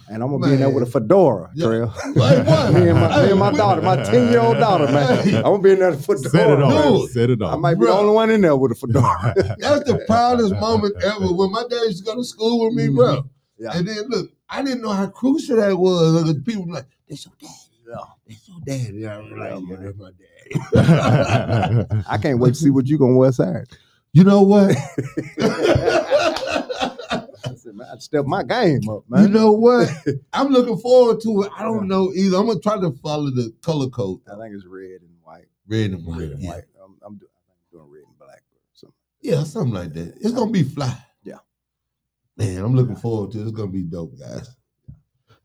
Speaker 4: and I'm gonna be in there
Speaker 1: Man.
Speaker 4: with a fedora,
Speaker 1: Yeah.
Speaker 4: Trail.
Speaker 1: Hey, what?
Speaker 4: me and my, me
Speaker 1: Hey,
Speaker 4: and my
Speaker 1: we-
Speaker 4: daughter, my ten year old daughter, man.
Speaker 1: Hey.
Speaker 4: I'm gonna be in there with a fedora.
Speaker 3: set it
Speaker 1: No.
Speaker 3: off. Set it
Speaker 4: I
Speaker 3: off.
Speaker 4: might be the
Speaker 1: Bruh.
Speaker 4: only one in there with a fedora.
Speaker 1: That's the proudest moment ever. When my dad used to go to school with me, bro.
Speaker 4: Mm-hmm. Yeah.
Speaker 1: And then look, I didn't know how crucial that was. Look, people be like, that's your dad. That's your daddy. And I was like, yeah, that's my
Speaker 4: I can't wait to see what you gonna wear Saturday.
Speaker 1: You know what?
Speaker 4: I said, man, I step my game up, man.
Speaker 1: You know what? I'm looking forward to it. I don't know either. I'm gonna try to follow the color code.
Speaker 4: I think it's red and white.
Speaker 1: Red and white.
Speaker 4: Red and
Speaker 1: yeah.
Speaker 4: white. I'm, I'm, doing, I'm doing red and black. So,
Speaker 1: Yeah, something like that. It's gonna be fly.
Speaker 4: Yeah.
Speaker 1: Man, I'm looking forward to it. It's gonna be dope, guys.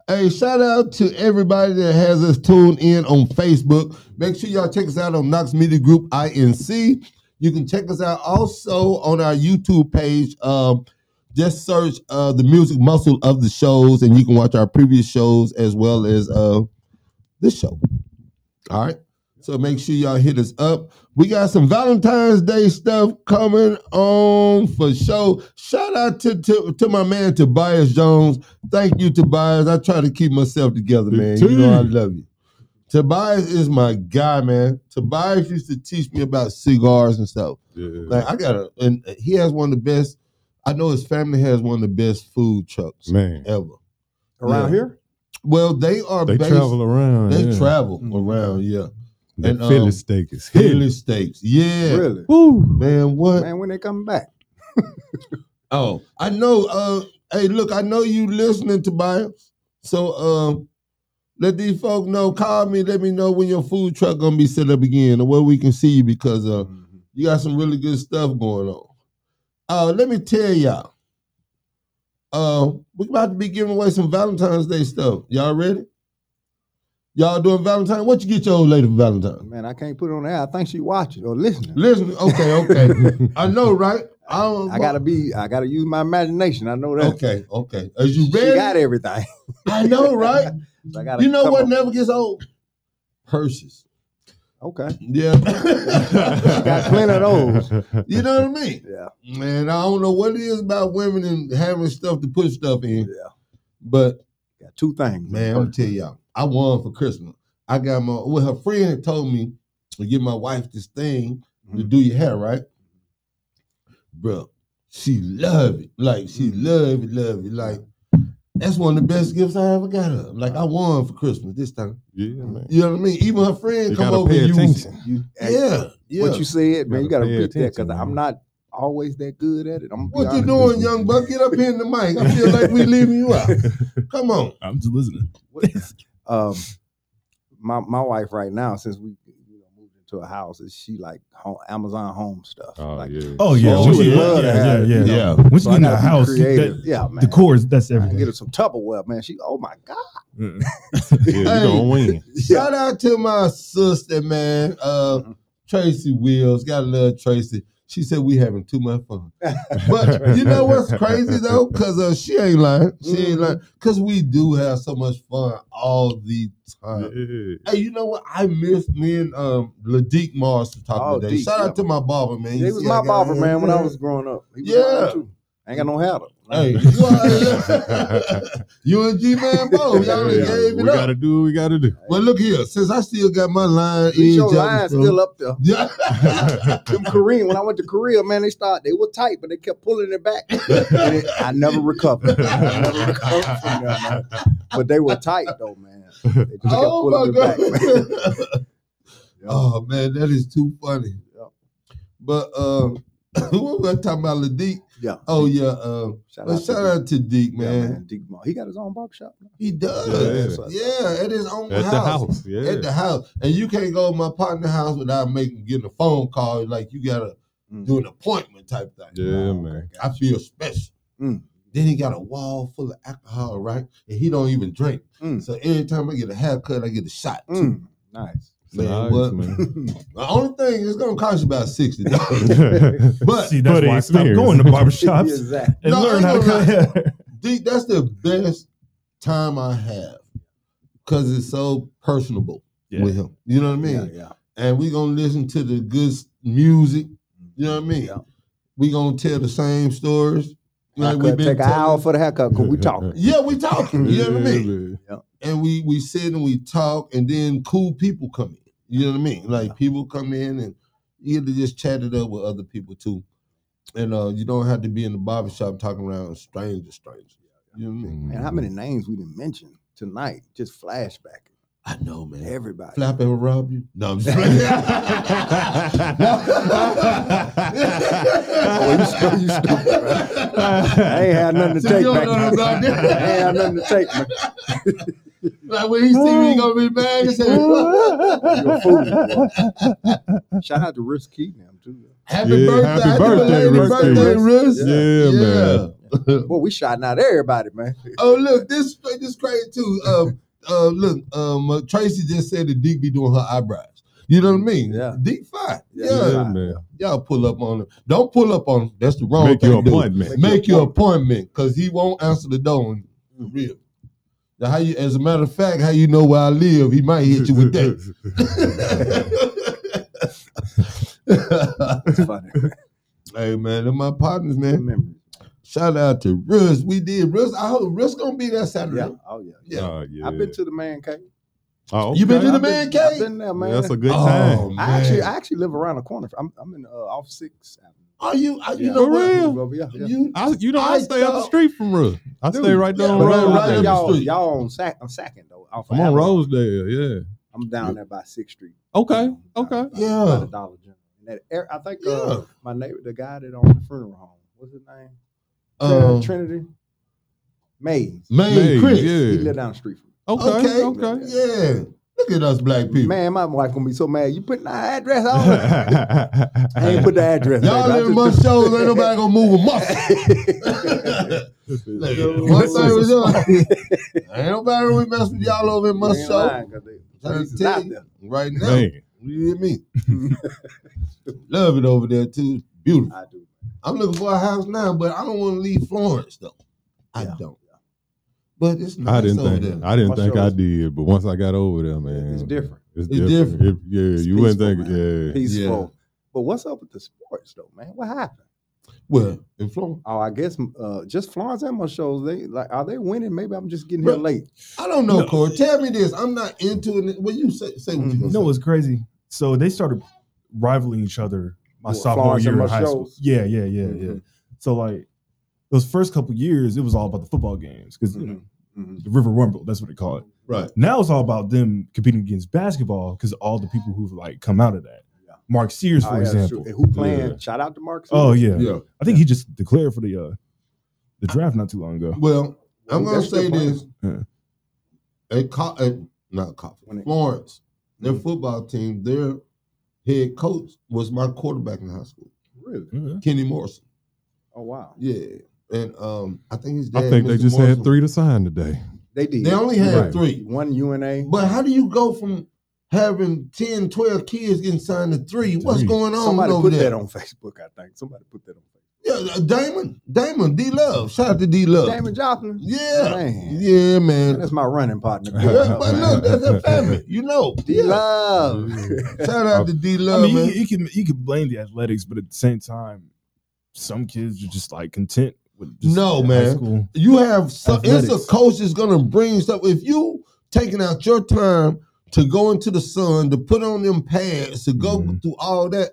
Speaker 1: Hey, shout out to everybody that has us tuned in on Facebook. Make sure y'all check us out on Knox Media Group INC. You can check us out also on our YouTube page. Um, just search uh, the music muscle of the shows, and you can watch our previous shows as well as uh, this show. All right. So make sure y'all hit us up. We got some Valentine's Day stuff coming on for show. Shout out to, to, to my man Tobias Jones. Thank you, Tobias. I try to keep myself together,
Speaker 3: Me
Speaker 1: man.
Speaker 3: too.
Speaker 1: You know I love you. Tobias is my guy, man. Tobias used to teach me about cigars and stuff.
Speaker 3: Yeah.
Speaker 1: Like I got a, and he has one of the best. I know his family has one of the best food trucks
Speaker 3: Man,
Speaker 1: ever.
Speaker 4: Around
Speaker 1: Yeah.
Speaker 4: here?
Speaker 1: Well, they are
Speaker 3: they
Speaker 1: based,
Speaker 3: travel around.
Speaker 1: They
Speaker 3: yeah.
Speaker 1: travel
Speaker 4: Mhm.
Speaker 1: around, yeah.
Speaker 3: That
Speaker 1: and,
Speaker 3: Philly
Speaker 1: um,
Speaker 3: steak is
Speaker 1: Philly
Speaker 3: hitting.
Speaker 1: steaks, yeah.
Speaker 4: Really?
Speaker 3: Woo.
Speaker 1: Man, what?
Speaker 4: Man, when they come back.
Speaker 1: Oh, I know. Uh, hey, look, I know you listening, Tobias. So, um, let these folk know. Call me. Let me know when your food truck gonna be set up again, or where we can see you because uh,
Speaker 4: Mm-hmm.
Speaker 1: you got some really good stuff going on. Uh, let me tell y'all. Uh, we about to be giving away some Valentine's Day stuff. Y'all ready? Y'all doing Valentine? What you get your old lady for Valentine?
Speaker 4: Man, I can't put it on the air. I think she watching or listening.
Speaker 1: Listen, okay, okay. I know, right? I, don't-
Speaker 4: I gotta be. I gotta use my imagination. I know that.
Speaker 1: Okay, okay. Are you
Speaker 4: She
Speaker 1: ready?
Speaker 4: got everything.
Speaker 1: I know, right?
Speaker 4: So I gotta.
Speaker 1: You know
Speaker 4: come
Speaker 1: what
Speaker 4: up-
Speaker 1: never gets old? Purses.
Speaker 4: Okay.
Speaker 1: Yeah.
Speaker 4: Got plenty of those.
Speaker 1: you know what I mean?
Speaker 4: Yeah.
Speaker 1: Man, I don't know what it is about women and having stuff to put stuff in,
Speaker 4: Yeah.
Speaker 1: but
Speaker 4: Got two things.
Speaker 1: man, I'm gonna tell y'all, I won for Christmas. I got my well, her friend had told me to give my wife this thing to
Speaker 4: Mhm.
Speaker 1: do your hair, right? Bro, she love it. Like she
Speaker 4: Mm-hmm.
Speaker 1: love it, love it. Like that's one of the best gifts I ever got her. Like I won for Christmas this time.
Speaker 3: Yeah, man.
Speaker 1: You know what I mean? Even her friend
Speaker 3: You
Speaker 1: come
Speaker 3: gotta
Speaker 1: over
Speaker 3: pay
Speaker 1: and use it.
Speaker 3: attention.
Speaker 4: You,
Speaker 1: Yeah, yeah.
Speaker 4: What you said, man. You gotta
Speaker 3: Gotta pay
Speaker 4: repeat that
Speaker 3: attention,
Speaker 4: because
Speaker 3: man.
Speaker 4: I'm not always that good at it. I'm. gonna be
Speaker 1: What you
Speaker 4: honest
Speaker 1: doing,
Speaker 4: with
Speaker 1: young buck? Get up here in the mic. I feel like we leaving you out. Come on.
Speaker 5: I'm just listening.
Speaker 4: um my my wife right now since we you know moved into a house is she like home, Amazon home stuff.
Speaker 3: Oh
Speaker 4: like,
Speaker 3: yeah.
Speaker 5: Oh yeah,
Speaker 4: Oh,
Speaker 5: once you-
Speaker 4: she
Speaker 5: yeah,
Speaker 4: love to
Speaker 5: yeah,
Speaker 4: have
Speaker 5: yeah,
Speaker 4: it,
Speaker 5: yeah.
Speaker 4: you know.
Speaker 5: Once you
Speaker 4: So I
Speaker 5: get in the
Speaker 4: gotta be
Speaker 5: house,
Speaker 4: creative.
Speaker 5: that,
Speaker 4: yeah, man.
Speaker 5: the core is that's
Speaker 4: I can get her
Speaker 5: everything.
Speaker 4: some Tupperware, man. She oh my god.
Speaker 5: Mm.
Speaker 3: yeah, you gonna win.
Speaker 1: Shout out to my sister, man. Uh, Tracy Wills. Gotta love Tracy. She said we having too much fun. But you know what's crazy though? Cause uh, she ain't lying. She
Speaker 3: Mm-hmm.
Speaker 1: ain't lying. Cause we do have so much fun all the time.
Speaker 3: Yeah.
Speaker 1: Hey, you know what? I miss me and um Ladique Morris were talking
Speaker 4: Oh,
Speaker 1: today.
Speaker 4: Deke,
Speaker 1: Shout out
Speaker 4: yeah.
Speaker 1: to my barber, man. You
Speaker 4: He was
Speaker 1: see, I got-
Speaker 4: my barber, man, when I was growing up. He was
Speaker 1: Yeah.
Speaker 4: mine, too. I ain't got no hair though.
Speaker 1: Hey, you, are- you and G Man both. Y'all done
Speaker 3: Yeah,
Speaker 1: gave
Speaker 3: we
Speaker 1: it up.
Speaker 3: gotta do what we gotta do.
Speaker 1: But look here, since I still got my line
Speaker 4: At least
Speaker 1: in,
Speaker 4: your line's still up there.
Speaker 1: Yeah.
Speaker 4: Them Korean, when I went to Korea, man, they started, they were tight, but they kept pulling it back. And it- I never recovered. I never recovered from them, man. But they were tight though, man. They just kept
Speaker 1: Oh my
Speaker 4: pulling
Speaker 1: god.
Speaker 4: it back.
Speaker 1: oh man, that is too funny.
Speaker 4: Yeah.
Speaker 1: But um, what we talking about, Ladique?
Speaker 4: Yeah.
Speaker 1: Oh yeah. Uh,
Speaker 4: Shout
Speaker 1: but
Speaker 4: to
Speaker 1: shout
Speaker 4: Deke.
Speaker 1: out to Deke,
Speaker 4: Yeah,
Speaker 1: man.
Speaker 4: Deke Ma. He got his own barbershop.
Speaker 1: He does.
Speaker 4: Yeah.
Speaker 1: Yeah, at his own
Speaker 3: At
Speaker 1: house.
Speaker 3: the house. Yeah.
Speaker 1: At the house, and you can't go to my partner house without making getting a phone call. Like you gotta
Speaker 4: Mm.
Speaker 1: do an appointment type thing.
Speaker 3: yeah, man.
Speaker 1: I feel special.
Speaker 4: Mm.
Speaker 1: Then he got a wall full of alcohol, right? And he don't even drink.
Speaker 4: Mm.
Speaker 1: So every time I get a haircut, I get a shot. too.
Speaker 4: Mm, nice.
Speaker 1: Man,
Speaker 3: Nice,
Speaker 1: what?
Speaker 3: man.
Speaker 1: The only thing it's gonna cost you about sixty dollars. but
Speaker 5: See, that's
Speaker 3: But
Speaker 5: why I stopped
Speaker 3: experience.
Speaker 5: going to barbershops
Speaker 4: Exactly.
Speaker 5: and
Speaker 1: No,
Speaker 5: learn how to
Speaker 1: ain't gonna
Speaker 5: cut hair.
Speaker 1: Deke, that's the best time I have because it's so personable
Speaker 5: Yeah.
Speaker 1: with him. You know what I mean?
Speaker 4: Yeah, yeah.
Speaker 1: and we gonna listen to the good s- music. You know what I mean?
Speaker 4: Yeah.
Speaker 1: We gonna tell the same stories.
Speaker 4: I could take an hour for the haircut because we talking.
Speaker 1: yeah, we talking. You know what I mean? Mm-hmm.
Speaker 3: mean?
Speaker 1: And we we sit and we talk, and then cool people come in. You know what I mean? Like people come in, and you get to just chat it up with other people too. And uh, you don't have to be in the barber shop talking around
Speaker 4: Mm-hmm.
Speaker 1: stranger, strangers. You know what I mean?
Speaker 4: Man, how many names we didn't mention tonight? Just flashback.
Speaker 1: I know, man.
Speaker 4: Everybody.
Speaker 1: Flap and rob you? No, I'm just playing. Oh,
Speaker 4: Boy, you stupid, you stupid, bro. I ain't had nothing to
Speaker 1: See,
Speaker 4: take
Speaker 1: you
Speaker 4: back.
Speaker 1: don't know
Speaker 4: I
Speaker 1: about
Speaker 4: ain't
Speaker 1: that.
Speaker 4: had nothing to take back.
Speaker 1: like when he see me, he gonna be mad. He say,
Speaker 4: You a fool, boy. Shout out to Risk Keenan too.
Speaker 1: Happy
Speaker 3: Yeah,
Speaker 1: birthday.
Speaker 3: happy
Speaker 1: Happy birthday,
Speaker 3: birthday,
Speaker 1: happy
Speaker 3: Risk.
Speaker 1: birthday, Risk.
Speaker 3: Yeah, man.
Speaker 4: Boy, we shouting out everybody, man.
Speaker 1: Oh, look, this this crazy too. Um, uh, look, um, uh, Tracy just said that Deke be doing her eyebrows. You know what I mean?
Speaker 4: Yeah.
Speaker 1: Deke fine.
Speaker 4: Yeah,
Speaker 1: Yeah.
Speaker 4: he
Speaker 3: Yeah, man.
Speaker 1: Y'all pull up on him. Don't pull up on him. That's the wrong
Speaker 3: Make
Speaker 1: thing.
Speaker 3: your
Speaker 1: to do.
Speaker 3: appointment.
Speaker 1: Make your appointment because he won't answer the door. And, for real. Now, how you? As a matter of fact, how you know where I live? He might hit you with that.
Speaker 4: That's funny.
Speaker 1: hey man, they're my partners, man.
Speaker 4: Remember.
Speaker 1: Shout out to Russ. We did Russ. I hope Russ gonna be there Saturday.
Speaker 4: Yeah. Oh yeah.
Speaker 1: Yeah.
Speaker 3: Oh, yeah.
Speaker 4: I've been to the man cave.
Speaker 3: Oh,
Speaker 1: You been
Speaker 3: okay.
Speaker 1: to the
Speaker 4: I've been-
Speaker 1: man
Speaker 4: I've
Speaker 1: cave?
Speaker 4: been there,
Speaker 3: Yeah,
Speaker 4: man.
Speaker 3: That's a good
Speaker 1: Oh,
Speaker 3: time.
Speaker 1: man.
Speaker 4: I actually, I actually live around the corner. I'm, I'm in uh, off six.
Speaker 1: Are you? Are, You
Speaker 4: Yeah.
Speaker 1: know
Speaker 3: For
Speaker 1: what?
Speaker 3: real?
Speaker 4: Over here, yeah.
Speaker 1: You
Speaker 3: I, you know, I,
Speaker 1: I
Speaker 3: stay up the
Speaker 1: thought-
Speaker 3: street from Russ. I
Speaker 4: Dude,
Speaker 3: stay right
Speaker 1: yeah,
Speaker 3: down
Speaker 1: right
Speaker 3: Rosedale.
Speaker 1: up the
Speaker 4: y'all,
Speaker 1: street.
Speaker 4: y'all on Sac, on Sacking though. Off of
Speaker 3: I'm on
Speaker 4: Avalon.
Speaker 3: Rosedale, yeah.
Speaker 4: I'm down there by Sixth Street.
Speaker 3: Okay,
Speaker 4: Down by-
Speaker 3: okay.
Speaker 4: by-
Speaker 1: Yeah.
Speaker 4: by the Dollar General. And that air- I think uh,
Speaker 1: Yeah.
Speaker 4: my neighbor, the guy that owned the funeral home, what's his name?
Speaker 1: um,
Speaker 4: Trinity. Trinity? Mays.
Speaker 1: May,
Speaker 3: Mays,
Speaker 1: Chris.
Speaker 4: He
Speaker 3: yeah.
Speaker 4: lived down the street from. me.
Speaker 3: Okay,
Speaker 1: Okay.
Speaker 3: okay.
Speaker 1: Yeah. Look at us black people.
Speaker 4: Man, my wife gonna be so mad. You putting our address on? there?" I ain't put the address.
Speaker 1: Y'all
Speaker 4: baby. I
Speaker 1: live in
Speaker 4: just-
Speaker 1: much shows, ain't nobody gonna move a muscle. Look, one thing was up. Ain't nobody really mess with y'all over in
Speaker 4: You
Speaker 1: much
Speaker 4: ain't
Speaker 1: show.
Speaker 4: lying, 'cause they-
Speaker 1: Trying
Speaker 4: police
Speaker 1: to
Speaker 4: is
Speaker 1: tell
Speaker 4: out
Speaker 1: you
Speaker 4: there.
Speaker 1: right now.
Speaker 3: Man,
Speaker 1: You hear me? Love it over there too. Beautiful.
Speaker 4: I do.
Speaker 1: I'm looking for a house now, but I don't want to leave Florence though. I
Speaker 4: Yeah.
Speaker 1: don't. But it's nice
Speaker 3: I didn't
Speaker 1: over
Speaker 3: think
Speaker 1: there.
Speaker 3: I didn't
Speaker 4: My
Speaker 3: think
Speaker 4: show
Speaker 3: I
Speaker 4: is-
Speaker 3: did, but once I got over there, man,
Speaker 4: It's different.
Speaker 3: It's,
Speaker 1: It's
Speaker 3: different. If- yeah,
Speaker 4: It's
Speaker 3: you wouldn't think.
Speaker 4: peaceful, man.
Speaker 3: Yeah,
Speaker 4: Peaceful.
Speaker 1: Yeah.
Speaker 4: But what's up with the sports though, man? What happened?
Speaker 1: Well, in Florence,
Speaker 4: Oh, I guess uh, just Florence and my shows. They like are they winning? Maybe I'm just getting
Speaker 1: Bro,
Speaker 4: here late.
Speaker 1: I don't know, Corey. Tell me this. I'm not into it. Well, you say say
Speaker 4: Mm-hmm.
Speaker 1: what you gonna
Speaker 5: You know
Speaker 1: say.
Speaker 5: what's crazy? So they started rivaling each other my
Speaker 4: What,
Speaker 5: sophomore
Speaker 4: Florence and
Speaker 5: year in high school.
Speaker 4: Marshall's?
Speaker 5: Yeah, yeah, yeah, yeah.
Speaker 4: Mhm.
Speaker 5: So like those first couple years, it was all about the football games because you know the River Rumble, that's what they call it.
Speaker 1: Right.
Speaker 5: Now it's all about them competing against basketball because all the people who've like come out of that.
Speaker 4: Yeah.
Speaker 5: Mark Sears,
Speaker 4: Oh,
Speaker 5: for
Speaker 4: yeah, that's
Speaker 5: example.
Speaker 4: true. And who playing?
Speaker 3: Yeah.
Speaker 4: Shout out to Mark.
Speaker 5: Oh
Speaker 4: Stevens.
Speaker 5: yeah.
Speaker 1: Yeah.
Speaker 5: I think he just declared for the uh the draft not too long ago.
Speaker 1: Well, I'm
Speaker 4: Well,
Speaker 1: gonna
Speaker 4: that's the
Speaker 1: say
Speaker 4: plan.
Speaker 1: this.
Speaker 5: Yeah.
Speaker 1: At Co- at, not Co-
Speaker 4: When it-
Speaker 1: Florence, their
Speaker 4: Mhm.
Speaker 1: football team, their head coach was my quarterback in high school,
Speaker 4: Really?
Speaker 5: Yeah.
Speaker 1: Kenny Morrison.
Speaker 4: Oh wow.
Speaker 1: Yeah, and um, I think his dad.
Speaker 3: I think they
Speaker 1: Mr.
Speaker 3: just
Speaker 1: Morrison,
Speaker 3: had three to sign today.
Speaker 4: They did.
Speaker 1: They only had
Speaker 3: Right.
Speaker 1: three.
Speaker 4: one UNA.
Speaker 1: But how do you go from having 10, 12 kids getting signed to three? What's
Speaker 3: Three.
Speaker 1: going on
Speaker 4: Somebody
Speaker 1: over
Speaker 4: put
Speaker 1: there?
Speaker 4: that on Facebook. I think somebody put that on Facebook.
Speaker 1: Yeah, uh, Damon, Damon, D Love. Shout out to D Love.
Speaker 4: Damon Joplin.
Speaker 1: Yeah,
Speaker 4: Man.
Speaker 1: yeah, man.
Speaker 4: That's my running partner.
Speaker 1: Yeah, but look, that's a family. You know.
Speaker 4: D Love.
Speaker 1: Shout out to D
Speaker 5: Oh, I
Speaker 1: Love,
Speaker 5: mean,
Speaker 1: man.
Speaker 5: you, you can you can blame the athletics, but at the same time, some kids are just like content with just
Speaker 1: No,
Speaker 5: high
Speaker 1: man.
Speaker 5: school.
Speaker 1: You have some, it's a
Speaker 5: Athletics.
Speaker 1: coach that's gonna bring stuff. If you taking out your time to go into the sun, to put on them pads, to go
Speaker 5: Mhm.
Speaker 1: through all that,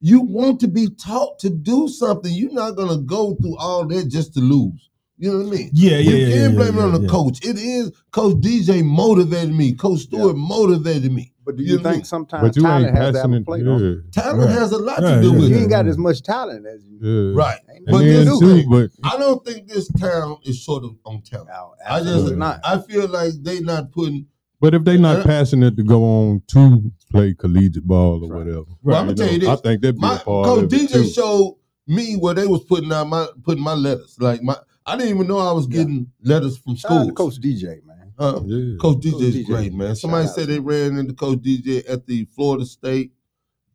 Speaker 1: you want to be taught to do something. You're not gonna go through all that just to lose. You know what I mean?
Speaker 5: Yeah, yeah,
Speaker 1: you
Speaker 5: yeah.
Speaker 1: can't
Speaker 5: yeah,
Speaker 1: blame it
Speaker 5: yeah,
Speaker 1: on the
Speaker 5: yeah.
Speaker 1: coach. It is Coach DJ motivated me. Coach Stewart motivated me.
Speaker 4: But do
Speaker 1: You
Speaker 4: you
Speaker 1: know what I mean?
Speaker 4: think sometimes
Speaker 3: But you
Speaker 4: talent
Speaker 3: ain't
Speaker 4: has to have a
Speaker 3: passionate.
Speaker 4: play? on it?
Speaker 3: Yeah,
Speaker 1: Talent
Speaker 5: Right.
Speaker 1: has a lot
Speaker 5: Right,
Speaker 1: to do
Speaker 5: yeah.
Speaker 1: with
Speaker 4: You
Speaker 1: it.
Speaker 4: ain't got as much talent as you.
Speaker 3: yeah.
Speaker 1: Right.
Speaker 4: Ain't
Speaker 3: And
Speaker 1: But
Speaker 4: nothing
Speaker 1: this
Speaker 3: then
Speaker 4: to do.
Speaker 3: too,
Speaker 1: thing-
Speaker 3: but
Speaker 1: I don't think this town is short of on talent.
Speaker 4: No,
Speaker 1: I just-
Speaker 4: absolutely not.
Speaker 1: I feel like they not putting
Speaker 3: but if they
Speaker 1: Uh,
Speaker 3: not passionate to go on to play collegiate ball or
Speaker 4: Right.
Speaker 3: whatever,
Speaker 1: Well, I'ma tell
Speaker 3: know,
Speaker 1: you this.
Speaker 3: I think that'd be
Speaker 1: my
Speaker 3: a part
Speaker 1: coach
Speaker 3: of it
Speaker 1: DJ
Speaker 3: too.
Speaker 1: showed me where they was putting out my putting my letters. Like my I didn't even know I was
Speaker 4: Yeah.
Speaker 1: getting letters from
Speaker 4: Shout out to
Speaker 1: schools.
Speaker 4: Coach DJ, man.
Speaker 1: Uh,
Speaker 3: yeah.
Speaker 1: coach DJ is
Speaker 4: DJ.
Speaker 1: great, man.
Speaker 4: Shout
Speaker 1: Somebody
Speaker 4: out
Speaker 1: said
Speaker 4: to
Speaker 1: they
Speaker 4: him.
Speaker 1: ran into Coach DJ at the Florida State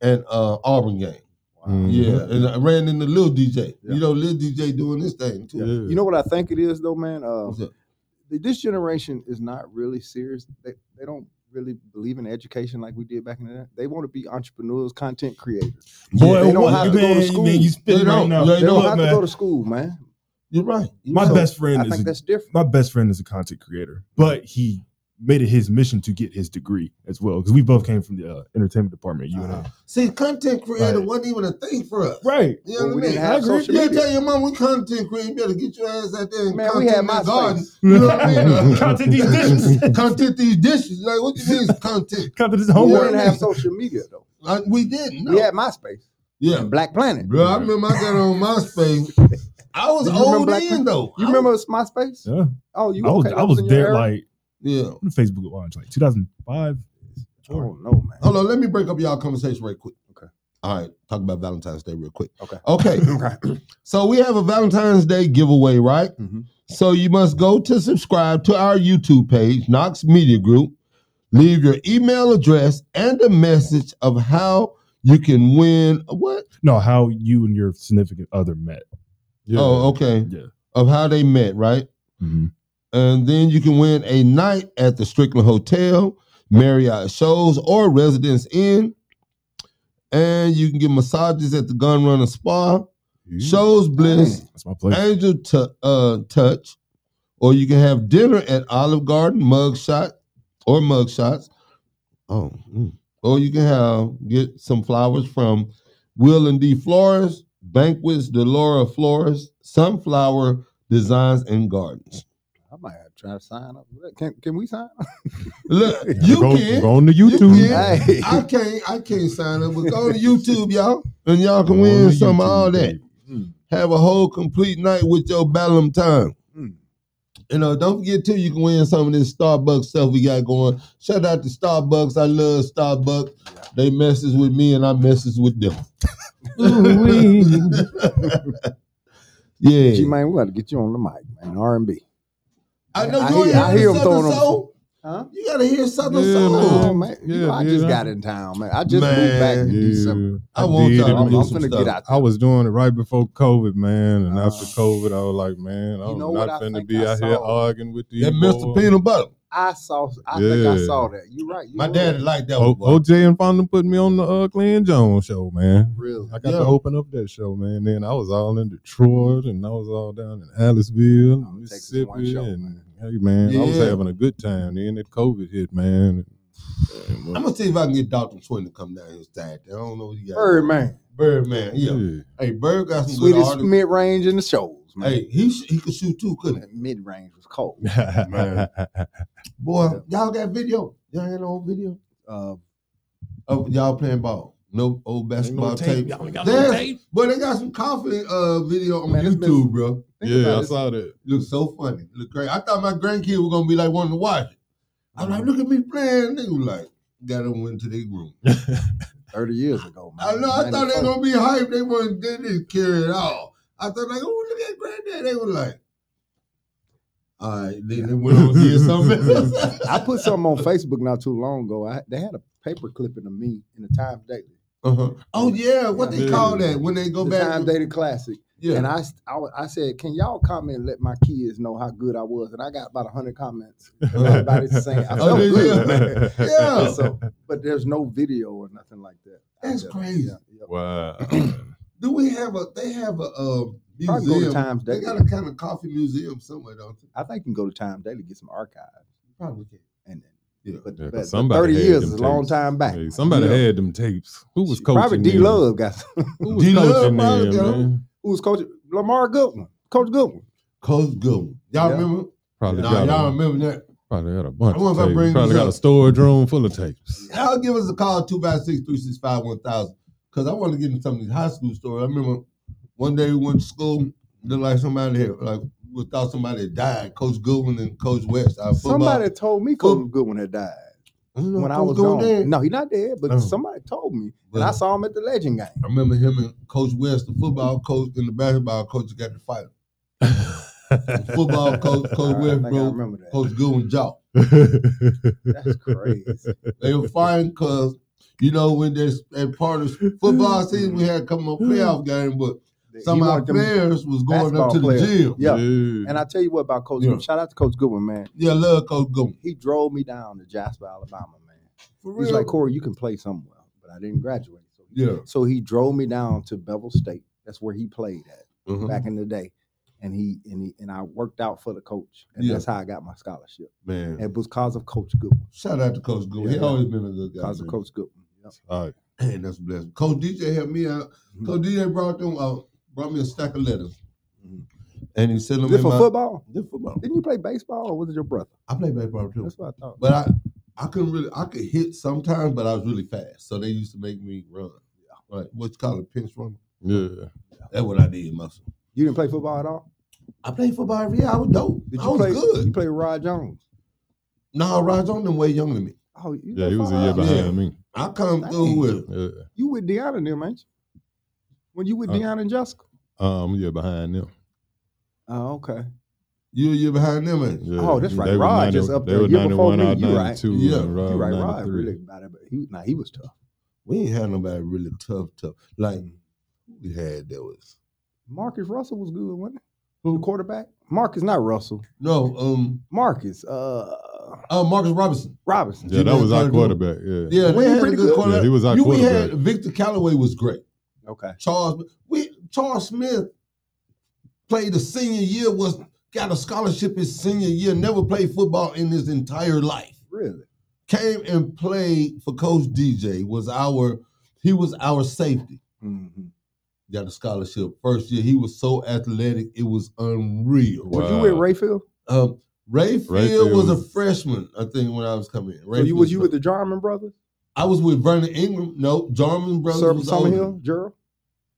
Speaker 1: and uh, Auburn game.
Speaker 4: Wow.
Speaker 3: Mhm.
Speaker 1: Yeah, and I ran into Lil DJ.
Speaker 4: Yeah.
Speaker 1: You know, Lil DJ doing this thing too.
Speaker 3: Yeah.
Speaker 4: You know what I think it is though, man. Uh,
Speaker 1: What's up?
Speaker 4: th- this generation is not really serious. They they don't really believe in education like we did back in the day. They want to be entrepreneurs, content creators.
Speaker 5: Boy,
Speaker 4: They don't
Speaker 5: what-
Speaker 4: have to go to
Speaker 5: man,
Speaker 4: school.
Speaker 5: Man, you spitting
Speaker 1: They
Speaker 5: right
Speaker 1: don't.
Speaker 5: now.
Speaker 1: They
Speaker 4: They, don't
Speaker 5: Look,
Speaker 4: have
Speaker 5: man,
Speaker 4: to go to school, man.
Speaker 1: You're right. You're
Speaker 5: my
Speaker 1: right.
Speaker 5: best friend
Speaker 4: I
Speaker 5: is
Speaker 4: think that's different.
Speaker 5: my best friend is a content creator, but he made it his mission to get his degree as well because we both came from the uh, entertainment department. You and I.
Speaker 1: See, content creator
Speaker 5: Right.
Speaker 1: wasn't even a thing for us.
Speaker 5: Right.
Speaker 1: You know
Speaker 5: Well, we
Speaker 1: what I mean?
Speaker 5: didn't have
Speaker 1: I agree.
Speaker 5: social
Speaker 1: You
Speaker 5: media.
Speaker 1: tell your mom we content creator, you better get your ass out there and
Speaker 4: Man, we
Speaker 1: content
Speaker 4: had
Speaker 1: that
Speaker 4: MySpace.
Speaker 1: garden. You know what I mean?
Speaker 5: Content these dishes.
Speaker 1: content these dishes. Like what you mean is content?
Speaker 5: Content is
Speaker 4: We
Speaker 5: homework.
Speaker 4: didn't have social media though.
Speaker 1: Like, Uh, we didn't.
Speaker 4: We
Speaker 1: No.
Speaker 4: had MySpace,
Speaker 1: Yeah.
Speaker 4: Black Planet.
Speaker 1: Bro, I remember I got on MySpace. I was
Speaker 4: You remember
Speaker 1: old
Speaker 4: Black
Speaker 1: in though. I-
Speaker 4: You remember MySpace?
Speaker 5: Yeah.
Speaker 4: Oh, you
Speaker 5: I was,
Speaker 4: okay?
Speaker 5: I
Speaker 4: That
Speaker 5: was
Speaker 4: in your
Speaker 5: there
Speaker 4: era?
Speaker 5: like
Speaker 1: Yeah.
Speaker 5: when Facebook launched, like 2005.
Speaker 4: I don't know, Oh, man.
Speaker 1: Hold on, let me break up y'all conversation right quick.
Speaker 4: Okay.
Speaker 1: All right, talk about Valentine's Day real quick.
Speaker 4: Okay.
Speaker 1: Okay.
Speaker 4: Okay.
Speaker 1: So we have a Valentine's Day giveaway, right?
Speaker 5: Mm-hmm.
Speaker 4: Mhm.
Speaker 1: So you must go to subscribe to our YouTube page, Knox Media Group. Leave your email address and a message of how you can win what?
Speaker 5: No, how you and your significant other met.
Speaker 3: Yeah.
Speaker 1: Oh, okay.
Speaker 5: Yeah.
Speaker 1: Of how they met, right?
Speaker 5: Mm-hmm.
Speaker 1: And then you can win a night at the Strickland Hotel, Marriott shows, or Residence Inn. And you can get massages at the Gun Runner Spa, shows Bliss,
Speaker 5: That's my place.
Speaker 1: Angel t- uh, Touch, or you can have dinner at Olive Garden, Mugshot, or Mugshots. Oh, mm. or you can have get some flowers from Will and D Flores, Banquets, Delora Flores, Sunflower Designs and Gardens.
Speaker 4: I might have to try to sign up. Can can we sign? up?
Speaker 1: Look,
Speaker 3: Yeah,
Speaker 1: you
Speaker 3: go,
Speaker 1: can.
Speaker 3: Go on to YouTube.
Speaker 1: can.
Speaker 4: Hey,
Speaker 1: I can't. I can't sign up. But go to YouTube, y'all, and y'all
Speaker 3: Go
Speaker 1: can
Speaker 3: on
Speaker 1: win
Speaker 3: to
Speaker 1: some
Speaker 3: YouTube,
Speaker 1: all that.
Speaker 3: baby.
Speaker 1: Have a whole complete night with your Valentine.
Speaker 4: Mm.
Speaker 1: You know, don't forget too, you can win some of this Starbucks stuff we got going. Shout out to Starbucks. I love Starbucks. They messes with me and I messes with them.
Speaker 4: G
Speaker 1: yeah.
Speaker 4: man, we got to get you on the mic, man. R and B.
Speaker 1: I know
Speaker 4: I
Speaker 1: you
Speaker 4: hear- I
Speaker 1: ain't
Speaker 4: hear
Speaker 1: hear
Speaker 4: 'em
Speaker 1: Southern
Speaker 4: throwing 'em.
Speaker 1: Soul.
Speaker 4: Huh?
Speaker 1: You gotta hear Southern
Speaker 3: Yeah,
Speaker 1: Soul.
Speaker 4: Oh
Speaker 3: man.
Speaker 4: man, you
Speaker 3: Yeah,
Speaker 4: know, I just
Speaker 3: yeah.
Speaker 4: got in town, man. I just moved
Speaker 1: Man.
Speaker 4: back in December.
Speaker 3: Yeah.
Speaker 1: I want
Speaker 3: did
Speaker 1: y'all
Speaker 3: it
Speaker 1: to
Speaker 4: I'm,
Speaker 1: do
Speaker 4: I'm
Speaker 1: some
Speaker 4: finna
Speaker 1: stuff.
Speaker 4: get out.
Speaker 3: I was doing it right before COVID, man, and after
Speaker 4: Uh,
Speaker 3: COVID, I was like, man, I'm
Speaker 4: you know what I
Speaker 3: not finna
Speaker 4: think
Speaker 3: be
Speaker 4: I
Speaker 3: out here
Speaker 4: saw?
Speaker 3: arguing with these.
Speaker 1: That Mr.
Speaker 3: boys.
Speaker 1: Peanut Butter.
Speaker 4: I saw. I think I
Speaker 3: Yeah.
Speaker 4: saw that. You're right. You
Speaker 1: My
Speaker 4: were
Speaker 1: daddy
Speaker 4: right.
Speaker 1: liked that
Speaker 3: O-
Speaker 1: one. boy.
Speaker 3: OJ and Fonda put me on the uh, Glenn Jones show, man.
Speaker 4: Really?
Speaker 3: I got
Speaker 1: Yeah.
Speaker 3: to open up that show, man. Then I was all in Detroit, and I was all down in Aliceville,
Speaker 4: Oh, Texas
Speaker 3: Mississippi,
Speaker 4: one show,
Speaker 3: and
Speaker 4: man.
Speaker 3: hey, man, I was
Speaker 1: Yeah.
Speaker 3: having a good time. Then that COVID hit, man.
Speaker 1: I'm gonna see if I can get Dr. Twin to come down here Saturday. I don't know what he got.
Speaker 4: Bird man,
Speaker 1: Birdman, yeah.
Speaker 3: Yeah.
Speaker 1: Hey, Bird got some good
Speaker 4: sweetest
Speaker 1: artists.
Speaker 4: mid range in the shows, man.
Speaker 1: Hey, he sh- he could shoot too, couldn't he?
Speaker 4: Mid range was cold.
Speaker 3: Man.
Speaker 1: Boy, y'all got video. Y'all ain't no video
Speaker 4: Uh,
Speaker 1: of y'all playing ball. No old
Speaker 3: Ain't
Speaker 1: basketball
Speaker 3: no
Speaker 1: tape.
Speaker 3: tape. Y'all ain't got
Speaker 1: There's-
Speaker 3: no tape.
Speaker 1: Boy, they got some coffee uh, video on
Speaker 4: Man, it's
Speaker 1: YouTube,
Speaker 4: been-
Speaker 1: bro.
Speaker 4: think
Speaker 3: yeah,
Speaker 4: about
Speaker 3: I
Speaker 4: it.
Speaker 3: saw that.
Speaker 1: Looks so funny. Look great. I thought my grandkid was gonna be like wanting to watch it. I'm
Speaker 3: Mm-hmm.
Speaker 1: like, look at me playing. They was like, got them went to their room.
Speaker 4: Thirty years ago, man.
Speaker 1: I know. I thought they
Speaker 4: 94.
Speaker 1: were gonna be hyped. They weren't. They didn't care at all. I thought like, oh, look at granddad. They were like, all right. Then they went on and did something. else.
Speaker 4: I put something on Facebook not too long ago. I, they had a paper clipping of me in the Time Daily,
Speaker 1: Uh-huh. Oh yeah, what they
Speaker 3: Yeah.
Speaker 1: call that when they go
Speaker 4: the
Speaker 1: back?
Speaker 4: Time Daily Classic,
Speaker 1: yeah.
Speaker 4: and I, st- I wa- I said, "Can y'all comment? and Let my kids know how good I was." And I got about hundred comments. Everybody's saying,
Speaker 1: Oh,
Speaker 4: "I felt
Speaker 1: did you?
Speaker 4: good, man."
Speaker 1: Yeah.
Speaker 4: So, but there's no video or nothing like that. I
Speaker 1: That's
Speaker 4: just-
Speaker 1: crazy.
Speaker 4: yeah, yeah.
Speaker 3: Wow.
Speaker 1: Do we have a? They have a uh,
Speaker 4: Probably go to
Speaker 1: museum.
Speaker 4: Times
Speaker 1: they
Speaker 4: Daily.
Speaker 1: got a kind of coffee museum somewhere, don't they?
Speaker 4: I think you can go to Time Daily get some archives
Speaker 1: Probably can.
Speaker 4: and then.
Speaker 1: Yeah.
Speaker 4: But,
Speaker 3: Yeah, 'cause
Speaker 4: but- but
Speaker 3: somebody
Speaker 4: thirty
Speaker 3: had
Speaker 4: years
Speaker 3: them
Speaker 4: is a long
Speaker 3: tapes.
Speaker 4: time back.
Speaker 3: Hey, somebody
Speaker 4: Yeah.
Speaker 3: had them tapes. Who was coaching?
Speaker 4: Probably D
Speaker 3: then?
Speaker 4: Love got some.
Speaker 3: Who was
Speaker 1: D-Love
Speaker 3: coaching
Speaker 1: probably
Speaker 3: then,
Speaker 1: got 'em.
Speaker 3: man?
Speaker 4: Who was coach? Lamar Goodwin. Coach Goodwin.
Speaker 1: Coach Goodwin. Y'all
Speaker 4: Yeah.
Speaker 1: remember?
Speaker 3: Probably
Speaker 1: Nah,
Speaker 3: got
Speaker 1: y'all
Speaker 3: a,
Speaker 1: remember that?
Speaker 3: probably got a bunch.
Speaker 1: I wonder
Speaker 3: Of
Speaker 1: if I
Speaker 3: tapes.
Speaker 1: bring
Speaker 3: Probably
Speaker 1: this
Speaker 3: got a
Speaker 1: up.
Speaker 3: storage room full of tapes.
Speaker 1: Y'all give us a call 256-365-1000 because I want to get into some of these high school stories. I remember one day we went to school. Looked like somebody had like we thought somebody had died. Coach Goodwin and Coach West. Our football.
Speaker 4: Somebody told me Coach
Speaker 1: Football.
Speaker 4: Goodwin had died
Speaker 1: I don't know if
Speaker 4: when I
Speaker 1: Coach
Speaker 4: was
Speaker 1: Goodwin
Speaker 4: gone.
Speaker 1: dead.
Speaker 4: No, he not dead, but
Speaker 1: Oh.
Speaker 4: somebody told me,
Speaker 1: Well-
Speaker 4: and I saw him at the Legend game.
Speaker 1: I remember him and Coach West, the football coach and the basketball coach, got to fight. The football coach, Coach
Speaker 4: I
Speaker 1: West,
Speaker 4: think I
Speaker 1: bro,
Speaker 4: remember that.
Speaker 1: Coach Goodwin Jaw.
Speaker 4: That's crazy.
Speaker 1: They were fighting because, you know, when there's at part of football season, we had come on playoff game, but
Speaker 4: He
Speaker 1: some of our
Speaker 4: wanted them-
Speaker 1: players was going up
Speaker 4: basketball
Speaker 1: to the
Speaker 4: players.
Speaker 1: gym.
Speaker 4: Yeah.
Speaker 3: Dude.
Speaker 4: And I tell you what about Coach.
Speaker 1: Yeah.
Speaker 4: Goodwin. Shout out to Coach Goodwin, man.
Speaker 1: Yeah, I love Coach Goodwin.
Speaker 4: He drove me down to Jasper, Alabama, man.
Speaker 1: For
Speaker 4: He's like, Corey, you can play somewhere, but I didn't graduate. So,
Speaker 1: yeah.
Speaker 4: so he drove me down to Bevel State. That's where he played at
Speaker 1: Mhm.
Speaker 4: back in the day. and he and he and I worked out for the coach, and
Speaker 1: Yeah.
Speaker 4: that's how I got my scholarship.
Speaker 1: Man.
Speaker 4: And it was cause of Coach Goodwin.
Speaker 1: Shout out to Coach Goodwin. He always been a good guy,
Speaker 4: Cause
Speaker 1: man.
Speaker 4: of Coach Goodwin.
Speaker 1: All right. Hey, that's blessed. Coach DJ helped me out.
Speaker 4: Mm-hmm.
Speaker 1: Coach DJ brought them uh, brought me a stack of letters. And he sent them
Speaker 4: This
Speaker 1: in
Speaker 4: for
Speaker 1: my,
Speaker 4: football?
Speaker 1: This football.
Speaker 4: Didn't you play baseball or was it your brother?
Speaker 1: I played baseball too.
Speaker 4: That's what I thought.
Speaker 1: But I I couldn't really I could hit sometimes, but I was really fast. So they used to make me run. Right. What's called a pinch runner.
Speaker 3: Yeah.
Speaker 1: That's what I did, muscle.
Speaker 4: You didn't play football at all?
Speaker 1: I played football every year. I was dope.
Speaker 4: Did
Speaker 1: I
Speaker 4: you
Speaker 1: was
Speaker 4: play,
Speaker 1: good.
Speaker 4: You played Rod Jones.
Speaker 1: No, Rod Jones them way younger than me.
Speaker 4: Oh, you
Speaker 3: Yeah, he was a year
Speaker 1: Yeah.
Speaker 3: behind me.
Speaker 1: I come through
Speaker 4: Dang.
Speaker 1: with
Speaker 3: Yeah.
Speaker 4: You with Deanna and them, ain't you? When you with
Speaker 3: Uh,
Speaker 4: Deanna and Jessica?
Speaker 3: Um, yeah, behind them.
Speaker 4: Oh, okay.
Speaker 1: you a year behind them, man.
Speaker 3: Yeah.
Speaker 4: Oh, that's right.
Speaker 3: They were
Speaker 4: Rod just up
Speaker 3: they
Speaker 4: there
Speaker 3: were
Speaker 4: a year before
Speaker 3: 91
Speaker 4: me.
Speaker 3: out
Speaker 4: You right.
Speaker 3: 92.
Speaker 1: Yeah.
Speaker 3: and
Speaker 4: You
Speaker 3: Rod
Speaker 4: right, Rod
Speaker 3: 93.
Speaker 4: really about it, but he nah, he was tough.
Speaker 1: We ain't had nobody really tough, tough. Like who we had that was
Speaker 4: Marcus Russell was good, wasn't he? Who quarterback? Marcus, not Russell.
Speaker 1: no, um,
Speaker 4: Marcus, uh
Speaker 1: uh, Marcus Robinson.
Speaker 4: Robinson.
Speaker 3: Yeah, that
Speaker 1: Junior
Speaker 3: was our
Speaker 1: Carter.
Speaker 3: quarterback. Yeah.
Speaker 1: Yeah,
Speaker 4: Well,
Speaker 1: we
Speaker 4: he
Speaker 1: had a
Speaker 4: pretty
Speaker 1: good,
Speaker 4: good.
Speaker 1: quarterback.
Speaker 3: Yeah, he was our
Speaker 1: you, We
Speaker 3: quarterback.
Speaker 1: had Victor Callaway was great.
Speaker 4: Okay.
Speaker 1: Charles, we Charles Smith played the senior year was got a scholarship his senior year. Never played football in his entire life.
Speaker 4: Really?
Speaker 1: Came and played for Coach DJ. Was our he was our safety.
Speaker 4: Mhm.
Speaker 1: Got a scholarship first year. He was so athletic, it was unreal.
Speaker 4: Was you with Rayfield?
Speaker 1: Um, Rayfield,
Speaker 3: Rayfield
Speaker 1: was a
Speaker 3: was-
Speaker 1: freshman, I think, when I was coming in.
Speaker 4: So you
Speaker 1: Rayfield
Speaker 4: was you with
Speaker 1: fre-
Speaker 4: the Jarman brothers?
Speaker 1: I was with Vernon Ingram. No, Jarman brothers
Speaker 4: Sir
Speaker 1: was older.
Speaker 4: Summerhill, Gerald?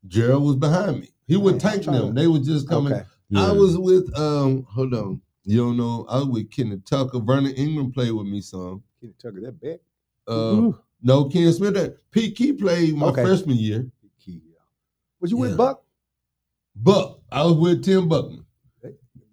Speaker 1: Gerald was behind me. He would
Speaker 4: Man, I'm
Speaker 1: tank
Speaker 4: trying
Speaker 1: them.
Speaker 4: to-
Speaker 1: They were just coming.
Speaker 4: Okay.
Speaker 3: Yeah.
Speaker 1: I was with um. Hold on. You don't know. I was with Kenneth Tucker. Vernon Ingram played with me some.
Speaker 4: Kenny Tucker, that back.
Speaker 1: Uh,
Speaker 4: Ooh.
Speaker 1: no, Ken Smith. that- Pete Key played my
Speaker 4: Okay.
Speaker 1: freshman year.
Speaker 4: Key, yeah. Was you
Speaker 1: Yeah.
Speaker 4: with Buck?
Speaker 1: Buck. I was with Tim Buckman.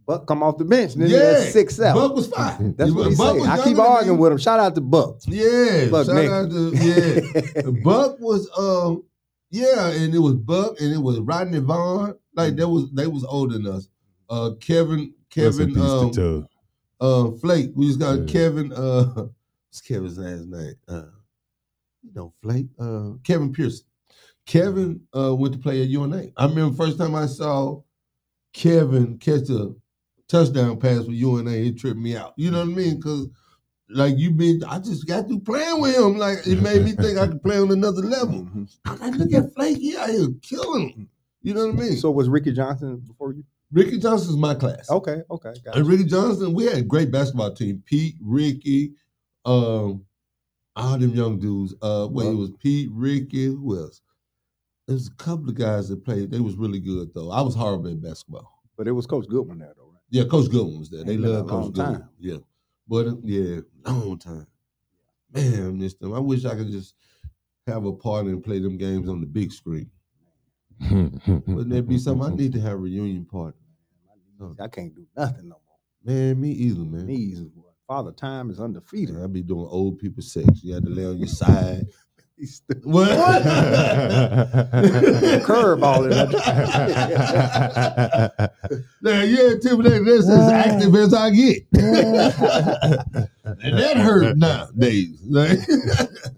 Speaker 4: Buck come off the bench. And then yeah. six out.
Speaker 1: Buck was fine.
Speaker 4: That's what he
Speaker 1: Buck
Speaker 4: said.
Speaker 1: was
Speaker 4: I keep
Speaker 1: younger than
Speaker 4: arguing
Speaker 1: me.
Speaker 4: with him. Shout out to Buck.
Speaker 1: Yeah.
Speaker 4: Buck
Speaker 1: shout
Speaker 4: Nick.
Speaker 1: out to yeah. Buck was um yeah, and it was Buck and it was Rodney Vaughn. Like that was they was older than us. Uh Kevin
Speaker 3: Mm-hmm. Rest
Speaker 1: Kevin
Speaker 3: in peace
Speaker 1: um,
Speaker 3: to Tug.
Speaker 1: uh Flake. We just got
Speaker 3: Yeah.
Speaker 1: Kevin uh what's Kevin's last name? Uh you know Flake. Uh Kevin Pearson. Kevin
Speaker 3: Mm-hmm.
Speaker 1: uh went to play at UNA. I remember first time I saw Kevin catch a touchdown pass for UNA, it tripped me out. You know what I mean? Cause like you been I just got through playing with him. Like it made me think I could play on another level.
Speaker 4: Mhm.
Speaker 1: I like, look at Flake, he out here killing him. You know what I mean? So
Speaker 4: So was Ricky Johnson before you?
Speaker 1: Ricky Johnson's my class.
Speaker 4: Okay, okay, got
Speaker 1: And
Speaker 4: it.
Speaker 1: Ricky Johnson, we had a great basketball team. Pete, Ricky, um, all them young dudes. Uh wait, it was Pete, Ricky, who else? There's a couple of guys that played. They was really good though. I was horrible at basketball.
Speaker 4: But it was Coach Goodwin there though, right?
Speaker 1: Yeah, Coach Goodwin was there. They
Speaker 4: Ain't been
Speaker 1: love
Speaker 4: a
Speaker 1: Coach
Speaker 4: long
Speaker 1: Goodwin.
Speaker 4: time.
Speaker 1: Yeah, but uh, yeah, long time. Man, I miss them. I wish I could just have a party and play them games on the big screen. Wouldn't that be something? I need to have a reunion party.
Speaker 4: I can't do nothing no more.
Speaker 1: Man, me either, man.
Speaker 4: Knees, boy. Father Time is undefeated.
Speaker 1: I be doing old people sex. You had to lay on your side.
Speaker 4: He's still
Speaker 1: What?
Speaker 4: curveball in
Speaker 1: Now, you're intimidated. That's as active as I get. and that hurt nowadays.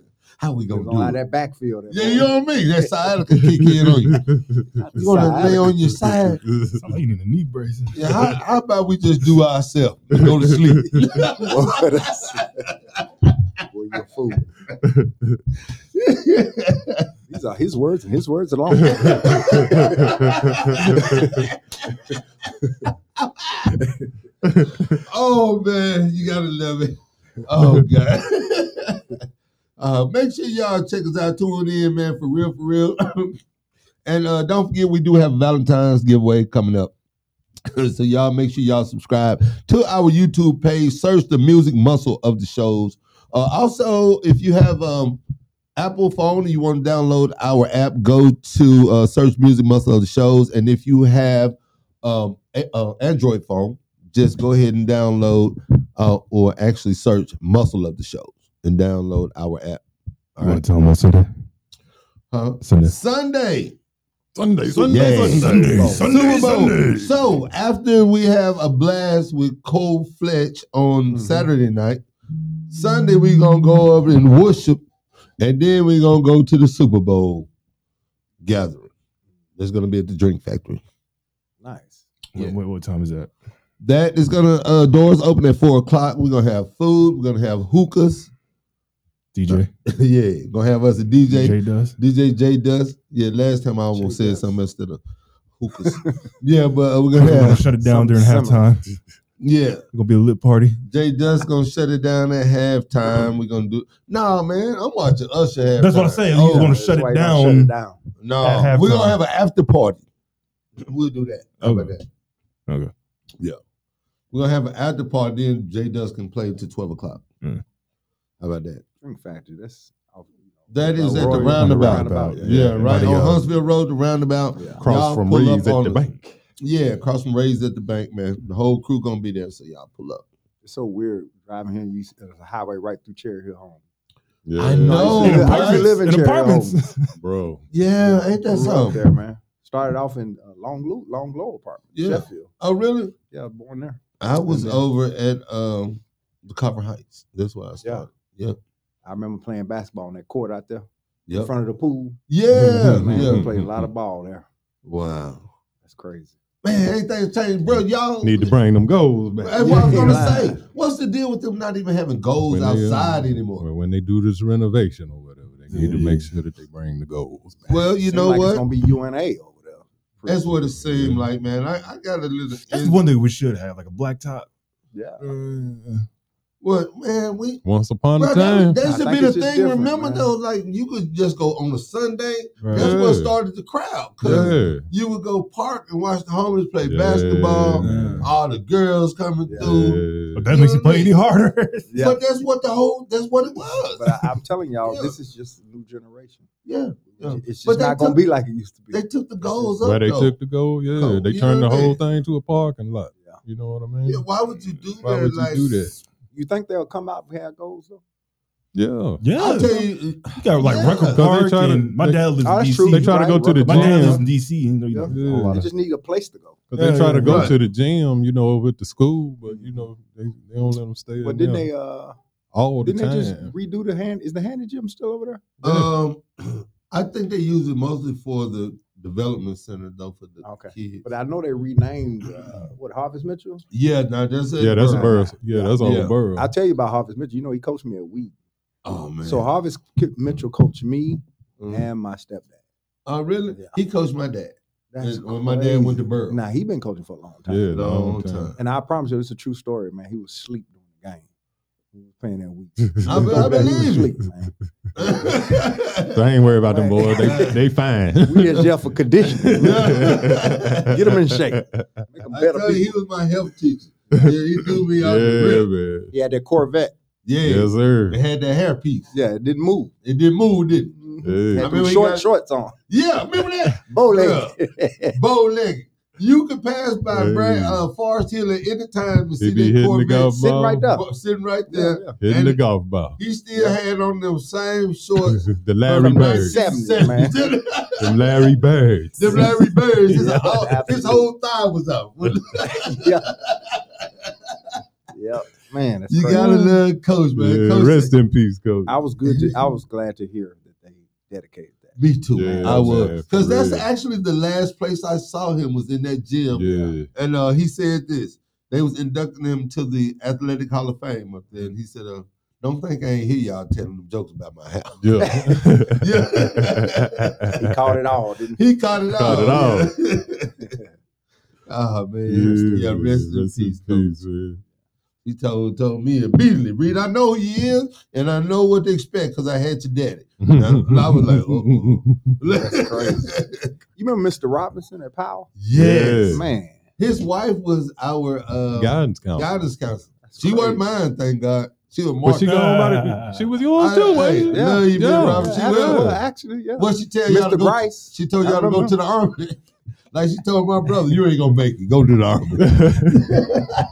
Speaker 1: How we gonna
Speaker 4: Gonna
Speaker 1: do
Speaker 4: lie
Speaker 1: it?
Speaker 4: that backfield. that
Speaker 1: Yeah,
Speaker 4: boy.
Speaker 1: you know what I mean? That side can kick in on you. You want to lay on your side.
Speaker 5: Sound like you need a knee brace.
Speaker 1: Yeah, how, how about we just do ourselves and go to sleep?
Speaker 4: Boy, that's- boy, you a fool. These are his words and his words alone.
Speaker 1: oh, man. You got to love it. Oh, God. Uh, make sure y'all check us out. Tune in, man, for real, for real. and uh, don't forget, we do have a Valentine's giveaway coming up. so y'all make sure y'all subscribe to our YouTube page. Search the music muscle of the shows. Uh, also, if you have um, Apple phone and you want to download our app, go to uh, search music muscle of the shows. And if you have um, a, uh, Android phone, just go ahead and download uh, or actually search muscle of the shows and download our app. All right.
Speaker 5: tell him on Sunday?
Speaker 1: Huh?
Speaker 5: Sunday.
Speaker 1: Sunday.
Speaker 3: Sunday,
Speaker 1: Yes.
Speaker 5: Sunday,
Speaker 1: Super Bowl. So after we have a blast with Cole Fletch on
Speaker 5: Mm-hmm.
Speaker 4: Mhm.
Speaker 1: Saturday night, Sunday we gonna go over and worship, and then we gonna go to the Super Bowl gathering. That's gonna be at the Drink Factory.
Speaker 4: nice.
Speaker 5: What, what, what time is that?
Speaker 1: That is gonna uh, doors open at four o'clock. We're gonna have food. We're gonna have hookahs. Uh,
Speaker 5: DJ.
Speaker 1: yeah, gonna have us a DJ.
Speaker 5: DJ does.
Speaker 1: DJ J does. Yeah, last time I almost said something instead of hookahs. yeah, but uh, we're gonna
Speaker 5: We're
Speaker 1: have
Speaker 5: gonna shut it down during halftime. It's
Speaker 1: Yeah,
Speaker 5: gonna be a lit party.
Speaker 1: J Dust gonna shut it down at halftime. We're gonna do nah, man. I'm watching Usher. Halftime.
Speaker 5: That's what I'm saying. He's gonna shut it
Speaker 4: Shut it
Speaker 5: down.
Speaker 4: down.
Speaker 1: No,
Speaker 5: At
Speaker 1: we're gonna
Speaker 5: halftime.
Speaker 1: have an after party. We'll do that. How about
Speaker 5: Okay.
Speaker 1: that?
Speaker 5: Okay.
Speaker 1: We're gonna have an after party. Then J Dust can play till twelve o'clock.
Speaker 5: Mm.
Speaker 1: How about that?
Speaker 4: Drink factory. That's off-
Speaker 1: That is
Speaker 4: Uh,
Speaker 1: at the
Speaker 4: Roy-
Speaker 1: roundabout.
Speaker 4: roundabout,
Speaker 1: Yeah,
Speaker 3: Yeah,
Speaker 1: right
Speaker 3: everybody
Speaker 1: on
Speaker 3: else.
Speaker 1: Huntsville Road, the roundabout.
Speaker 4: Yeah.
Speaker 3: Cross
Speaker 1: Y'all
Speaker 3: from
Speaker 1: pull up
Speaker 3: Reeves at
Speaker 1: on
Speaker 3: the
Speaker 1: it.
Speaker 3: bank.
Speaker 1: Yeah, across from Ray's at the bank, man. The whole crew gonna be there, so y'all pull up.
Speaker 4: It's so weird driving here. You uh, see the highway right through Cherry Hill home.
Speaker 3: Yeah,
Speaker 1: I know.
Speaker 5: In
Speaker 1: Oh,
Speaker 5: apartments.
Speaker 4: live in
Speaker 5: In
Speaker 4: Cherry
Speaker 5: apartments.
Speaker 3: bro.
Speaker 1: Yeah, ain't that
Speaker 4: Grew up
Speaker 1: something?
Speaker 4: there, man. Started off in uh, Long Lo- Long Glow apartment,
Speaker 1: Yeah.
Speaker 4: Sheffield.
Speaker 1: Oh, really?
Speaker 4: Yeah, born there.
Speaker 1: I was
Speaker 4: Yeah.
Speaker 1: over at um the Copper Heights. That's where I started.
Speaker 4: I remember playing basketball on that court out there
Speaker 1: Yeah,
Speaker 4: in front of the pool.
Speaker 1: yeah,
Speaker 4: Man,
Speaker 1: yeah.
Speaker 4: we played a lot of ball there.
Speaker 1: Wow,
Speaker 4: That's crazy.
Speaker 1: man, everything's changed, bro. Y'all
Speaker 3: Need to bring them goals back.
Speaker 1: That's what I was
Speaker 4: Yeah.
Speaker 1: gonna say. What's the deal with them not even having goals
Speaker 3: When they, uh,
Speaker 1: outside anymore?
Speaker 3: Well, when they do this renovation or whatever, they need to
Speaker 1: Yeah.
Speaker 3: make sure that they bring the goals back.
Speaker 1: Well, you
Speaker 4: Seem
Speaker 1: know
Speaker 4: like
Speaker 1: what?
Speaker 4: It's gonna be UNA over there.
Speaker 1: That's what it seemed like, man. I, I got a little.
Speaker 5: That's one thing we should have, like a black top.
Speaker 4: Yeah.
Speaker 1: What man? We
Speaker 3: Once upon
Speaker 1: Bro,
Speaker 3: a
Speaker 1: that,
Speaker 3: time,
Speaker 1: that should
Speaker 4: I think
Speaker 1: be the
Speaker 4: it's just
Speaker 1: thing.
Speaker 4: different,
Speaker 1: Remember
Speaker 4: man.
Speaker 1: though, like you could just go on a Sunday.
Speaker 5: Right.
Speaker 1: That's
Speaker 3: Yeah.
Speaker 1: what started the crowd. Cause
Speaker 3: yeah,
Speaker 1: you would go park and watch the homies play
Speaker 3: Yeah,
Speaker 1: basketball.
Speaker 3: man.
Speaker 1: All the girls coming
Speaker 4: Yeah.
Speaker 1: through.
Speaker 5: But
Speaker 3: Yeah.
Speaker 5: that makes it play any harder.
Speaker 4: Yeah.
Speaker 1: But that's what the whole. That's what it was.
Speaker 4: But I, I'm telling y'all,
Speaker 1: Yeah.
Speaker 4: this is just a new generation.
Speaker 1: yeah, Yeah.
Speaker 4: It's
Speaker 1: But
Speaker 4: just
Speaker 1: they
Speaker 4: not gonna
Speaker 1: took-
Speaker 4: be like it used to be.
Speaker 1: they took the goals up.
Speaker 3: Where they
Speaker 1: though.
Speaker 3: took the goal, yeah,
Speaker 1: Goal,
Speaker 3: they
Speaker 1: you
Speaker 3: turned
Speaker 1: know
Speaker 3: the
Speaker 1: what I
Speaker 3: whole
Speaker 1: mean?
Speaker 3: thing to a parking lot.
Speaker 4: Yeah.
Speaker 3: You know what I mean?
Speaker 1: Yeah, why would you do
Speaker 3: Why
Speaker 1: that?
Speaker 3: would you
Speaker 1: like,
Speaker 3: do that?
Speaker 4: you think they'll come out and have goals though?
Speaker 3: Yeah,
Speaker 5: Yeah,
Speaker 1: I'll tell you,
Speaker 5: You got like
Speaker 1: Yeah.
Speaker 5: record
Speaker 1: They
Speaker 5: park,
Speaker 3: try to-
Speaker 5: and my
Speaker 3: they-
Speaker 5: dad lives in
Speaker 4: Oh, that's
Speaker 5: DC.
Speaker 4: true.
Speaker 3: they try to go to the
Speaker 4: Right,
Speaker 5: my dad lives
Speaker 3: gym
Speaker 5: in DC. You know, you know,
Speaker 4: Yeah.
Speaker 5: a lot
Speaker 4: They
Speaker 5: of-
Speaker 4: just need a place to go.
Speaker 3: 'cause they
Speaker 5: Yeah,
Speaker 3: try to
Speaker 5: yeah,
Speaker 3: go
Speaker 1: right.
Speaker 3: to the gym. You know, over at the school, but you know they, they don't let them stay.
Speaker 4: But
Speaker 3: in
Speaker 4: didn't
Speaker 3: there
Speaker 4: they uh
Speaker 3: all the
Speaker 4: didn't they
Speaker 3: time?
Speaker 4: just redo the hand is the handy gym still over there?
Speaker 1: um, I think they use it mostly for the development center though for the
Speaker 4: Okay.
Speaker 1: kids.
Speaker 4: But I know they renamed uh, what Harvest Mitchell.
Speaker 1: Yeah, no, Uh, that's it.
Speaker 3: yeah, that's a
Speaker 1: bro.
Speaker 3: borough. Yeah, that's all
Speaker 1: Yeah.
Speaker 3: a borough.
Speaker 4: I'll tell you about Harvest Mitchell. You know he coached me at Weed.
Speaker 1: Oh man.
Speaker 4: So Harvest Ki- Mitchell coached me
Speaker 1: Mhm.
Speaker 4: and my stepdad.
Speaker 1: Oh, really?
Speaker 4: Yeah.
Speaker 1: He coached my dad.
Speaker 4: That's
Speaker 1: when my dad went to
Speaker 4: crazy.
Speaker 1: Burrow.
Speaker 4: Nah, he been coaching for a long time.
Speaker 3: yeah,
Speaker 1: Long time.
Speaker 4: And I promise you, it's a true story, man. He was asleep during the game. He was playing that week.
Speaker 1: I, be- I
Speaker 4: He was
Speaker 1: believe
Speaker 4: asleep,
Speaker 1: you.
Speaker 4: man.
Speaker 3: So I ain't worried about them boys.
Speaker 4: Right.
Speaker 3: They they fine.
Speaker 4: We just there for conditioning.
Speaker 1: Yeah.
Speaker 4: Get them in shape. Make them
Speaker 1: I
Speaker 4: better
Speaker 1: tell you, he
Speaker 4: people.
Speaker 1: was my health teacher. Yeah, he threw me
Speaker 3: Yeah,
Speaker 1: out the rip.
Speaker 3: man.
Speaker 4: He had that Corvette.
Speaker 1: Yeah,
Speaker 3: Yes, sir.
Speaker 1: it had that hair piece.
Speaker 4: Yeah, it didn't move. Mm-hmm.
Speaker 1: It didn't move, did it?
Speaker 3: Yeah.
Speaker 1: I
Speaker 4: Had
Speaker 1: mean,
Speaker 4: them
Speaker 1: we
Speaker 4: short
Speaker 1: got-
Speaker 4: shorts on.
Speaker 1: Yeah, remember that?
Speaker 4: Bow
Speaker 1: Yeah.
Speaker 4: legs.
Speaker 1: Bow legged. You could pass by
Speaker 3: Hey.
Speaker 1: Brad, uh, Forest Hill at any time and
Speaker 3: He
Speaker 1: see
Speaker 3: be
Speaker 1: that
Speaker 3: hitting the
Speaker 1: Corvette
Speaker 3: golf
Speaker 4: Sitting
Speaker 3: ball.
Speaker 4: right there.
Speaker 1: bo- sitting right
Speaker 4: Yeah,
Speaker 1: there.
Speaker 4: yeah.
Speaker 3: Hitting
Speaker 1: And
Speaker 3: the golf ball.
Speaker 1: He still had on them same shorts.
Speaker 3: the Larry
Speaker 1: from
Speaker 3: Bird.
Speaker 4: 70s,
Speaker 1: 1970s.
Speaker 4: man.
Speaker 3: The Larry Birds.
Speaker 1: Them Larry Birds, his,
Speaker 4: Yeah,
Speaker 1: all- his
Speaker 4: absolutely.
Speaker 1: whole thigh was out.
Speaker 4: Yep. Man, that's
Speaker 1: you
Speaker 4: crazy.
Speaker 1: gotta love Coach, man.
Speaker 3: Yeah,
Speaker 1: Coach,
Speaker 3: rest in peace, coach.
Speaker 4: I was good to I was glad to hear that they dedicated that.
Speaker 1: me too,
Speaker 3: Yeah,
Speaker 1: man. I
Speaker 3: man,
Speaker 1: was
Speaker 3: for
Speaker 1: because that's
Speaker 3: real.
Speaker 1: actually the last place I saw him was in that gym,
Speaker 3: yeah.
Speaker 1: and uh, he said this. They was inducting him to the Athletic Hall of Fame up there, and he said, uh, "Don't think I ain't hear y'all telling them jokes about my house."
Speaker 3: Yeah.
Speaker 1: Yeah.
Speaker 4: He caught it all, didn't
Speaker 1: He caught it
Speaker 3: Caught it
Speaker 1: all.
Speaker 3: all. Uh-huh.
Speaker 1: oh man, yeah,
Speaker 3: Yeah,
Speaker 1: rest in
Speaker 3: rest
Speaker 1: peace, Coach.
Speaker 3: peace, man.
Speaker 1: He told told me immediately, Reed, I know who he is, and I know what to expect because I had your daddy. And I was like, oh. uh-oh.
Speaker 4: That's crazy. You remember Mr. Robinson at Powell?
Speaker 1: yes.
Speaker 3: Yeah.
Speaker 4: Man.
Speaker 1: His wife was our uh,
Speaker 3: Guidance counselor.
Speaker 1: guidance counselor.
Speaker 4: that's
Speaker 1: She
Speaker 4: crazy.
Speaker 1: wasn't mine, thank God. She was
Speaker 3: But
Speaker 1: Mark.
Speaker 3: she gone about it. She was yours
Speaker 1: I-
Speaker 3: too,
Speaker 1: I-
Speaker 3: wasn't
Speaker 1: yeah.
Speaker 3: she?
Speaker 1: No, you been
Speaker 3: Yeah.
Speaker 1: around. She
Speaker 4: Yeah,
Speaker 1: was.
Speaker 4: well, actually, yeah.
Speaker 1: What she tell y'all to
Speaker 4: Mr.
Speaker 1: go?
Speaker 4: Bryce.
Speaker 1: She told y'all
Speaker 4: I
Speaker 1: to go to
Speaker 4: remember.
Speaker 1: the army. like she told my brother, you ain't gonna make it. Go to the army.
Speaker 3: yeah.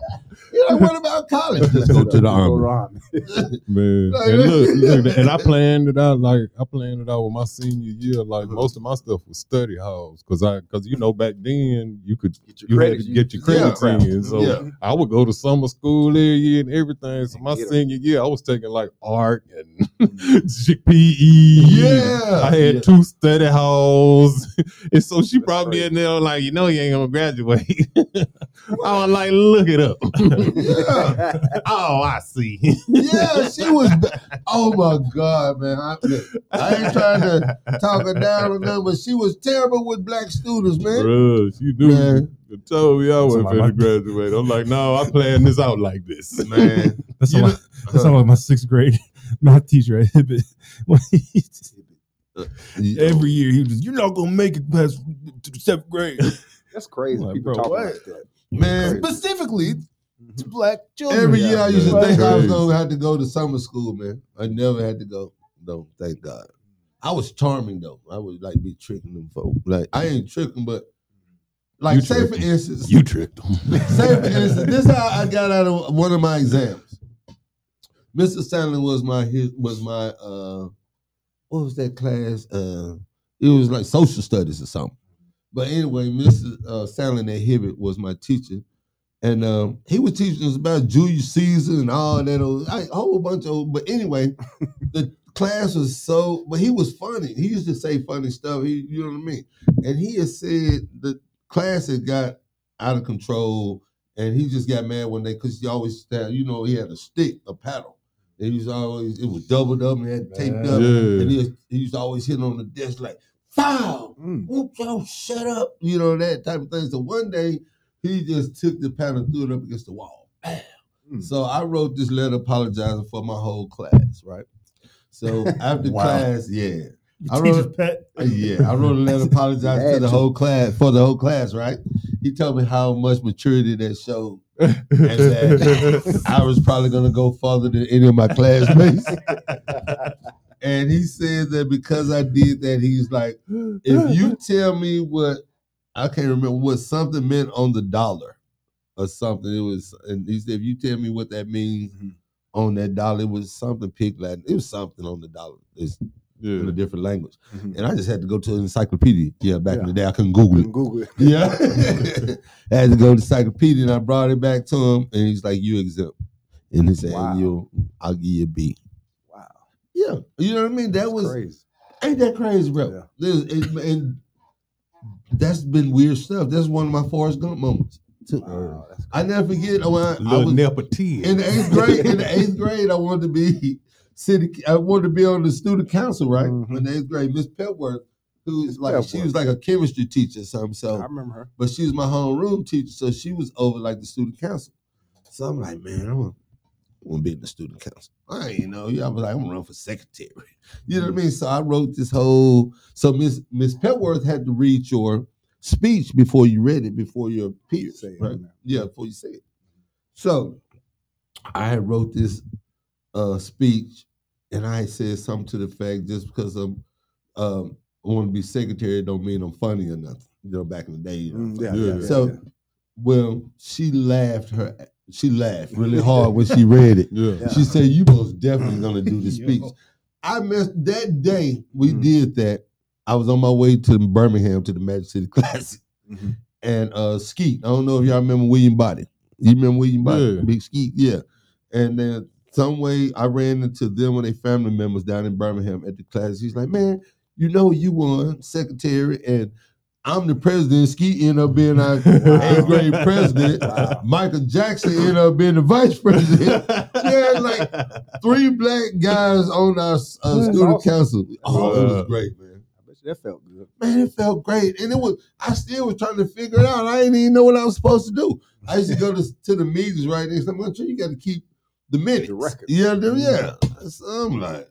Speaker 1: Yeah, you don't worry about college.
Speaker 3: Let's go to the army.
Speaker 4: Ron.
Speaker 3: Man,
Speaker 1: Like-
Speaker 3: and look, look, and I planned it out like I planned it out with my senior year. Like
Speaker 1: Uh-huh.
Speaker 3: most of my stuff was study halls because I because you know back then you could
Speaker 13: Get your
Speaker 3: you had
Speaker 13: credits,
Speaker 3: to get your credits
Speaker 1: Yeah.
Speaker 3: in. So
Speaker 1: Yeah.
Speaker 3: I would go to summer school every year and everything. So my
Speaker 13: Get 'em.
Speaker 3: senior year, I was taking like art and PE.
Speaker 1: Yeah.
Speaker 3: E. I had
Speaker 1: Yeah.
Speaker 3: two study halls, and so she
Speaker 13: That's
Speaker 3: brought me
Speaker 13: crazy.
Speaker 3: in there like, you know, you ain't gonna graduate. I was like, look it up.
Speaker 1: Yeah.
Speaker 3: oh, I see.
Speaker 1: yeah, she was. ba- Oh my god, man! I, look, I ain't trying to talk her down or nothing, but she was terrible with black students, man.
Speaker 3: Bruh, she knew.
Speaker 1: Man.
Speaker 3: She told me I wasn't
Speaker 5: like
Speaker 3: going
Speaker 5: my-
Speaker 3: to graduate. I'm like, no, I planned this out like this.
Speaker 1: Man,
Speaker 5: That's
Speaker 1: You
Speaker 5: how I- that's how like my sixth grade math teacher at Hibbett. When he- Every year he was just, "You're not gonna make it past to the seventh grade."
Speaker 4: That's crazy.
Speaker 5: Like,
Speaker 4: People
Speaker 5: bro,
Speaker 4: talking
Speaker 5: what? Mm-hmm.
Speaker 4: like that.
Speaker 1: man.
Speaker 5: Specifically to black children.
Speaker 1: Every year I used to
Speaker 3: Yeah.
Speaker 1: think I was
Speaker 3: Crazy.
Speaker 1: gonna have to go to summer school, man. I never had to go. No, thank God. I was charming though. I would like be tricking them folk. Like I ain't tricking, but like
Speaker 3: You
Speaker 1: say for
Speaker 3: tricking.
Speaker 1: instance,
Speaker 3: You tricked them.
Speaker 1: Say for instance, this is how I got out of one of my exams. Mr. Sandlin was my his, was my uh what was that class? Uh it was like social studies or something. But anyway, Mr. Uh, Sandlin at Hibbett was my teacher. And um, he was teaching us about Julius Caesar and all that, old, a whole bunch of. But anyway, the class was so. But he was funny. He used to say funny stuff. He, you know what I mean. And he had said the class had got out of control, and he just got mad one day because he always, had- you know, he had a stick, a paddle, and he was always it was doubled up and had taped up, and he,
Speaker 3: yeah.
Speaker 1: was- he was always hitting on the desk like foul,
Speaker 4: Mm.
Speaker 1: won't y'all shut up? You know, that type of thing. So one day he just took the pen and threw it up against the wall. Bam.
Speaker 4: Mm.
Speaker 1: So I wrote this letter apologizing for my whole class, right? So after
Speaker 13: Wow.
Speaker 1: class, yeah. I
Speaker 5: teacher's
Speaker 1: wrote-
Speaker 5: pet.
Speaker 1: Uh, Yeah, I wrote a letter apologizing to the whole class for the whole class, right? He told me how much maturity that showed. And that I was probably gonna go farther than any of my classmates. and he said that because I did that, he's like, if you tell me what I can't remember what something meant on the dollar or something, it was and he said, if you tell me what that means
Speaker 4: Mhm.
Speaker 1: on that dollar, it was something pig Latin. It was something on the dollar. It's in a
Speaker 3: yeah.
Speaker 1: different language.
Speaker 4: Mhm.
Speaker 1: And I just had to go to an encyclopedia. Yeah, back in the day I couldn't Google it.
Speaker 4: Couldn't Google it.
Speaker 1: Yeah. I had to go to encyclopedia and I brought it back to him and he's like, You exempt. And he said,
Speaker 4: Wow.
Speaker 1: You I'll give you a B.
Speaker 4: Wow.
Speaker 1: Yeah. You know what I mean? That
Speaker 4: That's
Speaker 1: was
Speaker 4: crazy.
Speaker 1: ain't that crazy, bro.
Speaker 4: Yeah.
Speaker 1: This it, and that's been weird stuff. That's one of my Forrest Gump moments. too.
Speaker 4: Wow, that's
Speaker 1: I never forget when I, I
Speaker 3: Little
Speaker 1: was
Speaker 3: nepotism.
Speaker 1: in the eighth grade. In the eighth grade, I wanted to be city. I wanted to be on the student council, right?
Speaker 4: Mhm.
Speaker 1: In the eighth grade, Miss Petworth, who's
Speaker 4: Miss
Speaker 1: like she
Speaker 4: Petworth.
Speaker 1: was like a chemistry teacher or something. So
Speaker 4: I remember her.
Speaker 1: but she was my homeroom teacher, so she was over like the student council. So I'm like, man, I'm gonna, I'm gonna be in the student council. I ain't know. Yeah, I was like, I'm gonna run for secretary. You
Speaker 4: Mm-hmm.
Speaker 1: know what I mean? So I wrote this whole. So Miss Miss Petworth had to read your speech before you read it before your peers,
Speaker 4: Say it,
Speaker 1: right?
Speaker 4: man.
Speaker 1: Yeah, before you say it. So I had wrote this uh, speech, and I had said something to the fact just because I'm um, I want to be secretary don't mean I'm funny or nothing. You know, back in the day, you know,
Speaker 4: Mm, yeah,
Speaker 3: Yeah.
Speaker 4: yeah, yeah,
Speaker 1: so,
Speaker 4: yeah.
Speaker 1: well, she laughed her. She laughed really hard when she read it.
Speaker 3: Yeah.
Speaker 4: Yeah.
Speaker 1: She said, "You most definitely gonna do the
Speaker 5: Yeah.
Speaker 1: speech." I missed that day we
Speaker 4: Mhm.
Speaker 1: did that. I was on my way to Birmingham to the Magic City Classic
Speaker 4: Mhm.
Speaker 1: and uh Skeet. I don't know if y'all remember William Body. You remember William Body?
Speaker 3: Yeah.
Speaker 1: Big Skeet, yeah. And then some way I ran into them and their family members down in Birmingham at the class. He's like, man, you know you won secretary and I'm the president. Skeet ended up being our eighth grade president.
Speaker 4: Wow.
Speaker 1: Michael Jackson ended up being the vice president. yeah, like three black guys on our uh, student
Speaker 4: awesome.
Speaker 1: council. Oh, it was
Speaker 3: Wow.
Speaker 1: great, man.
Speaker 4: I bet you that felt good.
Speaker 1: Man, it felt great. And it was I still was trying to figure it out. I didn't even know what I was supposed to do. I used to go to, to the meetings right next. I'm like, "Trey, you got to keep the Mm-hmm. minutes.
Speaker 4: The record.
Speaker 1: Yeah, the, yeah. So I'm like,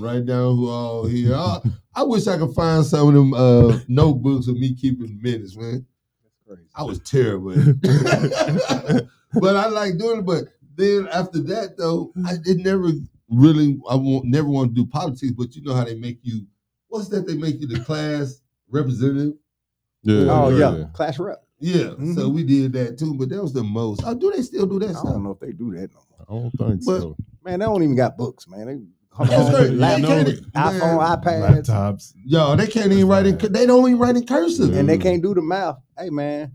Speaker 1: write down who all here. I, I wish I could find some of them uh, notebooks of me keeping minutes, man.
Speaker 4: Crazy.
Speaker 1: I was terrible. at it. but I like doing it. But then after that, though, I did never really. I won't never want to do politics. But you know how they make you. What's that? They make you the class representative.
Speaker 3: Yeah,
Speaker 4: oh yeah,
Speaker 3: yeah.
Speaker 4: class rep.
Speaker 1: Yeah, so we did that too, but that was the most. Oh, do they still do that? I
Speaker 4: don't know if they do that no
Speaker 3: more. I don't think
Speaker 1: so.
Speaker 4: Man, they don't even got books, man. They come
Speaker 1: That's
Speaker 4: home
Speaker 1: crazy.
Speaker 4: with
Speaker 1: They
Speaker 4: laptop,
Speaker 1: can't even-
Speaker 4: iPhone, iPads,
Speaker 5: laptops.
Speaker 1: Yo, they can't even write in. They don't even write in cursive,
Speaker 4: and they can't do the math. Hey, man.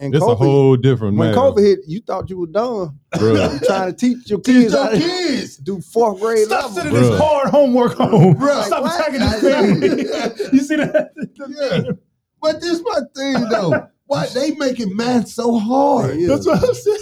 Speaker 4: And
Speaker 3: It's a whole different
Speaker 4: When
Speaker 3: math.
Speaker 4: COVID hit, you thought you were done.
Speaker 3: Bruh.
Speaker 4: You trying to teach your kids how to
Speaker 1: kids.
Speaker 4: do fourth grade
Speaker 5: Stop
Speaker 4: level.
Speaker 5: sending this hard homework home.
Speaker 1: Bruh,
Speaker 5: Stop
Speaker 1: what?
Speaker 5: attacking this family. you see that?
Speaker 1: Yeah. But this my thing though. Why they making math so hard?
Speaker 4: Yeah.
Speaker 5: That's what I'm saying.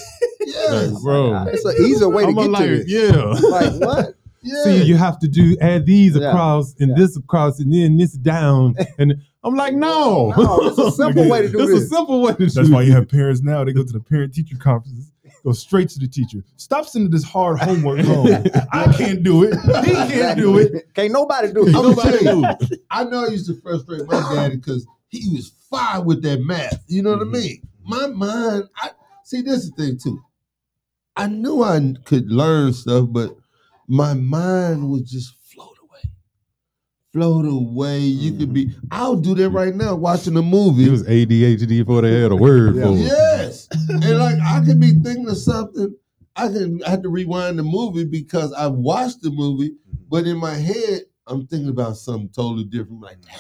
Speaker 1: Yes.
Speaker 3: Like, bro.
Speaker 4: It's an easier way to
Speaker 3: I'm a
Speaker 4: get
Speaker 3: like,
Speaker 4: to this.
Speaker 3: yeah.
Speaker 4: Like what?
Speaker 1: Yeah.
Speaker 3: See, you have to do add these
Speaker 4: Yeah.
Speaker 3: across and
Speaker 4: Yeah.
Speaker 3: this across and then this down. And I'm like, no.
Speaker 4: No, it's a simple way to do
Speaker 3: It's a
Speaker 4: this.
Speaker 3: simple way to do
Speaker 5: That's why you have parents now. They go to the parent teacher conferences, go straight to the teacher. Stop sending this hard homework home. I can't do it. He can't do it.
Speaker 4: Can't nobody do it.
Speaker 1: I'm gonna tell you,
Speaker 3: do
Speaker 1: I know I used to frustrate my daddy because he was fine with that math. You know
Speaker 4: Mm-hmm.
Speaker 1: what I mean? My mind, I see this is the thing too. I knew I could learn stuff, but my mind would just float away. Float away. You could be,
Speaker 4: Mm-hmm.
Speaker 1: I'll do that right now watching a movie.
Speaker 3: It was ADHD before they had a word for it.
Speaker 1: Yes. and like I could be thinking of something. I can I had to rewind the movie because I watched the movie, but in my head, I'm thinking about something totally different. Like, dang,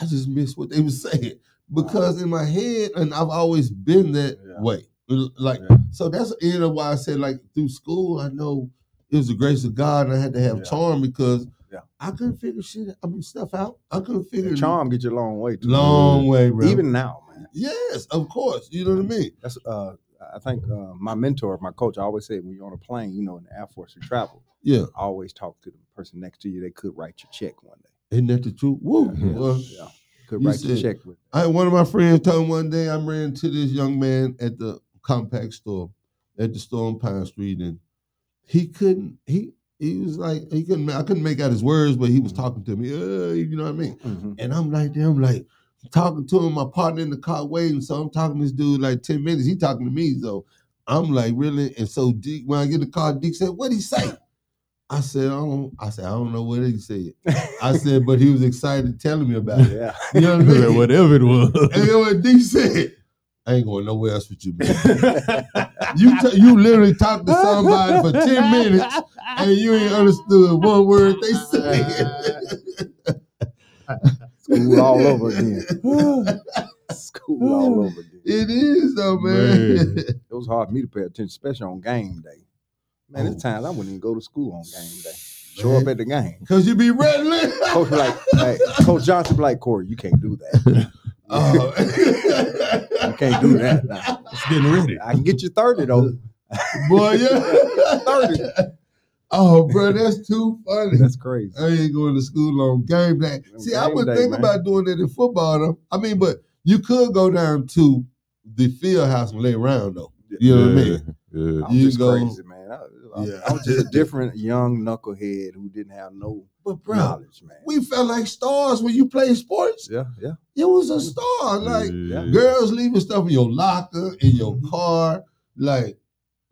Speaker 1: I just missed what they were saying. Because in my head, and I've always been that
Speaker 4: Yeah.
Speaker 1: way. Like, so that's the end of why I said, like, through school, I know it was the grace of God and I had to have
Speaker 4: Yeah.
Speaker 1: charm because
Speaker 4: Yeah.
Speaker 1: I couldn't figure shit, I mean, stuff out. I couldn't figure
Speaker 4: The charm get you a long way. too.
Speaker 1: Long way, bro.
Speaker 4: Even now, man.
Speaker 1: yes, of course. You know what I mean?
Speaker 4: That's uh, I think uh, my mentor, my coach, I always said when you're on a plane, you know, in the Air Force, you travel.
Speaker 1: Yeah.
Speaker 4: always talk to the person next to you. They could write your check one day.
Speaker 1: Isn't that the truth? Woo. Well,
Speaker 4: Yeah, could
Speaker 1: You
Speaker 4: write your
Speaker 1: said-
Speaker 4: check with.
Speaker 1: I one of my friends told me one day I ran to this young man at the compact store, at the store on Pine Street, and he couldn't he he was like he couldn't I couldn't make out his words, but he was
Speaker 4: Mm-hmm.
Speaker 1: talking to me. Uh, you know what I mean? And I'm like, damn, like talking to him, my partner in the car waiting. So I'm talking to this dude like 10 minutes. He talking to me. So I'm like, really? And so Deke, when I get in the car, Deke said, What'd he say? I said, I don't I said, I don't know what he said. I said, but he was excited telling me about it.
Speaker 4: Yeah,
Speaker 1: You know what I mean?
Speaker 3: Whatever it was.
Speaker 1: And then when D said, I ain't going nowhere else with you, man. you t- you literally talked to somebody for 10 minutes and you ain't understood one word they said.
Speaker 4: school all over again. school all over again.
Speaker 1: it is though, man.
Speaker 3: Man.
Speaker 4: It was hard for me to pay attention, especially on game day. Man, there's times I wouldn't even go to school on game day. Show
Speaker 1: Oh.
Speaker 4: up
Speaker 1: Man.
Speaker 4: at the game.
Speaker 1: Cause you be rattling.
Speaker 4: Coach like, hey, Coach Johnson be like, Corey, you can't do that.
Speaker 1: Oh.
Speaker 4: You can't do that. now.
Speaker 3: It's getting ready.
Speaker 4: I can get you 30 though.
Speaker 1: Boy, yeah. oh, bro, that's too funny.
Speaker 4: That's crazy.
Speaker 1: I ain't going to school on game day.
Speaker 4: On
Speaker 1: See, I
Speaker 4: game
Speaker 1: would
Speaker 4: day,
Speaker 1: think
Speaker 4: man.
Speaker 1: about doing that in football, though. I mean, but you could go down to the field house and lay around, though. You know what I mean?
Speaker 3: Yeah.
Speaker 4: I'm
Speaker 1: You
Speaker 4: just
Speaker 1: go-
Speaker 4: crazy, man. I, I-
Speaker 1: Yeah.
Speaker 4: I was just a different young knucklehead who didn't have no
Speaker 1: But, bro,
Speaker 4: knowledge, man.
Speaker 1: we felt like stars when you played sports.
Speaker 4: yeah, yeah.
Speaker 1: You was a star. Like,
Speaker 3: Yeah. Mm-hmm.
Speaker 1: girls leaving stuff in your locker, in your car. Like,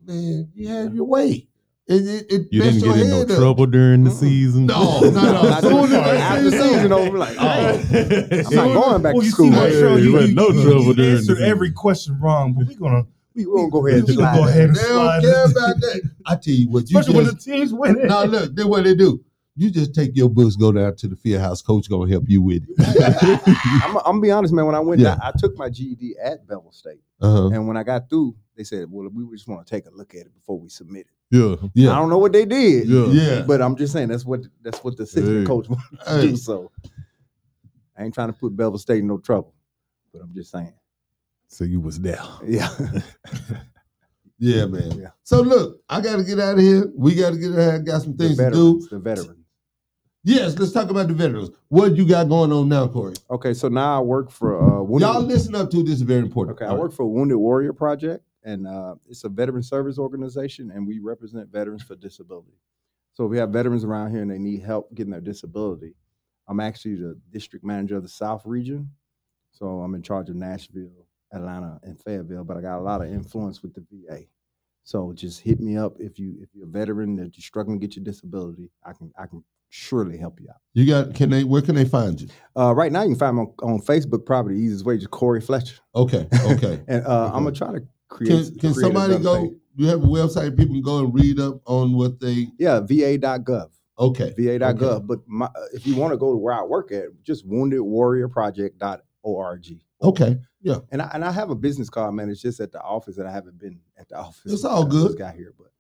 Speaker 1: man, you had your way. And it, it
Speaker 3: You
Speaker 1: messed
Speaker 3: didn't get
Speaker 1: your
Speaker 3: in no
Speaker 1: head up.
Speaker 3: trouble during the
Speaker 4: Mm-mm.
Speaker 3: season.
Speaker 1: No, no, no.
Speaker 4: Not
Speaker 1: Soon
Speaker 4: doing
Speaker 1: as
Speaker 4: it.
Speaker 1: I see
Speaker 4: After the
Speaker 1: that-
Speaker 4: season over, like,
Speaker 1: Oh.
Speaker 4: I'm not going back
Speaker 5: Well,
Speaker 4: to
Speaker 5: you
Speaker 4: school.
Speaker 5: see, Marshall,
Speaker 3: Yeah,
Speaker 5: you,
Speaker 3: you had
Speaker 5: you-
Speaker 3: no
Speaker 5: you-
Speaker 3: trouble
Speaker 5: you
Speaker 3: during
Speaker 5: answered
Speaker 3: the
Speaker 5: every
Speaker 3: season.
Speaker 5: question wrong, but we're gonna
Speaker 4: we gonna go ahead and
Speaker 5: we gonna
Speaker 4: slide.
Speaker 5: go ahead and
Speaker 1: They don't
Speaker 5: slide.
Speaker 1: care
Speaker 5: this.
Speaker 1: about that. I tell you what, you
Speaker 5: Especially when the
Speaker 1: just
Speaker 5: team's winning.
Speaker 1: now look. Then what they do? You just take your books, go down to the field house. Coach gonna help you with it.
Speaker 4: I'm, I'm gonna be honest, man. When I went,
Speaker 1: Yeah.
Speaker 4: down, I took my GED at Bevel State,
Speaker 1: Uh-huh.
Speaker 4: and when I got through, they said, "Well, we just want to take a look at it before we submit it."
Speaker 3: Yeah.
Speaker 4: I
Speaker 1: Yeah,
Speaker 4: don't know what they did,
Speaker 3: Yeah.
Speaker 1: yeah.
Speaker 4: but I'm just saying that's what that's what the assistant
Speaker 3: Hey.
Speaker 4: coach wanted to
Speaker 1: Hey.
Speaker 4: do. So I ain't trying to put Bevel State in no trouble, but I'm just saying,
Speaker 3: So you was there.
Speaker 4: yeah,
Speaker 1: yeah, man.
Speaker 4: Yeah.
Speaker 1: So look, I gotta get out of here. We gotta get out. Of here. Got some
Speaker 4: the
Speaker 1: things to do.
Speaker 4: veterans, the veterans.
Speaker 1: Yes, let's talk about the veterans. What you got going on now, Corey?
Speaker 4: Okay, so now I work for uh, Wounded.
Speaker 1: Y'all listen up to this. is very important.
Speaker 4: Okay, I work for Wounded Warrior Project, and uh, it's a veteran service organization, and we represent veterans for disability. So if we have veterans around here and they need help getting their disability, I'm actually the district manager of the South region. So I'm in charge of Nashville, Atlanta, and Fayetteville, but I got a lot of influence with the VA. So just hit me up if you if you're a veteran that you're struggling to get your disability. I can I can surely help you out.
Speaker 1: You got can they where can they find you?
Speaker 4: Uh, right now you can find me on, on Facebook. Probably the easiest way, just Corey Fletcher.
Speaker 1: Okay, okay.
Speaker 4: and uh, I'm gonna try to create.
Speaker 1: Can, can
Speaker 4: create
Speaker 1: somebody
Speaker 4: another
Speaker 1: go?
Speaker 4: thing.
Speaker 1: You have a website people can go and read up on what they.
Speaker 4: Yeah, va.gov.
Speaker 1: Okay,
Speaker 4: va.gov. But my, if you want to go to where I work at, just woundedwarriorproject.org.
Speaker 1: okay, yeah.
Speaker 4: And I, and I have a business card, man. It's just at the office that I haven't been at the office.
Speaker 1: It's all
Speaker 4: since I first
Speaker 1: good.
Speaker 4: Got here, but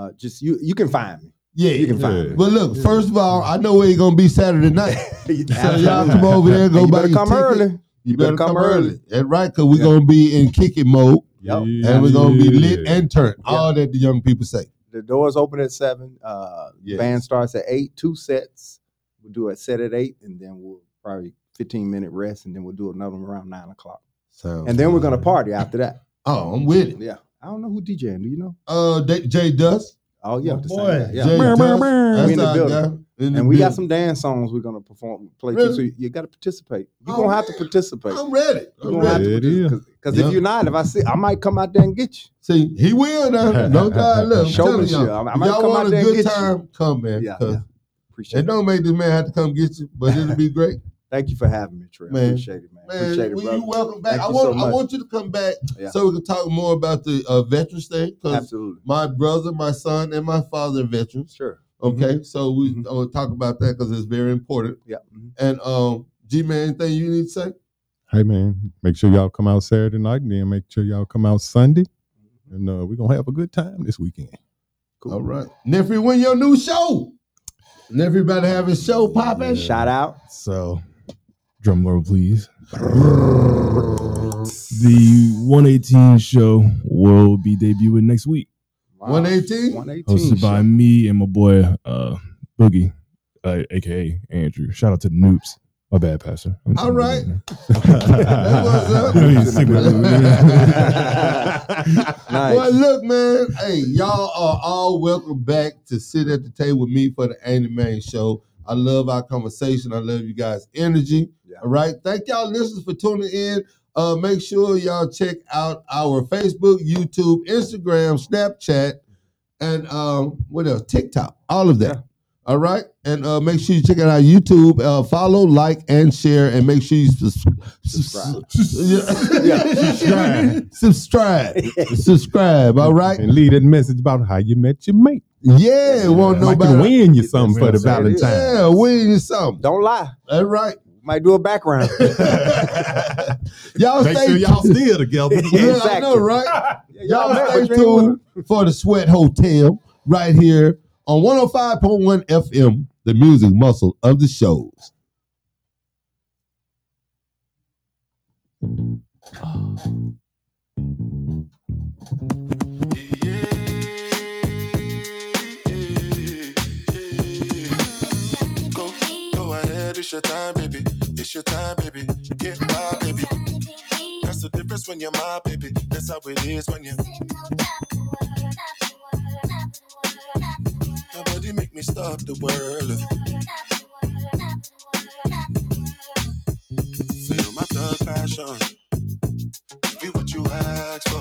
Speaker 4: uh, just you you can find me.
Speaker 1: Yeah,
Speaker 4: you can find me.
Speaker 1: But look, first of all, I know it ain't gonna be Saturday night, so y'all come over there and go
Speaker 4: you
Speaker 1: buy
Speaker 4: better
Speaker 1: your
Speaker 4: come
Speaker 1: ticket.
Speaker 4: early.
Speaker 1: You better come early. That's right, because we're gonna be in kicking mode,
Speaker 4: Yep.
Speaker 1: and we're gonna be lit and turned. All that the young people say.
Speaker 4: The doors open at seven. Uh,
Speaker 1: Yes.
Speaker 4: Band starts at eight. Two sets. We'll do a set at eight, and then we'll probably fifteen minute rest, and then we'll do another one around nine o'clock.
Speaker 1: Sounds
Speaker 4: And then we're gonna
Speaker 1: good.
Speaker 4: party after that.
Speaker 1: Oh, I'm with it.
Speaker 4: Yeah. I don't know who DJing. Do you know?
Speaker 1: Uh, D- Jay Dust.
Speaker 4: Oh yeah,
Speaker 5: My
Speaker 4: the
Speaker 5: boy,
Speaker 4: same guy. yeah.
Speaker 1: Jay
Speaker 4: Brr,
Speaker 1: Dust.
Speaker 4: brr, brr.
Speaker 1: That's
Speaker 4: We in the
Speaker 1: our
Speaker 4: building.
Speaker 1: guy. In the
Speaker 4: And we got
Speaker 1: building.
Speaker 4: some dance songs we're gonna perform, play too. So
Speaker 1: Really?
Speaker 4: you, got to participate. You're
Speaker 1: Oh,
Speaker 4: gonna have to
Speaker 1: man.
Speaker 4: participate.
Speaker 1: I'm ready.
Speaker 4: You're
Speaker 1: I'm
Speaker 4: gonna have
Speaker 1: ready.
Speaker 4: to
Speaker 3: It is.
Speaker 4: Because
Speaker 1: Yeah.
Speaker 4: if you're not, if I see, I might come out there and get you.
Speaker 1: See, he will now. No doubt. Look, I'm
Speaker 4: Show
Speaker 1: telling
Speaker 4: me shit.
Speaker 1: y'all.
Speaker 4: I might
Speaker 1: If
Speaker 4: come
Speaker 1: y'all
Speaker 4: out
Speaker 1: want a
Speaker 4: there and
Speaker 1: good
Speaker 4: get you.
Speaker 1: time, come, man.
Speaker 4: Yeah,
Speaker 1: 'cause
Speaker 4: yeah. Appreciate
Speaker 1: It
Speaker 4: it.
Speaker 1: don't make this man have to come get you, but it'll be great.
Speaker 4: Thank you for having me, Trey.
Speaker 1: Man,
Speaker 4: Appreciate it, man.
Speaker 1: Man,
Speaker 4: Appreciate it,
Speaker 1: well,
Speaker 4: brother.
Speaker 1: you welcome back.
Speaker 4: Thank
Speaker 1: I
Speaker 4: you
Speaker 1: want
Speaker 4: so
Speaker 1: I
Speaker 4: much.
Speaker 1: want you to come back
Speaker 4: Yeah.
Speaker 1: so we can talk more about the uh, veterans thing because
Speaker 4: Absolutely.
Speaker 1: my brother, my son, and my father are veterans.
Speaker 4: Sure.
Speaker 1: Okay, so we
Speaker 4: Mhm.
Speaker 1: I wanna talk about that because it's very important.
Speaker 4: Yeah. Mhm.
Speaker 1: And um, G man, anything you need to say?
Speaker 3: Hey man, make sure y'all come out Saturday night, then make sure y'all come out Sunday, and uh, we're gonna have a good time this weekend.
Speaker 4: Cool.
Speaker 1: All right, nephew, when your new show? And everybody have his show popping.
Speaker 4: Shout out.
Speaker 5: So, drum roll, please. The 118 show will be debuting next week,
Speaker 4: Wow.
Speaker 1: 118?
Speaker 4: 118.
Speaker 5: hosted by
Speaker 4: shit.
Speaker 5: me and my boy uh, Boogie, uh, aka Andrew. Shout out to the Noobs. My bad, Pastor. I'm
Speaker 1: All right.
Speaker 5: That
Speaker 1: up.
Speaker 4: Nice.
Speaker 1: Well, look, man. Hey, y'all are all welcome back to sit at the table with me for the Andy Man Show. I love our conversation. I love you guys' energy.
Speaker 4: Yeah.
Speaker 1: All right. Thank y'all, listeners, for tuning in. Uh, make sure y'all check out our Facebook, YouTube, Instagram, Snapchat, and um, what else? TikTok. All of that.
Speaker 4: Yeah.
Speaker 1: All right. And uh, make sure you check out our YouTube. Uh, follow, like, and share. And make sure you subscribe.
Speaker 4: Subscribe.
Speaker 1: Yeah.
Speaker 3: subscribe.
Speaker 1: subscribe. Subscribe. All right.
Speaker 3: And leave that message about how you met your mate.
Speaker 1: Yeah. Won't
Speaker 3: I
Speaker 1: nobody.
Speaker 3: can win you something for the
Speaker 5: Yes, sir, it
Speaker 3: Valentine's.
Speaker 5: is.
Speaker 1: Yeah. Win you something.
Speaker 4: Don't lie.
Speaker 1: All right.
Speaker 4: Might do a background.
Speaker 1: y'all
Speaker 3: Make
Speaker 1: stay
Speaker 3: sure y'all still together.
Speaker 1: Yeah, I
Speaker 4: Exactly.
Speaker 1: know, right?
Speaker 4: Yeah,
Speaker 1: Y'all
Speaker 4: met,
Speaker 1: stay
Speaker 4: but you ain't with
Speaker 1: tuned for the Sweat Hotel right here on 105.1 FM, the music muscle of the shows.
Speaker 2: Go, go ahead, it's your time, baby. It's your time, baby. Get my baby. That's the difference when you're my baby. That's how it is when you. Nobody make me stop the world. Feel my thug passion. Be what you ask for.